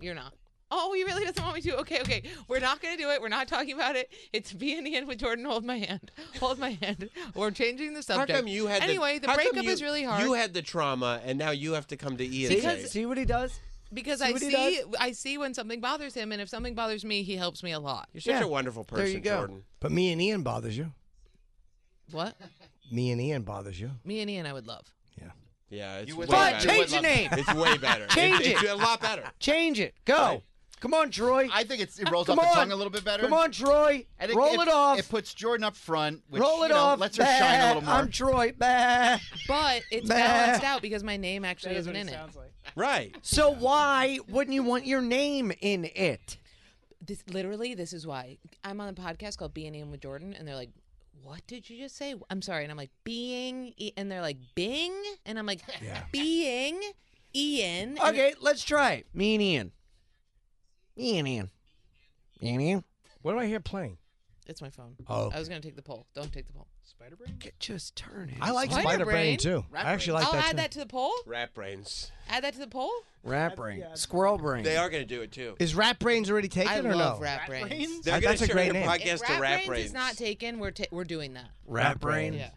Speaker 5: You're not. Oh, he really doesn't want me to. Okay, okay. We're not going to do it. We're not talking about it. It's B and Ian with Jordan. Hold my hand. Hold my hand. We're changing the
Speaker 2: how
Speaker 5: subject.
Speaker 2: come you had
Speaker 5: anyway, the
Speaker 2: how come
Speaker 5: breakup
Speaker 2: you-
Speaker 5: is really hard.
Speaker 2: You had the trauma, and now you have to come to Ian. and
Speaker 3: See,
Speaker 2: say,
Speaker 3: see what he does?
Speaker 5: because
Speaker 3: See
Speaker 5: I
Speaker 3: what he
Speaker 5: see I see when something bothers him, and if something bothers me, he helps me a lot.
Speaker 2: You're such
Speaker 3: Yeah.
Speaker 2: a wonderful person,
Speaker 3: There you go.
Speaker 2: Jordan.
Speaker 1: But me and Ian bothers you.
Speaker 5: What?
Speaker 1: Me and Ian bothers you.
Speaker 5: Me and Ian, I would love.
Speaker 2: Yeah, it's
Speaker 6: You
Speaker 2: way
Speaker 6: would
Speaker 3: But
Speaker 6: love
Speaker 2: better.
Speaker 6: it.
Speaker 3: change the name.
Speaker 2: It's way better.
Speaker 3: Change
Speaker 2: it's,
Speaker 3: it.
Speaker 2: It's a lot better.
Speaker 3: Change it. Go. Come on, Troy.
Speaker 6: I think it's, it rolls
Speaker 3: Ah, Come
Speaker 6: off the
Speaker 3: on.
Speaker 6: tongue a little bit better.
Speaker 3: Come on, Troy.
Speaker 6: I think
Speaker 3: Roll it off.
Speaker 6: It puts Jordan up front, which
Speaker 3: Roll it
Speaker 6: you know,
Speaker 3: off.
Speaker 6: lets her shine a
Speaker 3: Bah.
Speaker 6: little more.
Speaker 3: I'm Troy. Bah.
Speaker 5: But it's
Speaker 3: Nah.
Speaker 5: balanced out because my name actually
Speaker 4: That is
Speaker 5: isn't
Speaker 4: what
Speaker 5: in
Speaker 4: it
Speaker 5: it.
Speaker 4: sounds like.
Speaker 2: Right.
Speaker 3: So why wouldn't you want your name in it?
Speaker 5: This literally, this is why I'm on a podcast called Being Ian with Jordan, and they're like, "What did you just say?" I'm sorry, and I'm like, "Being," I-" and they're like, "Bing," and I'm like, "Being." Ian. and
Speaker 3: Okay, let's try it. Me and Ian. Me and Ian. Me and Ian.
Speaker 1: What do I hear playing?
Speaker 5: It's my phone.
Speaker 1: Oh.
Speaker 5: I was gonna take the poll. Don't take the poll.
Speaker 4: Spider brain?
Speaker 3: Get- Just turn it.
Speaker 1: I like
Speaker 5: Spider
Speaker 1: Spider,
Speaker 5: Brain.
Speaker 1: Brain, too. I actually like
Speaker 5: I'll
Speaker 1: that
Speaker 3: Oh,
Speaker 5: add
Speaker 1: too.
Speaker 3: ah,
Speaker 5: that to the poll.
Speaker 2: Rat brains.
Speaker 5: Add that to the poll.
Speaker 3: rat brain, squirrel brain.
Speaker 2: They are going to do it too.
Speaker 1: Is Rat Brains already taken
Speaker 5: I
Speaker 1: or
Speaker 5: love
Speaker 1: no?
Speaker 5: rat, brains.
Speaker 2: They're
Speaker 1: That-
Speaker 2: going
Speaker 1: that's
Speaker 2: to
Speaker 1: a
Speaker 2: turn
Speaker 1: great
Speaker 2: their
Speaker 1: name.
Speaker 2: podcast
Speaker 5: If
Speaker 2: to Rat
Speaker 5: rat, brains,
Speaker 2: Brains.
Speaker 5: is not taken, we're ta- we're doing that.
Speaker 3: rat brain.
Speaker 5: Yeah.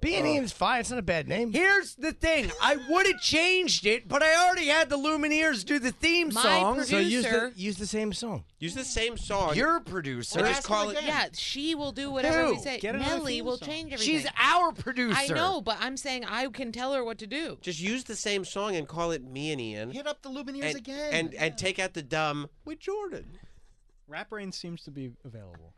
Speaker 1: B and
Speaker 6: Oh.
Speaker 1: Ian's fine. It's not a bad name.
Speaker 3: Here's the thing. I would have changed it, but I already had the Lumineers do the theme
Speaker 5: My
Speaker 3: song.
Speaker 5: produ-
Speaker 1: so use the,
Speaker 5: producer.
Speaker 1: use the same song.
Speaker 2: Use the same song.
Speaker 3: your producer.
Speaker 2: Or just call it.
Speaker 5: Yeah, she will do whatever we
Speaker 3: Who?
Speaker 5: say.
Speaker 1: Get another
Speaker 5: Nelly
Speaker 1: theme
Speaker 5: will
Speaker 1: song.
Speaker 5: change everything.
Speaker 3: She's our producer.
Speaker 5: I know, but I'm saying I can tell her what to do.
Speaker 2: Just use the same song and call it Me and Ian.
Speaker 6: Hit up the Lumineers
Speaker 2: And,
Speaker 6: again.
Speaker 2: and and take out the dumb with Jordan.
Speaker 4: Rat brain seems to be available.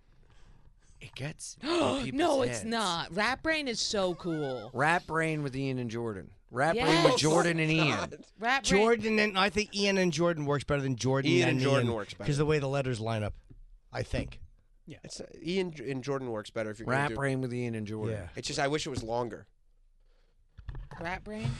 Speaker 3: It gets. in
Speaker 5: Oh, no,
Speaker 3: people's
Speaker 5: it's
Speaker 3: heads.
Speaker 5: not. Rat brain is so cool.
Speaker 3: Rat brain with Ian and Jordan. Rat brain
Speaker 2: Oh,
Speaker 5: Yes.
Speaker 3: with Jordan and Ian.
Speaker 5: Rat brain.
Speaker 1: Jordan and I think Ian and Jordan works better than Jordan.
Speaker 2: Ian and Jordan works better.
Speaker 1: because the way the letters line up. I think.
Speaker 2: It's, uh, Ian and Jordan works better if you're going to
Speaker 3: Rat
Speaker 2: do.
Speaker 3: brain with Ian and Jordan.
Speaker 1: Yeah.
Speaker 2: It's just I wish it was longer.
Speaker 5: Rat brain.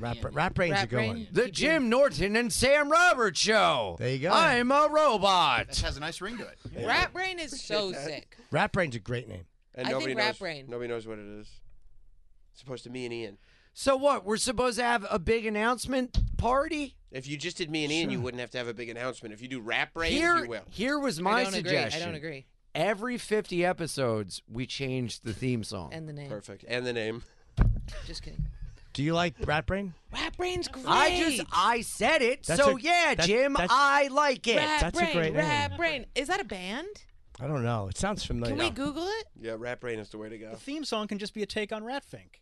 Speaker 1: Rat, Bra- Rat Brain's a
Speaker 5: Rat
Speaker 1: good
Speaker 5: brain.
Speaker 1: one.
Speaker 3: The Jim Norton and Sam Roberts show.
Speaker 1: There you go.
Speaker 3: I'm a
Speaker 6: That
Speaker 3: robot.
Speaker 6: has a nice ring to it.
Speaker 5: Rat brain is so sick.
Speaker 1: Rat Brain's a great name.
Speaker 2: And
Speaker 5: I
Speaker 2: nobody
Speaker 5: think Rat
Speaker 2: knows,
Speaker 5: Brain.
Speaker 2: Nobody knows what it is. It's supposed to Me and Ian.
Speaker 3: So what? We're supposed to have a big announcement party?
Speaker 2: If you just did Me and Ian, you wouldn't have to have a big announcement. If you do Rat Brains,
Speaker 3: Here,
Speaker 2: you will.
Speaker 3: here was
Speaker 5: I
Speaker 3: my
Speaker 5: don't
Speaker 3: suggestion.
Speaker 5: agree. I don't agree.
Speaker 3: Every 50 episodes, we changed the theme song.
Speaker 5: And the name.
Speaker 2: Perfect. And the name.
Speaker 5: Just kidding.
Speaker 1: Do you like Rat Brain?
Speaker 5: Rat brain's great.
Speaker 3: I just, I said it.
Speaker 1: That's
Speaker 3: so
Speaker 1: a-
Speaker 3: yeah,
Speaker 1: that-
Speaker 3: Jim,
Speaker 1: that's-
Speaker 3: I like it.
Speaker 5: Rat
Speaker 1: That's a
Speaker 5: brain.
Speaker 1: great name.
Speaker 5: rat brain. Is that a band?
Speaker 1: I don't know. It sounds familiar.
Speaker 5: Can we Google it,
Speaker 2: Yeah, Rat Brain is the way to
Speaker 4: The
Speaker 2: go.
Speaker 4: theme song can just be a take on Ratfink.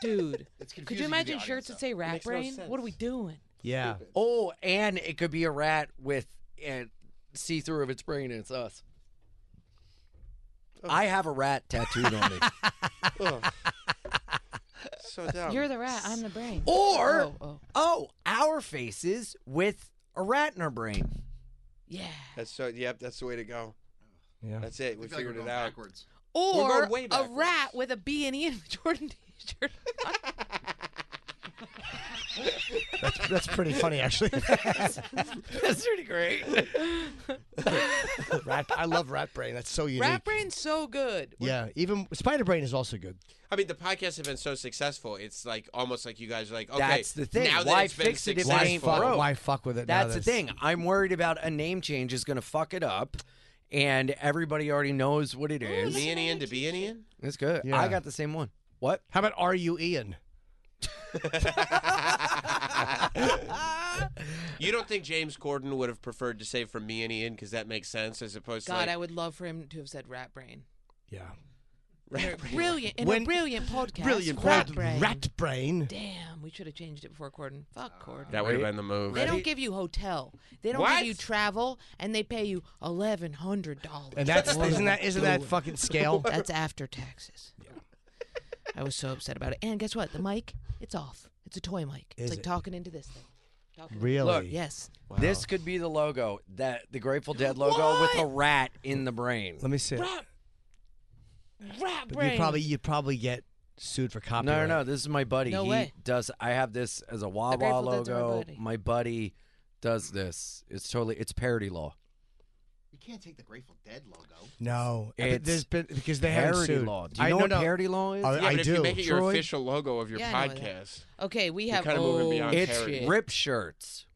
Speaker 5: dude?
Speaker 6: It's
Speaker 5: Could you
Speaker 6: confusing to the
Speaker 5: imagine
Speaker 6: audience,
Speaker 5: shirts that
Speaker 6: though.
Speaker 5: say rat
Speaker 2: makes no
Speaker 5: brain? what are
Speaker 2: sense.
Speaker 5: we doing?
Speaker 1: yeah.
Speaker 3: Oh, and it could be a rat with a see through of its brain, and it's us.
Speaker 1: Oh.
Speaker 3: I have a rat tattooed on me.
Speaker 2: Ugh. so dumb.
Speaker 5: You're the rat. I'm the brain.
Speaker 3: Or,
Speaker 5: Oh,
Speaker 3: oh,
Speaker 5: oh.
Speaker 3: our faces with a rat in our brain.
Speaker 5: Yeah.
Speaker 2: That's so. Yep, that's the way to go.
Speaker 1: Yeah.
Speaker 2: That's it.
Speaker 6: I
Speaker 2: We
Speaker 6: feel like we're
Speaker 2: figured it
Speaker 6: going
Speaker 2: out.
Speaker 6: backwards.
Speaker 5: Or
Speaker 2: going way
Speaker 5: a
Speaker 2: backwards.
Speaker 5: rat with a B and E and Jordan T-shirt.
Speaker 1: That's, that's pretty funny, actually.
Speaker 3: That's pretty great.
Speaker 1: rat, I love Rat Brain. That's so unique.
Speaker 5: rat brain's so good.
Speaker 1: yeah. Even Spider Brain is also good.
Speaker 2: I mean, the podcast has been so successful. It's like almost like you guys are like, okay,
Speaker 3: That's the thing.
Speaker 2: Now that
Speaker 3: Why
Speaker 2: it's been
Speaker 3: fix it if it
Speaker 1: Why
Speaker 3: ain't
Speaker 2: successful,
Speaker 1: fuck,
Speaker 3: broke?
Speaker 1: why fuck with it? now
Speaker 3: That's the thing. I'm worried about a name change is going to fuck it up, and everybody already knows what it is.
Speaker 2: Me and Ian to be an Ian.
Speaker 3: That's good.
Speaker 1: Yeah.
Speaker 3: I got the same one. What?
Speaker 1: How about Are You Ian?
Speaker 2: You don't think James Corden would have preferred to say from me and Ian because that makes sense as opposed to
Speaker 5: God,
Speaker 2: like,
Speaker 5: I would love for him to have said rat brain.
Speaker 1: Yeah.
Speaker 5: Brilliant. In
Speaker 1: When-
Speaker 5: a brilliant podcast.
Speaker 1: Brilliant
Speaker 5: Rat Ah.
Speaker 1: called
Speaker 5: brain.
Speaker 1: Rat Brain.
Speaker 5: Damn, we should have changed it before Corden. Fuck Corden.
Speaker 2: That would have been the move.
Speaker 5: they don't give you hotel. They don't
Speaker 2: What?
Speaker 5: give you travel, and they pay you eleven hundred dollars.
Speaker 1: And that's isn't that isn't that fucking scale?
Speaker 5: That's after taxes. I was so upset about it. And guess what? The mic, it's off. It's a toy mic.
Speaker 1: Is
Speaker 5: it's like
Speaker 1: it?
Speaker 5: talking into this thing. Talking
Speaker 1: Really?
Speaker 5: Yes.
Speaker 3: This could be the logo that the Grateful Dead logo with a rat in the brain.
Speaker 1: Let me see. it.
Speaker 5: Rat, rat brain.
Speaker 1: You probably you probably get sued for
Speaker 3: No, no,
Speaker 1: copyright.
Speaker 3: no. This is my buddy.
Speaker 5: No
Speaker 3: he
Speaker 5: way.
Speaker 3: does. I have this as a Wawa
Speaker 5: Grateful Dead's my
Speaker 3: logo.
Speaker 5: buddy.
Speaker 3: My buddy does this. It's totally. It's parody law.
Speaker 6: You can't take the Grateful Dead logo.
Speaker 1: no. Uh, but
Speaker 3: It's
Speaker 1: there's been because they haven't
Speaker 3: Parody
Speaker 1: sued.
Speaker 3: law. Do you
Speaker 1: I
Speaker 3: know
Speaker 1: no,
Speaker 3: what
Speaker 1: no.
Speaker 3: parody law is?
Speaker 1: I-
Speaker 2: Yeah,
Speaker 1: I
Speaker 2: but if you
Speaker 1: do.
Speaker 2: make it your
Speaker 3: Troy?
Speaker 2: official logo of your
Speaker 5: Yeah, I know that.
Speaker 2: podcast,
Speaker 5: Okay, we have.
Speaker 2: kinda moving
Speaker 5: oh,
Speaker 2: beyond
Speaker 3: it's
Speaker 2: parody.
Speaker 5: shit.
Speaker 3: rip shirts.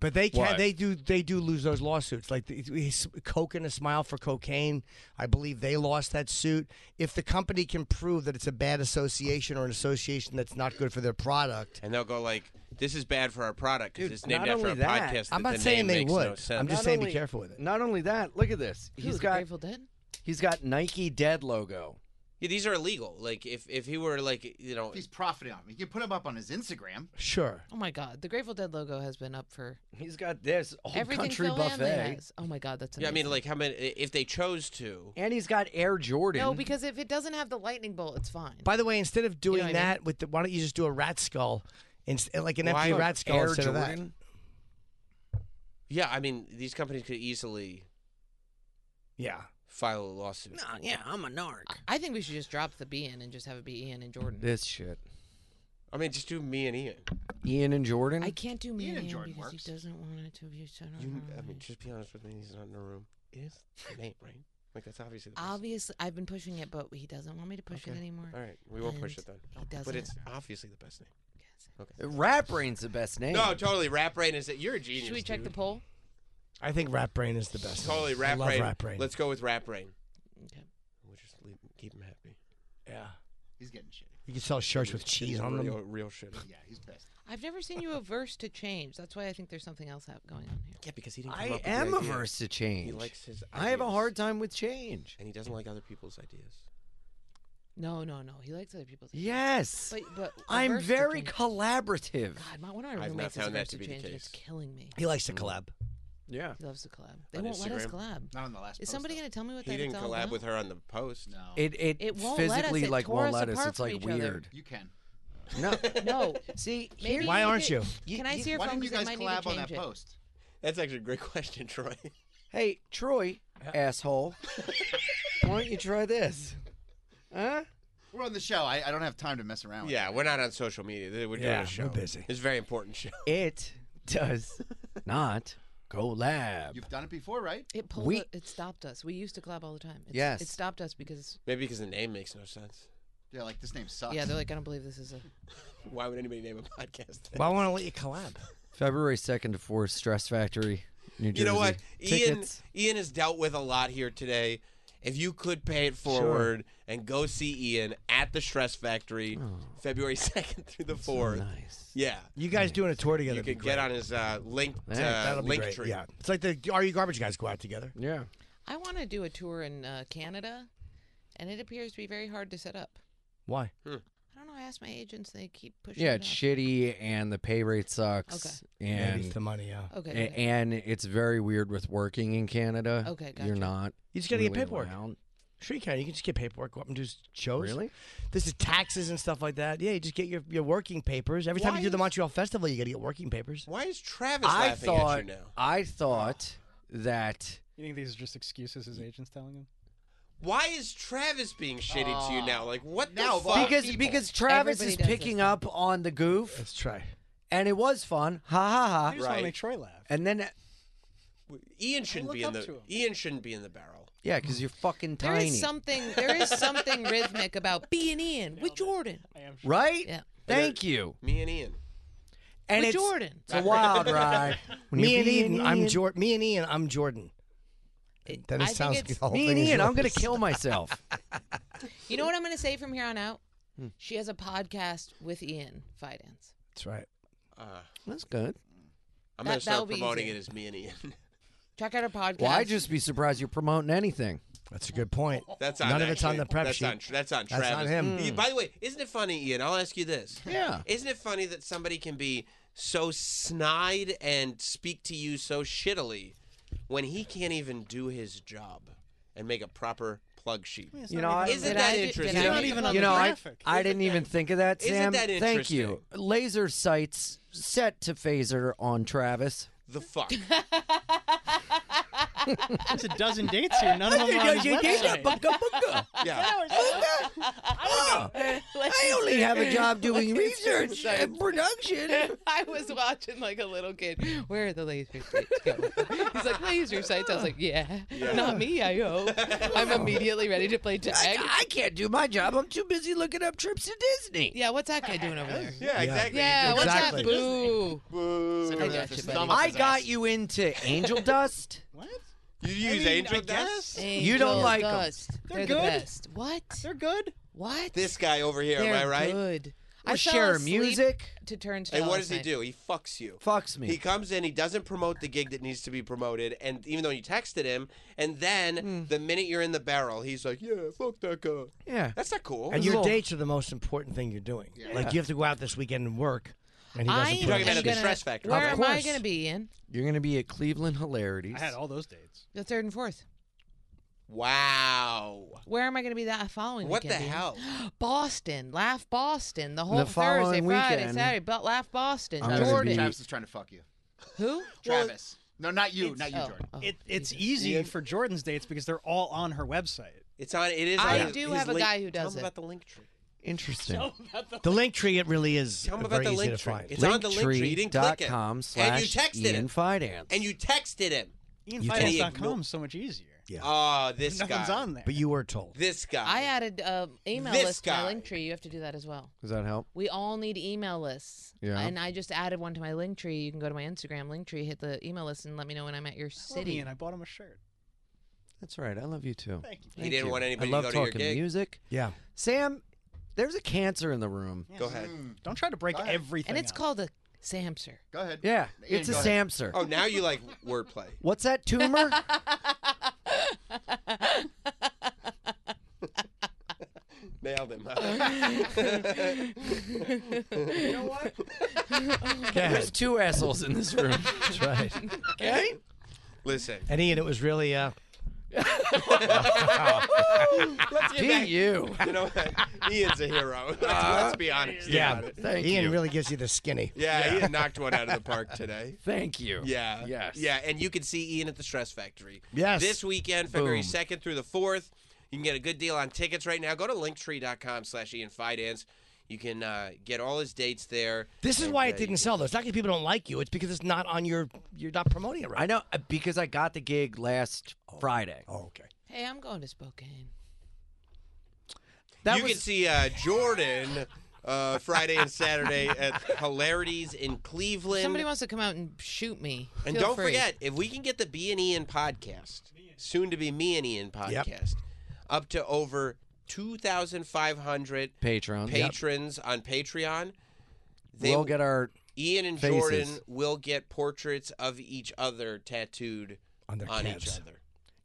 Speaker 1: But they can
Speaker 3: What?
Speaker 1: they do they do lose those lawsuits. Like the, it's- Coke and a Smile for cocaine, I believe they lost that suit. If the company can prove that it's a bad association or an association that's not good for their product,
Speaker 2: and they'll go like, "This is bad for our product because
Speaker 3: Dude,
Speaker 2: it's named
Speaker 3: not
Speaker 2: after
Speaker 3: only
Speaker 2: a
Speaker 3: that-
Speaker 2: podcast."
Speaker 1: I'm
Speaker 2: that
Speaker 1: not
Speaker 2: the
Speaker 1: saying
Speaker 2: name
Speaker 1: they
Speaker 2: makes
Speaker 1: would.
Speaker 2: No sense.
Speaker 1: I'm just
Speaker 3: Not
Speaker 1: saying
Speaker 3: only-
Speaker 1: be careful with it.
Speaker 3: Not only that, look at this.
Speaker 5: Ooh,
Speaker 3: He's
Speaker 5: the
Speaker 3: got
Speaker 5: Grateful Dead.
Speaker 3: he's got Nike Dead logo.
Speaker 2: Yeah, these are illegal. Like if if he were like you know
Speaker 6: If he's profiting on him, you can put him up on his Instagram.
Speaker 1: Sure.
Speaker 5: Oh my God, the Grateful Dead logo has been up for
Speaker 3: He's got this whole
Speaker 5: everything.
Speaker 3: country
Speaker 5: Phil Hanley
Speaker 3: buffet,
Speaker 5: has. Oh my God, that's.
Speaker 2: yeah, I mean
Speaker 5: amazing.
Speaker 2: like how many if they chose to.
Speaker 3: and he's got Air Jordan.
Speaker 5: No, because if it doesn't have the lightning bolt, it's fine.
Speaker 1: By the way, instead of doing
Speaker 5: what I mean?
Speaker 1: that with the, why don't you just do a rat skull, inst- like an empty rat skull
Speaker 3: Air
Speaker 1: instead of that?
Speaker 3: Jordan.
Speaker 2: Yeah, I mean these companies could easily
Speaker 1: Yeah.
Speaker 2: file a lawsuit.
Speaker 5: Uh,
Speaker 3: Nah, yeah, I'm a narc.
Speaker 5: I think we should just drop the B in and just have it be Ian and Jordan.
Speaker 3: This shit.
Speaker 2: I mean just do me and Ian.
Speaker 3: Ian and Jordan.
Speaker 5: I can't do
Speaker 2: E
Speaker 5: me
Speaker 6: Ian
Speaker 5: and
Speaker 6: and
Speaker 5: Ian
Speaker 6: Jordan
Speaker 5: because
Speaker 6: works.
Speaker 5: he doesn't want it to be so I don't
Speaker 2: You,
Speaker 5: know.
Speaker 2: I mean just be honest with me. He's not in the room. It is the name, right? Like that's obviously the. person.
Speaker 5: Obviously, I've been pushing it, but he doesn't want me to push it
Speaker 2: Okay.
Speaker 5: anymore.
Speaker 2: All right, we won't push
Speaker 5: And
Speaker 2: it then.
Speaker 5: He doesn't.
Speaker 2: But it's obviously the best name.
Speaker 3: Rat Brain's the best name.
Speaker 2: No, totally. Rap Brain is it? You're a genius.
Speaker 5: Should we check the
Speaker 2: dude.
Speaker 5: poll?
Speaker 1: I think rat brain is the best.
Speaker 2: Totally,
Speaker 1: I
Speaker 2: Rap
Speaker 1: love
Speaker 2: Brain.
Speaker 1: rat brain.
Speaker 2: Let's go with Rap Brain.
Speaker 5: Okay.
Speaker 2: We'll just leave, keep him happy.
Speaker 1: yeah.
Speaker 6: He's getting shitty.
Speaker 1: You can sell shirts with cheese on
Speaker 2: real,
Speaker 1: them.
Speaker 2: Real shit.
Speaker 6: Yeah, he's pissed.
Speaker 5: I've never seen you averse to change. That's why I think there's something else hap- going on here.
Speaker 2: Yeah, because he didn't. Come
Speaker 3: I
Speaker 2: up with the
Speaker 3: am
Speaker 2: idea.
Speaker 3: averse to change.
Speaker 2: He likes his.
Speaker 3: I have a
Speaker 2: ideas,
Speaker 3: hard time with change.
Speaker 2: and he doesn't like other people's ideas.
Speaker 5: No, no, no. He likes other people's.
Speaker 3: Yes.
Speaker 5: But but
Speaker 3: I'm
Speaker 5: averse to
Speaker 3: very
Speaker 5: change-
Speaker 3: collaborative.
Speaker 5: God, my, one of
Speaker 2: I've
Speaker 5: my
Speaker 2: not
Speaker 5: roommates is
Speaker 2: found that
Speaker 5: averse
Speaker 2: to
Speaker 5: to
Speaker 2: be the
Speaker 5: change, and it's
Speaker 2: case.
Speaker 5: killing me.
Speaker 1: He likes to collab.
Speaker 2: Mm.
Speaker 3: Yeah.
Speaker 5: He loves to collab. They
Speaker 2: On
Speaker 5: won't let us
Speaker 2: Instagram?
Speaker 5: collab.
Speaker 6: Not on the last
Speaker 5: Is
Speaker 6: post,
Speaker 5: somebody
Speaker 6: though.
Speaker 5: going to tell me what
Speaker 2: He
Speaker 5: that's
Speaker 2: didn't
Speaker 5: all
Speaker 2: collab
Speaker 5: about?
Speaker 2: with her on the post.
Speaker 6: No.
Speaker 3: It it,
Speaker 5: It won't let us.
Speaker 3: physically
Speaker 5: It
Speaker 3: like
Speaker 5: tore
Speaker 3: won't
Speaker 5: us
Speaker 3: let us.
Speaker 5: apart
Speaker 3: It's
Speaker 5: from
Speaker 3: like
Speaker 5: each other.
Speaker 3: weird.
Speaker 6: You can.
Speaker 3: No.
Speaker 5: No.
Speaker 3: See,
Speaker 5: Maybe
Speaker 3: here-
Speaker 1: Why
Speaker 5: we
Speaker 1: aren't
Speaker 5: could-
Speaker 1: you?
Speaker 3: You-
Speaker 5: Can I
Speaker 3: you-
Speaker 5: see your
Speaker 6: Why
Speaker 5: phone?
Speaker 6: didn't you
Speaker 5: 'Cause I might
Speaker 6: guys
Speaker 5: need to
Speaker 6: collab on that
Speaker 5: change it.
Speaker 6: post?
Speaker 2: That's actually a great question, Troy.
Speaker 3: hey Troy, asshole, why don't you try this? Huh?
Speaker 6: We're on the show. I, I don't have time to mess around. with
Speaker 2: yeah,
Speaker 6: it.
Speaker 2: we're not on social media. Th- We're doing
Speaker 1: Yeah,
Speaker 2: a
Speaker 1: we're
Speaker 2: show.
Speaker 1: busy.
Speaker 2: It's a very important show.
Speaker 3: It does not collab.
Speaker 6: You've done it before, right?
Speaker 5: It pulled.
Speaker 3: We-
Speaker 5: u- it stopped us. We used to collab all the time. It's,
Speaker 3: Yes.
Speaker 5: It stopped us because
Speaker 2: Maybe because the name makes no sense.
Speaker 6: Yeah, like this name sucks.
Speaker 5: yeah, they're like, I don't believe this is a.
Speaker 2: Why would anybody name a podcast? that?
Speaker 1: Well, I want to let you collab.
Speaker 3: February second to fourth, Stress Factory, New Jersey.
Speaker 2: you know what?
Speaker 3: Tickets.
Speaker 2: Ian Ian has dealt with a lot here today. If you could pay it forward and go see Ian at the Stress Factory, February second through the fourth.
Speaker 3: Nice.
Speaker 2: Yeah,
Speaker 1: You guys doing a tour together?
Speaker 2: you
Speaker 1: would be
Speaker 2: can get
Speaker 1: great.
Speaker 2: on his uh, link
Speaker 3: Yeah,
Speaker 2: uh,
Speaker 1: That'll be
Speaker 2: link
Speaker 1: great.
Speaker 2: tree.
Speaker 1: Yeah. It's like the Are You Garbage guys go out together.
Speaker 3: Yeah.
Speaker 5: I want to do a tour in uh, Canada, and it appears to be very hard to set up.
Speaker 1: Why?
Speaker 5: I don't know. I asked my agents, and they keep pushing.
Speaker 3: Yeah,
Speaker 5: it
Speaker 3: it's shitty, and the pay rate sucks, and
Speaker 1: Maybe it's the money. Yeah.
Speaker 5: off. Okay.
Speaker 3: a-
Speaker 5: okay.
Speaker 3: and it's very weird with working in Canada.
Speaker 5: Okay,
Speaker 3: You're
Speaker 5: gotcha.
Speaker 3: not.
Speaker 1: You just gotta get
Speaker 3: really
Speaker 1: paperwork.
Speaker 3: allowed-
Speaker 1: Sure, you can. You can just get paperwork. Go up and do s- shows.
Speaker 3: Really?
Speaker 1: This is taxes and stuff like that. Yeah, you just get your, your working papers. Every time
Speaker 2: Why
Speaker 1: you do the
Speaker 2: is-
Speaker 1: Montreal Festival, you got to get working papers.
Speaker 2: Why is Travis
Speaker 3: I
Speaker 2: laughing
Speaker 3: thought.
Speaker 2: at you now?
Speaker 3: I thought that.
Speaker 4: You think these are just excuses his agents telling him?
Speaker 2: Why is Travis being shitty to you now? Like what
Speaker 6: Now
Speaker 2: the
Speaker 6: of
Speaker 2: fuck?
Speaker 6: all
Speaker 3: Because
Speaker 6: people.
Speaker 3: because Travis
Speaker 5: Everybody
Speaker 3: is
Speaker 5: does this
Speaker 3: picking
Speaker 5: now.
Speaker 3: up on the goof,
Speaker 1: Let's try.
Speaker 3: and it was fun, ha ha
Speaker 4: I
Speaker 3: ha.
Speaker 4: just want
Speaker 2: Right.
Speaker 4: to make Troy laugh.
Speaker 3: And then,
Speaker 2: Ian shouldn't
Speaker 4: Look
Speaker 2: be in
Speaker 4: up
Speaker 2: the
Speaker 4: to him.
Speaker 2: Ian shouldn't be in the barrel.
Speaker 3: yeah, because you're fucking
Speaker 5: There
Speaker 3: tiny,
Speaker 5: is something. There is something rhythmic about being Ian with Jordan.
Speaker 4: I am sure.
Speaker 3: right?
Speaker 5: Yeah.
Speaker 3: Thank you.
Speaker 2: Me and Ian.
Speaker 3: And
Speaker 5: with
Speaker 3: it's
Speaker 5: Jordan.
Speaker 3: it's a wild ride. When
Speaker 1: Me
Speaker 3: you're
Speaker 1: and
Speaker 3: being
Speaker 1: Ian, I'm
Speaker 3: Ian.
Speaker 1: Jordan. Me and Ian, I'm Jordan.
Speaker 5: It-
Speaker 1: Then
Speaker 5: I
Speaker 1: it
Speaker 5: think
Speaker 1: sounds.
Speaker 5: it's-
Speaker 1: the whole
Speaker 3: Me
Speaker 1: thing
Speaker 3: and
Speaker 1: is
Speaker 3: Ian, I'm gonna
Speaker 1: yours.
Speaker 3: kill myself.
Speaker 5: You know what I'm going to say from here on out?
Speaker 3: Hmm.
Speaker 5: She has a podcast with Ian Fidance.
Speaker 1: That's right.
Speaker 2: Uh,
Speaker 3: That's good.
Speaker 2: I'm
Speaker 5: That-
Speaker 2: gonna
Speaker 5: that'll
Speaker 2: start
Speaker 5: be
Speaker 2: promoting
Speaker 5: easy.
Speaker 2: it as me and Ian.
Speaker 5: Check out our podcast.
Speaker 3: Well, I'd just be surprised you're promoting anything.
Speaker 1: That's a good point.
Speaker 2: That's on
Speaker 1: none of it's on
Speaker 2: actually.
Speaker 1: the prep
Speaker 2: that's
Speaker 1: sheet.
Speaker 2: On, that's on
Speaker 1: That's on
Speaker 2: Travis.
Speaker 1: him. Hmm.
Speaker 2: Y- By the way, isn't it funny, Ian? I'll ask you this.
Speaker 3: Yeah.
Speaker 2: Isn't it funny that somebody can be so snide and speak to you so shittily when he can't even do his job and make a proper plug sheet?
Speaker 3: You know, I-
Speaker 2: Isn't
Speaker 5: Did
Speaker 2: that
Speaker 5: I do- did
Speaker 2: interesting?
Speaker 5: I
Speaker 4: It's not
Speaker 5: do-
Speaker 4: even on
Speaker 3: you
Speaker 4: the
Speaker 3: know, I,
Speaker 4: graphic.
Speaker 3: I didn't even think of that,
Speaker 2: Isn't
Speaker 3: Sam.
Speaker 2: that
Speaker 3: Thank you. Laser sights set to phaser on Travis.
Speaker 2: the fuck?
Speaker 4: There's a dozen dates here. None of them are on his website.
Speaker 2: Yeah.
Speaker 3: Oh, I only have a job doing research and production.
Speaker 5: I was watching like a little kid. Where are the laser sights going? He's like laser sights. I was like, yeah, not me. I hope. I'm immediately ready to play tag.
Speaker 3: I can't do my job. I'm too busy looking up trips to Disney.
Speaker 5: Yeah, what's that guy doing over there?
Speaker 2: Yeah, exactly.
Speaker 5: Yeah, what's
Speaker 1: Exactly.
Speaker 5: that boo?
Speaker 6: Sitting
Speaker 5: I
Speaker 6: over
Speaker 5: got
Speaker 6: there with
Speaker 5: you,
Speaker 6: his
Speaker 5: buddy.
Speaker 6: thumb up
Speaker 3: I
Speaker 6: his
Speaker 3: got
Speaker 6: ass.
Speaker 3: you into Angel Dust.
Speaker 4: What?
Speaker 2: You use
Speaker 4: mean,
Speaker 2: angel
Speaker 4: I
Speaker 2: dust?
Speaker 3: You don't
Speaker 5: Angel
Speaker 3: like 'em.
Speaker 5: dust. They're,
Speaker 4: They're
Speaker 5: the
Speaker 4: good.
Speaker 5: best. What?
Speaker 4: They're good.
Speaker 5: what?
Speaker 2: This guy over here,
Speaker 5: They're
Speaker 2: am I right?
Speaker 5: good. Oh, I
Speaker 3: We
Speaker 5: fell
Speaker 3: share
Speaker 5: asleep
Speaker 3: music.
Speaker 5: to turnstile.
Speaker 2: And what does
Speaker 5: last
Speaker 2: he
Speaker 5: night.
Speaker 2: do? He fucks you.
Speaker 3: Fucks me.
Speaker 2: He comes in, he doesn't promote the gig that needs to be promoted, and even though you texted him, and then
Speaker 5: Hmm.
Speaker 2: the minute you're in the barrel, he's like, "Yeah, fuck that guy."
Speaker 3: yeah.
Speaker 2: That's not cool.
Speaker 1: And your
Speaker 3: Little-
Speaker 1: dates are the most important thing you're doing. Like you have to go out this weekend and work, and he doesn't.
Speaker 5: I
Speaker 1: put
Speaker 2: You're
Speaker 1: it
Speaker 2: talking about
Speaker 1: in.
Speaker 5: am
Speaker 2: the
Speaker 5: gonna,
Speaker 2: stress factor.
Speaker 5: Where
Speaker 3: Of
Speaker 5: am I
Speaker 3: course.
Speaker 5: going to be in?
Speaker 3: You're going to be at Cleveland Hilarities.
Speaker 4: I had all those dates.
Speaker 5: The third and fourth.
Speaker 2: wow.
Speaker 5: Where am I going to be that following
Speaker 2: What the
Speaker 5: weekend? Ian?
Speaker 2: hell?
Speaker 5: Boston, Laugh Boston, the whole Thursday,
Speaker 3: following
Speaker 5: Friday,
Speaker 3: weekend,
Speaker 5: Saturday, but Laugh Boston,
Speaker 3: I'm gonna
Speaker 5: Jordan.
Speaker 3: be-
Speaker 6: Travis is trying to fuck you.
Speaker 5: Who?
Speaker 6: Travis. No, not you.
Speaker 5: It's-
Speaker 6: Not you,
Speaker 5: oh,
Speaker 6: Jordan.
Speaker 5: oh,
Speaker 4: It, it's
Speaker 5: Jesus.
Speaker 4: easy
Speaker 2: Yeah.
Speaker 4: for Jordan's dates because they're all on her website.
Speaker 2: It's on. It is.
Speaker 5: I
Speaker 2: on his-
Speaker 5: do
Speaker 2: his
Speaker 5: have a
Speaker 2: link-
Speaker 5: guy who
Speaker 2: Tell
Speaker 5: does
Speaker 2: him
Speaker 5: it.
Speaker 2: about the link tree.
Speaker 3: Interesting.
Speaker 1: The link tree, it really is
Speaker 2: Tell him about
Speaker 1: very
Speaker 2: the
Speaker 1: easy
Speaker 2: link
Speaker 1: to
Speaker 2: tree.
Speaker 1: find.
Speaker 2: It's on the link tree. You didn't click it.
Speaker 3: Linktree.com
Speaker 2: and you
Speaker 3: slash
Speaker 2: texted
Speaker 3: Ian
Speaker 2: him.
Speaker 3: Finance.
Speaker 2: And you texted him.
Speaker 1: can't-
Speaker 4: IanFinance.com is so much easier.
Speaker 2: Oh, this
Speaker 4: Nothing's
Speaker 2: guy.
Speaker 4: on there.
Speaker 1: But you were told.
Speaker 2: This guy.
Speaker 5: I added uh, email
Speaker 2: This
Speaker 5: list to my
Speaker 2: guy.
Speaker 5: link tree. You have to do that as well.
Speaker 3: Does that help?
Speaker 5: We all need email lists.
Speaker 3: Yeah.
Speaker 5: And I just added one to my link tree. You can go to my Instagram link tree, hit the email list, and let me know when I'm at your city.
Speaker 4: and I bought him a shirt.
Speaker 3: That's right. I love you too.
Speaker 4: Thank you.
Speaker 2: he
Speaker 3: Thank
Speaker 2: didn't
Speaker 3: you.
Speaker 2: want anybody
Speaker 3: I love
Speaker 2: to go to
Speaker 3: talking
Speaker 2: your gig.
Speaker 3: music.
Speaker 1: Yeah.
Speaker 3: Sam, there's a cancer in the room.
Speaker 4: Yeah.
Speaker 2: Go ahead.
Speaker 4: Don't try to break
Speaker 6: Go ahead.
Speaker 4: everything.
Speaker 5: and it's
Speaker 4: up.
Speaker 5: called a Samser.
Speaker 6: Mm, Go ahead.
Speaker 3: Yeah,
Speaker 6: Ian,
Speaker 3: it's
Speaker 6: go
Speaker 3: a
Speaker 6: ahead.
Speaker 3: Samser.
Speaker 2: Oh, now you like wordplay.
Speaker 3: What's that tumor?
Speaker 2: Nailed him. huh?
Speaker 3: There's two assholes in this room.
Speaker 1: That's right.
Speaker 3: Okay?
Speaker 2: Listen.
Speaker 1: And Ian, it was really. Uh,
Speaker 3: Gee, you.
Speaker 2: You know what? Ian's a hero. Let's,
Speaker 5: Uh-huh.
Speaker 2: let's be honest.
Speaker 1: yeah.
Speaker 2: about it.
Speaker 3: Thank
Speaker 1: Ian
Speaker 3: you.
Speaker 1: really gives you the skinny.
Speaker 2: Yeah, Ian knocked one out of the park today.
Speaker 3: Thank you.
Speaker 2: Yeah.
Speaker 3: Yes.
Speaker 2: Yeah, and you can see Ian at the Stress Factory.
Speaker 1: Yes.
Speaker 2: This weekend, February
Speaker 3: Boom.
Speaker 2: 2nd through the 4th. You can get a good deal on tickets right now. Go to linktree.com slash Ian Fidance. You can uh, get all his dates there.
Speaker 1: This is
Speaker 2: And,
Speaker 1: why
Speaker 2: uh,
Speaker 1: it
Speaker 2: you
Speaker 1: didn't sell though. It's not because people don't like you. It's because it's not on your. You're not promoting it right.
Speaker 3: I know uh, because I got the gig last Friday.
Speaker 1: Oh, okay.
Speaker 5: Hey, I'm going to Spokane.
Speaker 3: That
Speaker 2: you
Speaker 3: was
Speaker 2: can see uh, Jordan uh, Friday and Saturday at Hilarities in Cleveland.
Speaker 5: Somebody wants to come out and shoot me.
Speaker 2: And
Speaker 5: Feel
Speaker 2: don't
Speaker 5: free.
Speaker 2: forget, if we can get the B and Ian podcast, soon to be me and Ian
Speaker 1: Yep.
Speaker 2: podcast, up to over two thousand five hundred
Speaker 3: Patreon.
Speaker 2: patrons on Patreon, they
Speaker 3: We'll get our
Speaker 2: Ian and
Speaker 3: faces.
Speaker 2: Jordan will get portraits of each other tattooed
Speaker 1: On their
Speaker 2: on
Speaker 1: calves.
Speaker 2: each other.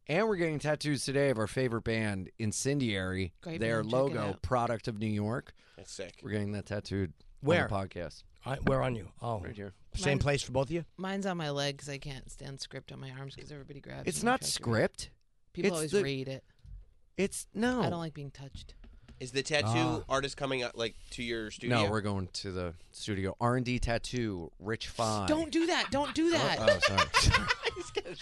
Speaker 3: and we're getting tattoos today of our favorite band, Incendiary.
Speaker 5: Great
Speaker 3: their
Speaker 5: band, check it
Speaker 3: logo,
Speaker 5: out.
Speaker 3: product of New York.
Speaker 2: That's sick.
Speaker 3: We're getting that tattooed.
Speaker 1: Where?
Speaker 3: on the podcast?
Speaker 1: I, where on you? Oh,
Speaker 3: Right here.
Speaker 1: Same
Speaker 5: Mine-
Speaker 1: place for both of you.
Speaker 5: Mine's on my leg 'cause I can't stand script on my arms because everybody grabs.
Speaker 3: It's
Speaker 5: me and
Speaker 3: not
Speaker 5: tries to read.
Speaker 3: script.
Speaker 5: People
Speaker 3: it's
Speaker 5: always
Speaker 3: the-
Speaker 5: read it.
Speaker 3: It's no.
Speaker 5: I don't like being touched.
Speaker 2: Is the tattoo artist coming out like to your studio?
Speaker 3: No, we're going to the studio. R and D tattoo. Rich Five.
Speaker 5: Don't do that. Don't do that.
Speaker 3: Oh, sorry.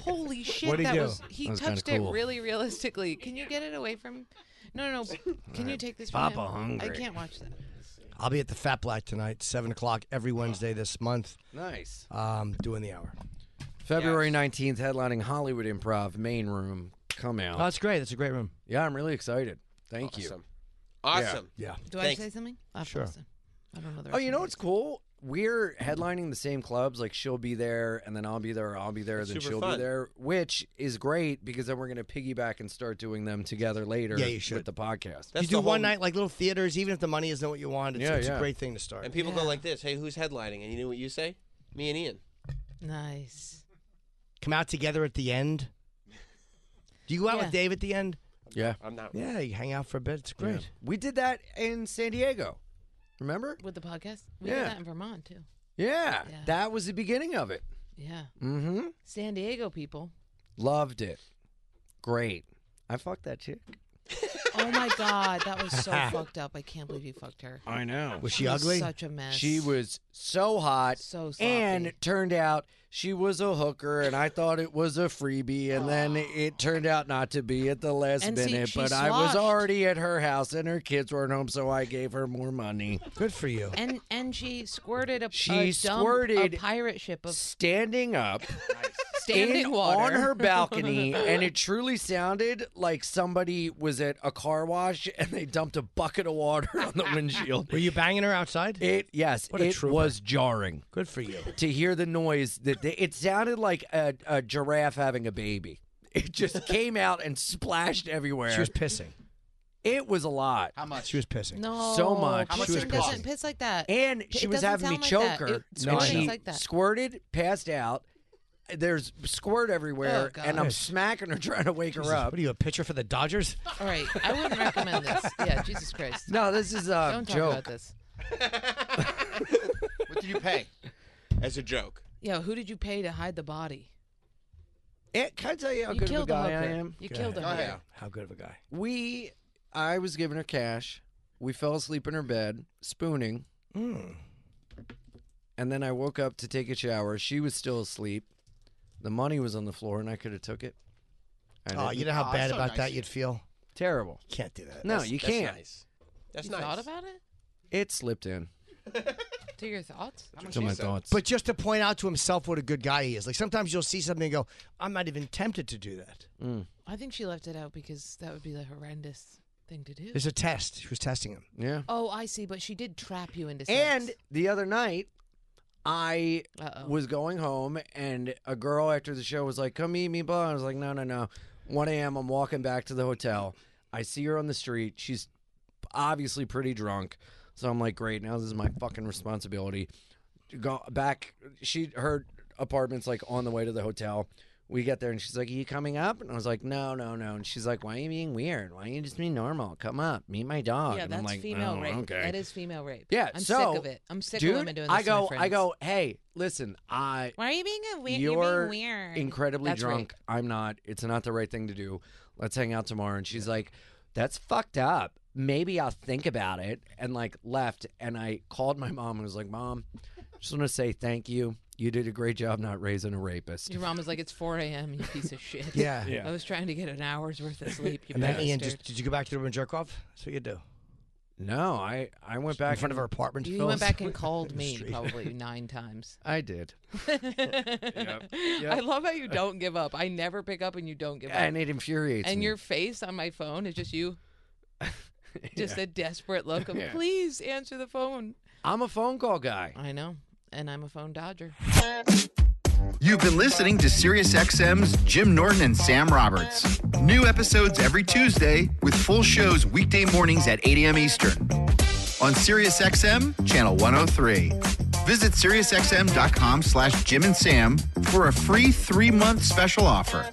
Speaker 5: Holy shit!
Speaker 1: What'd he
Speaker 5: that
Speaker 1: do?
Speaker 5: was he
Speaker 3: That was kinda
Speaker 5: touched
Speaker 3: cool.
Speaker 5: it really realistically. Can you get it away from? No, no, no. Can you take this?
Speaker 3: Papa
Speaker 5: from him?
Speaker 3: hungry.
Speaker 5: I can't watch that.
Speaker 1: I'll be at the Fat Black tonight, seven o'clock every Wednesday this month.
Speaker 3: nice.
Speaker 1: Um, doing the hour.
Speaker 3: February nineteenth, headlining Hollywood Improv main room. Come out.
Speaker 5: Uh,
Speaker 1: Oh, that's great. That's a great room.
Speaker 3: yeah, I'm really excited. Thank
Speaker 2: awesome.
Speaker 3: you.
Speaker 2: Awesome.
Speaker 1: Yeah.
Speaker 5: Do
Speaker 2: Thanks.
Speaker 5: I say something? I'll
Speaker 1: Sure.
Speaker 5: post it. I don't know the.
Speaker 3: Oh,
Speaker 5: Rest
Speaker 3: you
Speaker 5: of
Speaker 3: know
Speaker 5: it.
Speaker 3: what's cool? We're headlining the same clubs. Like she'll be there, and then I'll be there. I'll be there, then
Speaker 2: super
Speaker 3: she'll
Speaker 2: fun.
Speaker 3: be there, which is great because then we're gonna piggyback and start doing them together later.
Speaker 1: Yeah, you should.
Speaker 3: with the podcast.
Speaker 1: you
Speaker 2: That's
Speaker 1: do
Speaker 2: the
Speaker 1: one
Speaker 2: whole-
Speaker 1: night like little theaters, even if the money isn't what you want. It's,
Speaker 3: Yeah,
Speaker 1: it's a
Speaker 3: yeah.
Speaker 1: great thing to start.
Speaker 2: and people go
Speaker 5: Yeah.
Speaker 2: like this. Hey, who's headlining? And you know what you say? Me and Ian.
Speaker 5: Nice.
Speaker 1: come out together at the end? Do you go out
Speaker 5: Yeah.
Speaker 1: with Dave at the end?
Speaker 3: Yeah.
Speaker 2: I'm not.
Speaker 1: Yeah, you hang out for a bit. It's great.
Speaker 3: We did that in San Diego. Remember?
Speaker 5: with the podcast. We
Speaker 3: Yeah.
Speaker 5: did that in Vermont too.
Speaker 3: Yeah.
Speaker 5: Yeah.
Speaker 3: That was the beginning of it.
Speaker 5: Yeah,
Speaker 3: Mm-hmm.
Speaker 5: San Diego people.
Speaker 3: Loved it. Great. I fucked that chick.
Speaker 5: Oh my god, that was so fucked up. I can't believe you fucked her.
Speaker 4: I know.
Speaker 1: Was she
Speaker 5: It was
Speaker 1: ugly?
Speaker 5: Such a mess.
Speaker 3: She was so hot.
Speaker 5: so sloppy.
Speaker 3: and it turned out she was a hooker, and I thought it was a freebie, and then it turned out not to be at the last
Speaker 5: And see,
Speaker 3: minute.
Speaker 5: she
Speaker 3: but I was
Speaker 5: sloshed.
Speaker 3: already at her house, and her kids weren't home, so I gave her more money.
Speaker 1: Good for you.
Speaker 5: and and she squirted a
Speaker 3: She
Speaker 5: a dump,
Speaker 3: squirted-
Speaker 5: a pirate ship of
Speaker 3: Standing up
Speaker 5: standing
Speaker 3: in-
Speaker 5: water
Speaker 3: on her balcony, and it truly sounded like somebody was at a car wash and they dumped a bucket of water on the windshield.
Speaker 1: Were you banging her outside?
Speaker 3: It yes,
Speaker 1: What a
Speaker 3: it
Speaker 1: trooper.
Speaker 3: was jarring
Speaker 1: Good for you.
Speaker 3: to hear the noise. That the, it sounded like a, a giraffe having a baby. It just came out and splashed everywhere.
Speaker 1: She was pissing.
Speaker 3: it was a lot,
Speaker 6: How much?
Speaker 1: She was pissing.
Speaker 5: No,
Speaker 3: So much.
Speaker 6: How much
Speaker 5: she
Speaker 6: did it cost?
Speaker 5: doesn't piss like that.
Speaker 3: and
Speaker 5: It
Speaker 3: she was
Speaker 5: doesn't
Speaker 3: having me choke
Speaker 5: sound like that.
Speaker 3: her.
Speaker 5: It-
Speaker 3: and
Speaker 5: squirting
Speaker 3: she
Speaker 5: is like that.
Speaker 3: squirted, passed out. There's squirt everywhere,
Speaker 5: Oh,
Speaker 3: and I'm
Speaker 1: God.
Speaker 3: smacking her trying to wake her
Speaker 1: Jesus,
Speaker 3: up.
Speaker 1: What are you, a pitcher for the Dodgers?
Speaker 5: All right, I wouldn't recommend this. Yeah, Jesus Christ.
Speaker 3: No, this is a
Speaker 5: Don't talk
Speaker 3: joke.
Speaker 5: about this.
Speaker 6: What did you pay?
Speaker 2: As a joke.
Speaker 5: Yeah, who did you pay to hide the body?
Speaker 3: It, Eh, can I tell you how
Speaker 5: You
Speaker 3: good of a
Speaker 5: killed the
Speaker 3: guy
Speaker 5: hooker.
Speaker 3: I am?
Speaker 5: You killed the
Speaker 6: Go ahead.
Speaker 5: hooker.
Speaker 1: How good of a guy.
Speaker 3: We, I was giving her cash. We fell asleep in her bed, spooning. And then I woke up to take a shower. She was still asleep. The money was on the floor, and I could have took it. I
Speaker 1: Oh,
Speaker 3: didn't.
Speaker 1: you know how
Speaker 6: Aw,
Speaker 1: bad
Speaker 6: so
Speaker 1: about
Speaker 6: nice
Speaker 1: that
Speaker 6: of you.
Speaker 1: you'd feel?
Speaker 3: terrible.
Speaker 1: Can't do that.
Speaker 3: No, you
Speaker 2: That's
Speaker 3: can't.
Speaker 2: nice. That's
Speaker 5: You
Speaker 2: nice.
Speaker 5: thought about it?
Speaker 3: It slipped in
Speaker 5: To your thoughts?
Speaker 3: to my thoughts.
Speaker 1: But just to point out to himself what a good guy he is. Like sometimes you'll see something and go, I'm not even tempted to do that.
Speaker 5: I think she left it out because that would be the horrendous thing to do.
Speaker 1: There's a test. She was testing him.
Speaker 3: yeah.
Speaker 5: Oh, I see, but she did trap you into sex.
Speaker 3: And the other night, I
Speaker 5: Uh-oh.
Speaker 3: was going home, and a girl after the show was like, "Come meet me," blah. I was like, "No, no, no." 1 a.m. I'm walking back to the hotel. I see her on the street. She's obviously pretty drunk, so I'm like, "Great, now this is my fucking responsibility." Go back. She her apartment's like on the way to the hotel. We get there and she's like, Are you coming up? And I was like, No, no, no. And she's like, Why are you being weird? Why don't you just be normal? Come up, meet my dog.
Speaker 5: yeah,
Speaker 3: and
Speaker 5: that's
Speaker 3: I'm like,
Speaker 5: female
Speaker 3: "Oh,
Speaker 5: rape.
Speaker 3: Okay.
Speaker 5: That is female rape.
Speaker 3: Yeah,
Speaker 5: I'm
Speaker 3: so,
Speaker 5: sick of it. I'm sick
Speaker 3: Dude,
Speaker 5: of women doing this.
Speaker 3: I
Speaker 5: to my
Speaker 3: go, I
Speaker 5: friends.
Speaker 3: go, hey, listen, I
Speaker 5: Why are you being a weird?
Speaker 3: you're
Speaker 5: You're, being weird.
Speaker 3: incredibly
Speaker 5: That's
Speaker 3: drunk. I'm not. It's not the right thing to do. Let's hang out tomorrow. And she's like, that's fucked up. Maybe I'll think about it. And like left. And I called my mom and was like, mom, just want to say thank you. You did a great job not raising a rapist.
Speaker 5: Your mom was like, "It's 4 a.m. You piece of shit."
Speaker 1: Yeah.
Speaker 5: I was trying to get an hour's worth of sleep. You
Speaker 1: And then Ian
Speaker 5: bastard.
Speaker 1: just did you go back to the room and jerk off? That's what you do.
Speaker 3: No, I I went
Speaker 1: Back in
Speaker 3: back
Speaker 1: front of her apartment.
Speaker 5: you
Speaker 1: Phil?
Speaker 5: went back and called
Speaker 1: the
Speaker 5: me
Speaker 1: street.
Speaker 5: probably nine times.
Speaker 3: I did.
Speaker 5: I love how you don't give up. I never pick up and you don't give up.
Speaker 3: And it infuriates
Speaker 5: and
Speaker 3: me.
Speaker 5: your face on my phone is just you just a desperate look of
Speaker 3: Yeah.
Speaker 5: please answer the phone
Speaker 3: I'm a phone call guy.
Speaker 5: i know and i'm a phone dodger
Speaker 10: You've been listening to SiriusXM's Jim Norton and Sam Roberts. New episodes every Tuesday with full shows weekday mornings at 8 a.m. Eastern on SiriusXM channel 103. Visit SiriusXM.com slash Jim and Sam for a free three-month special offer.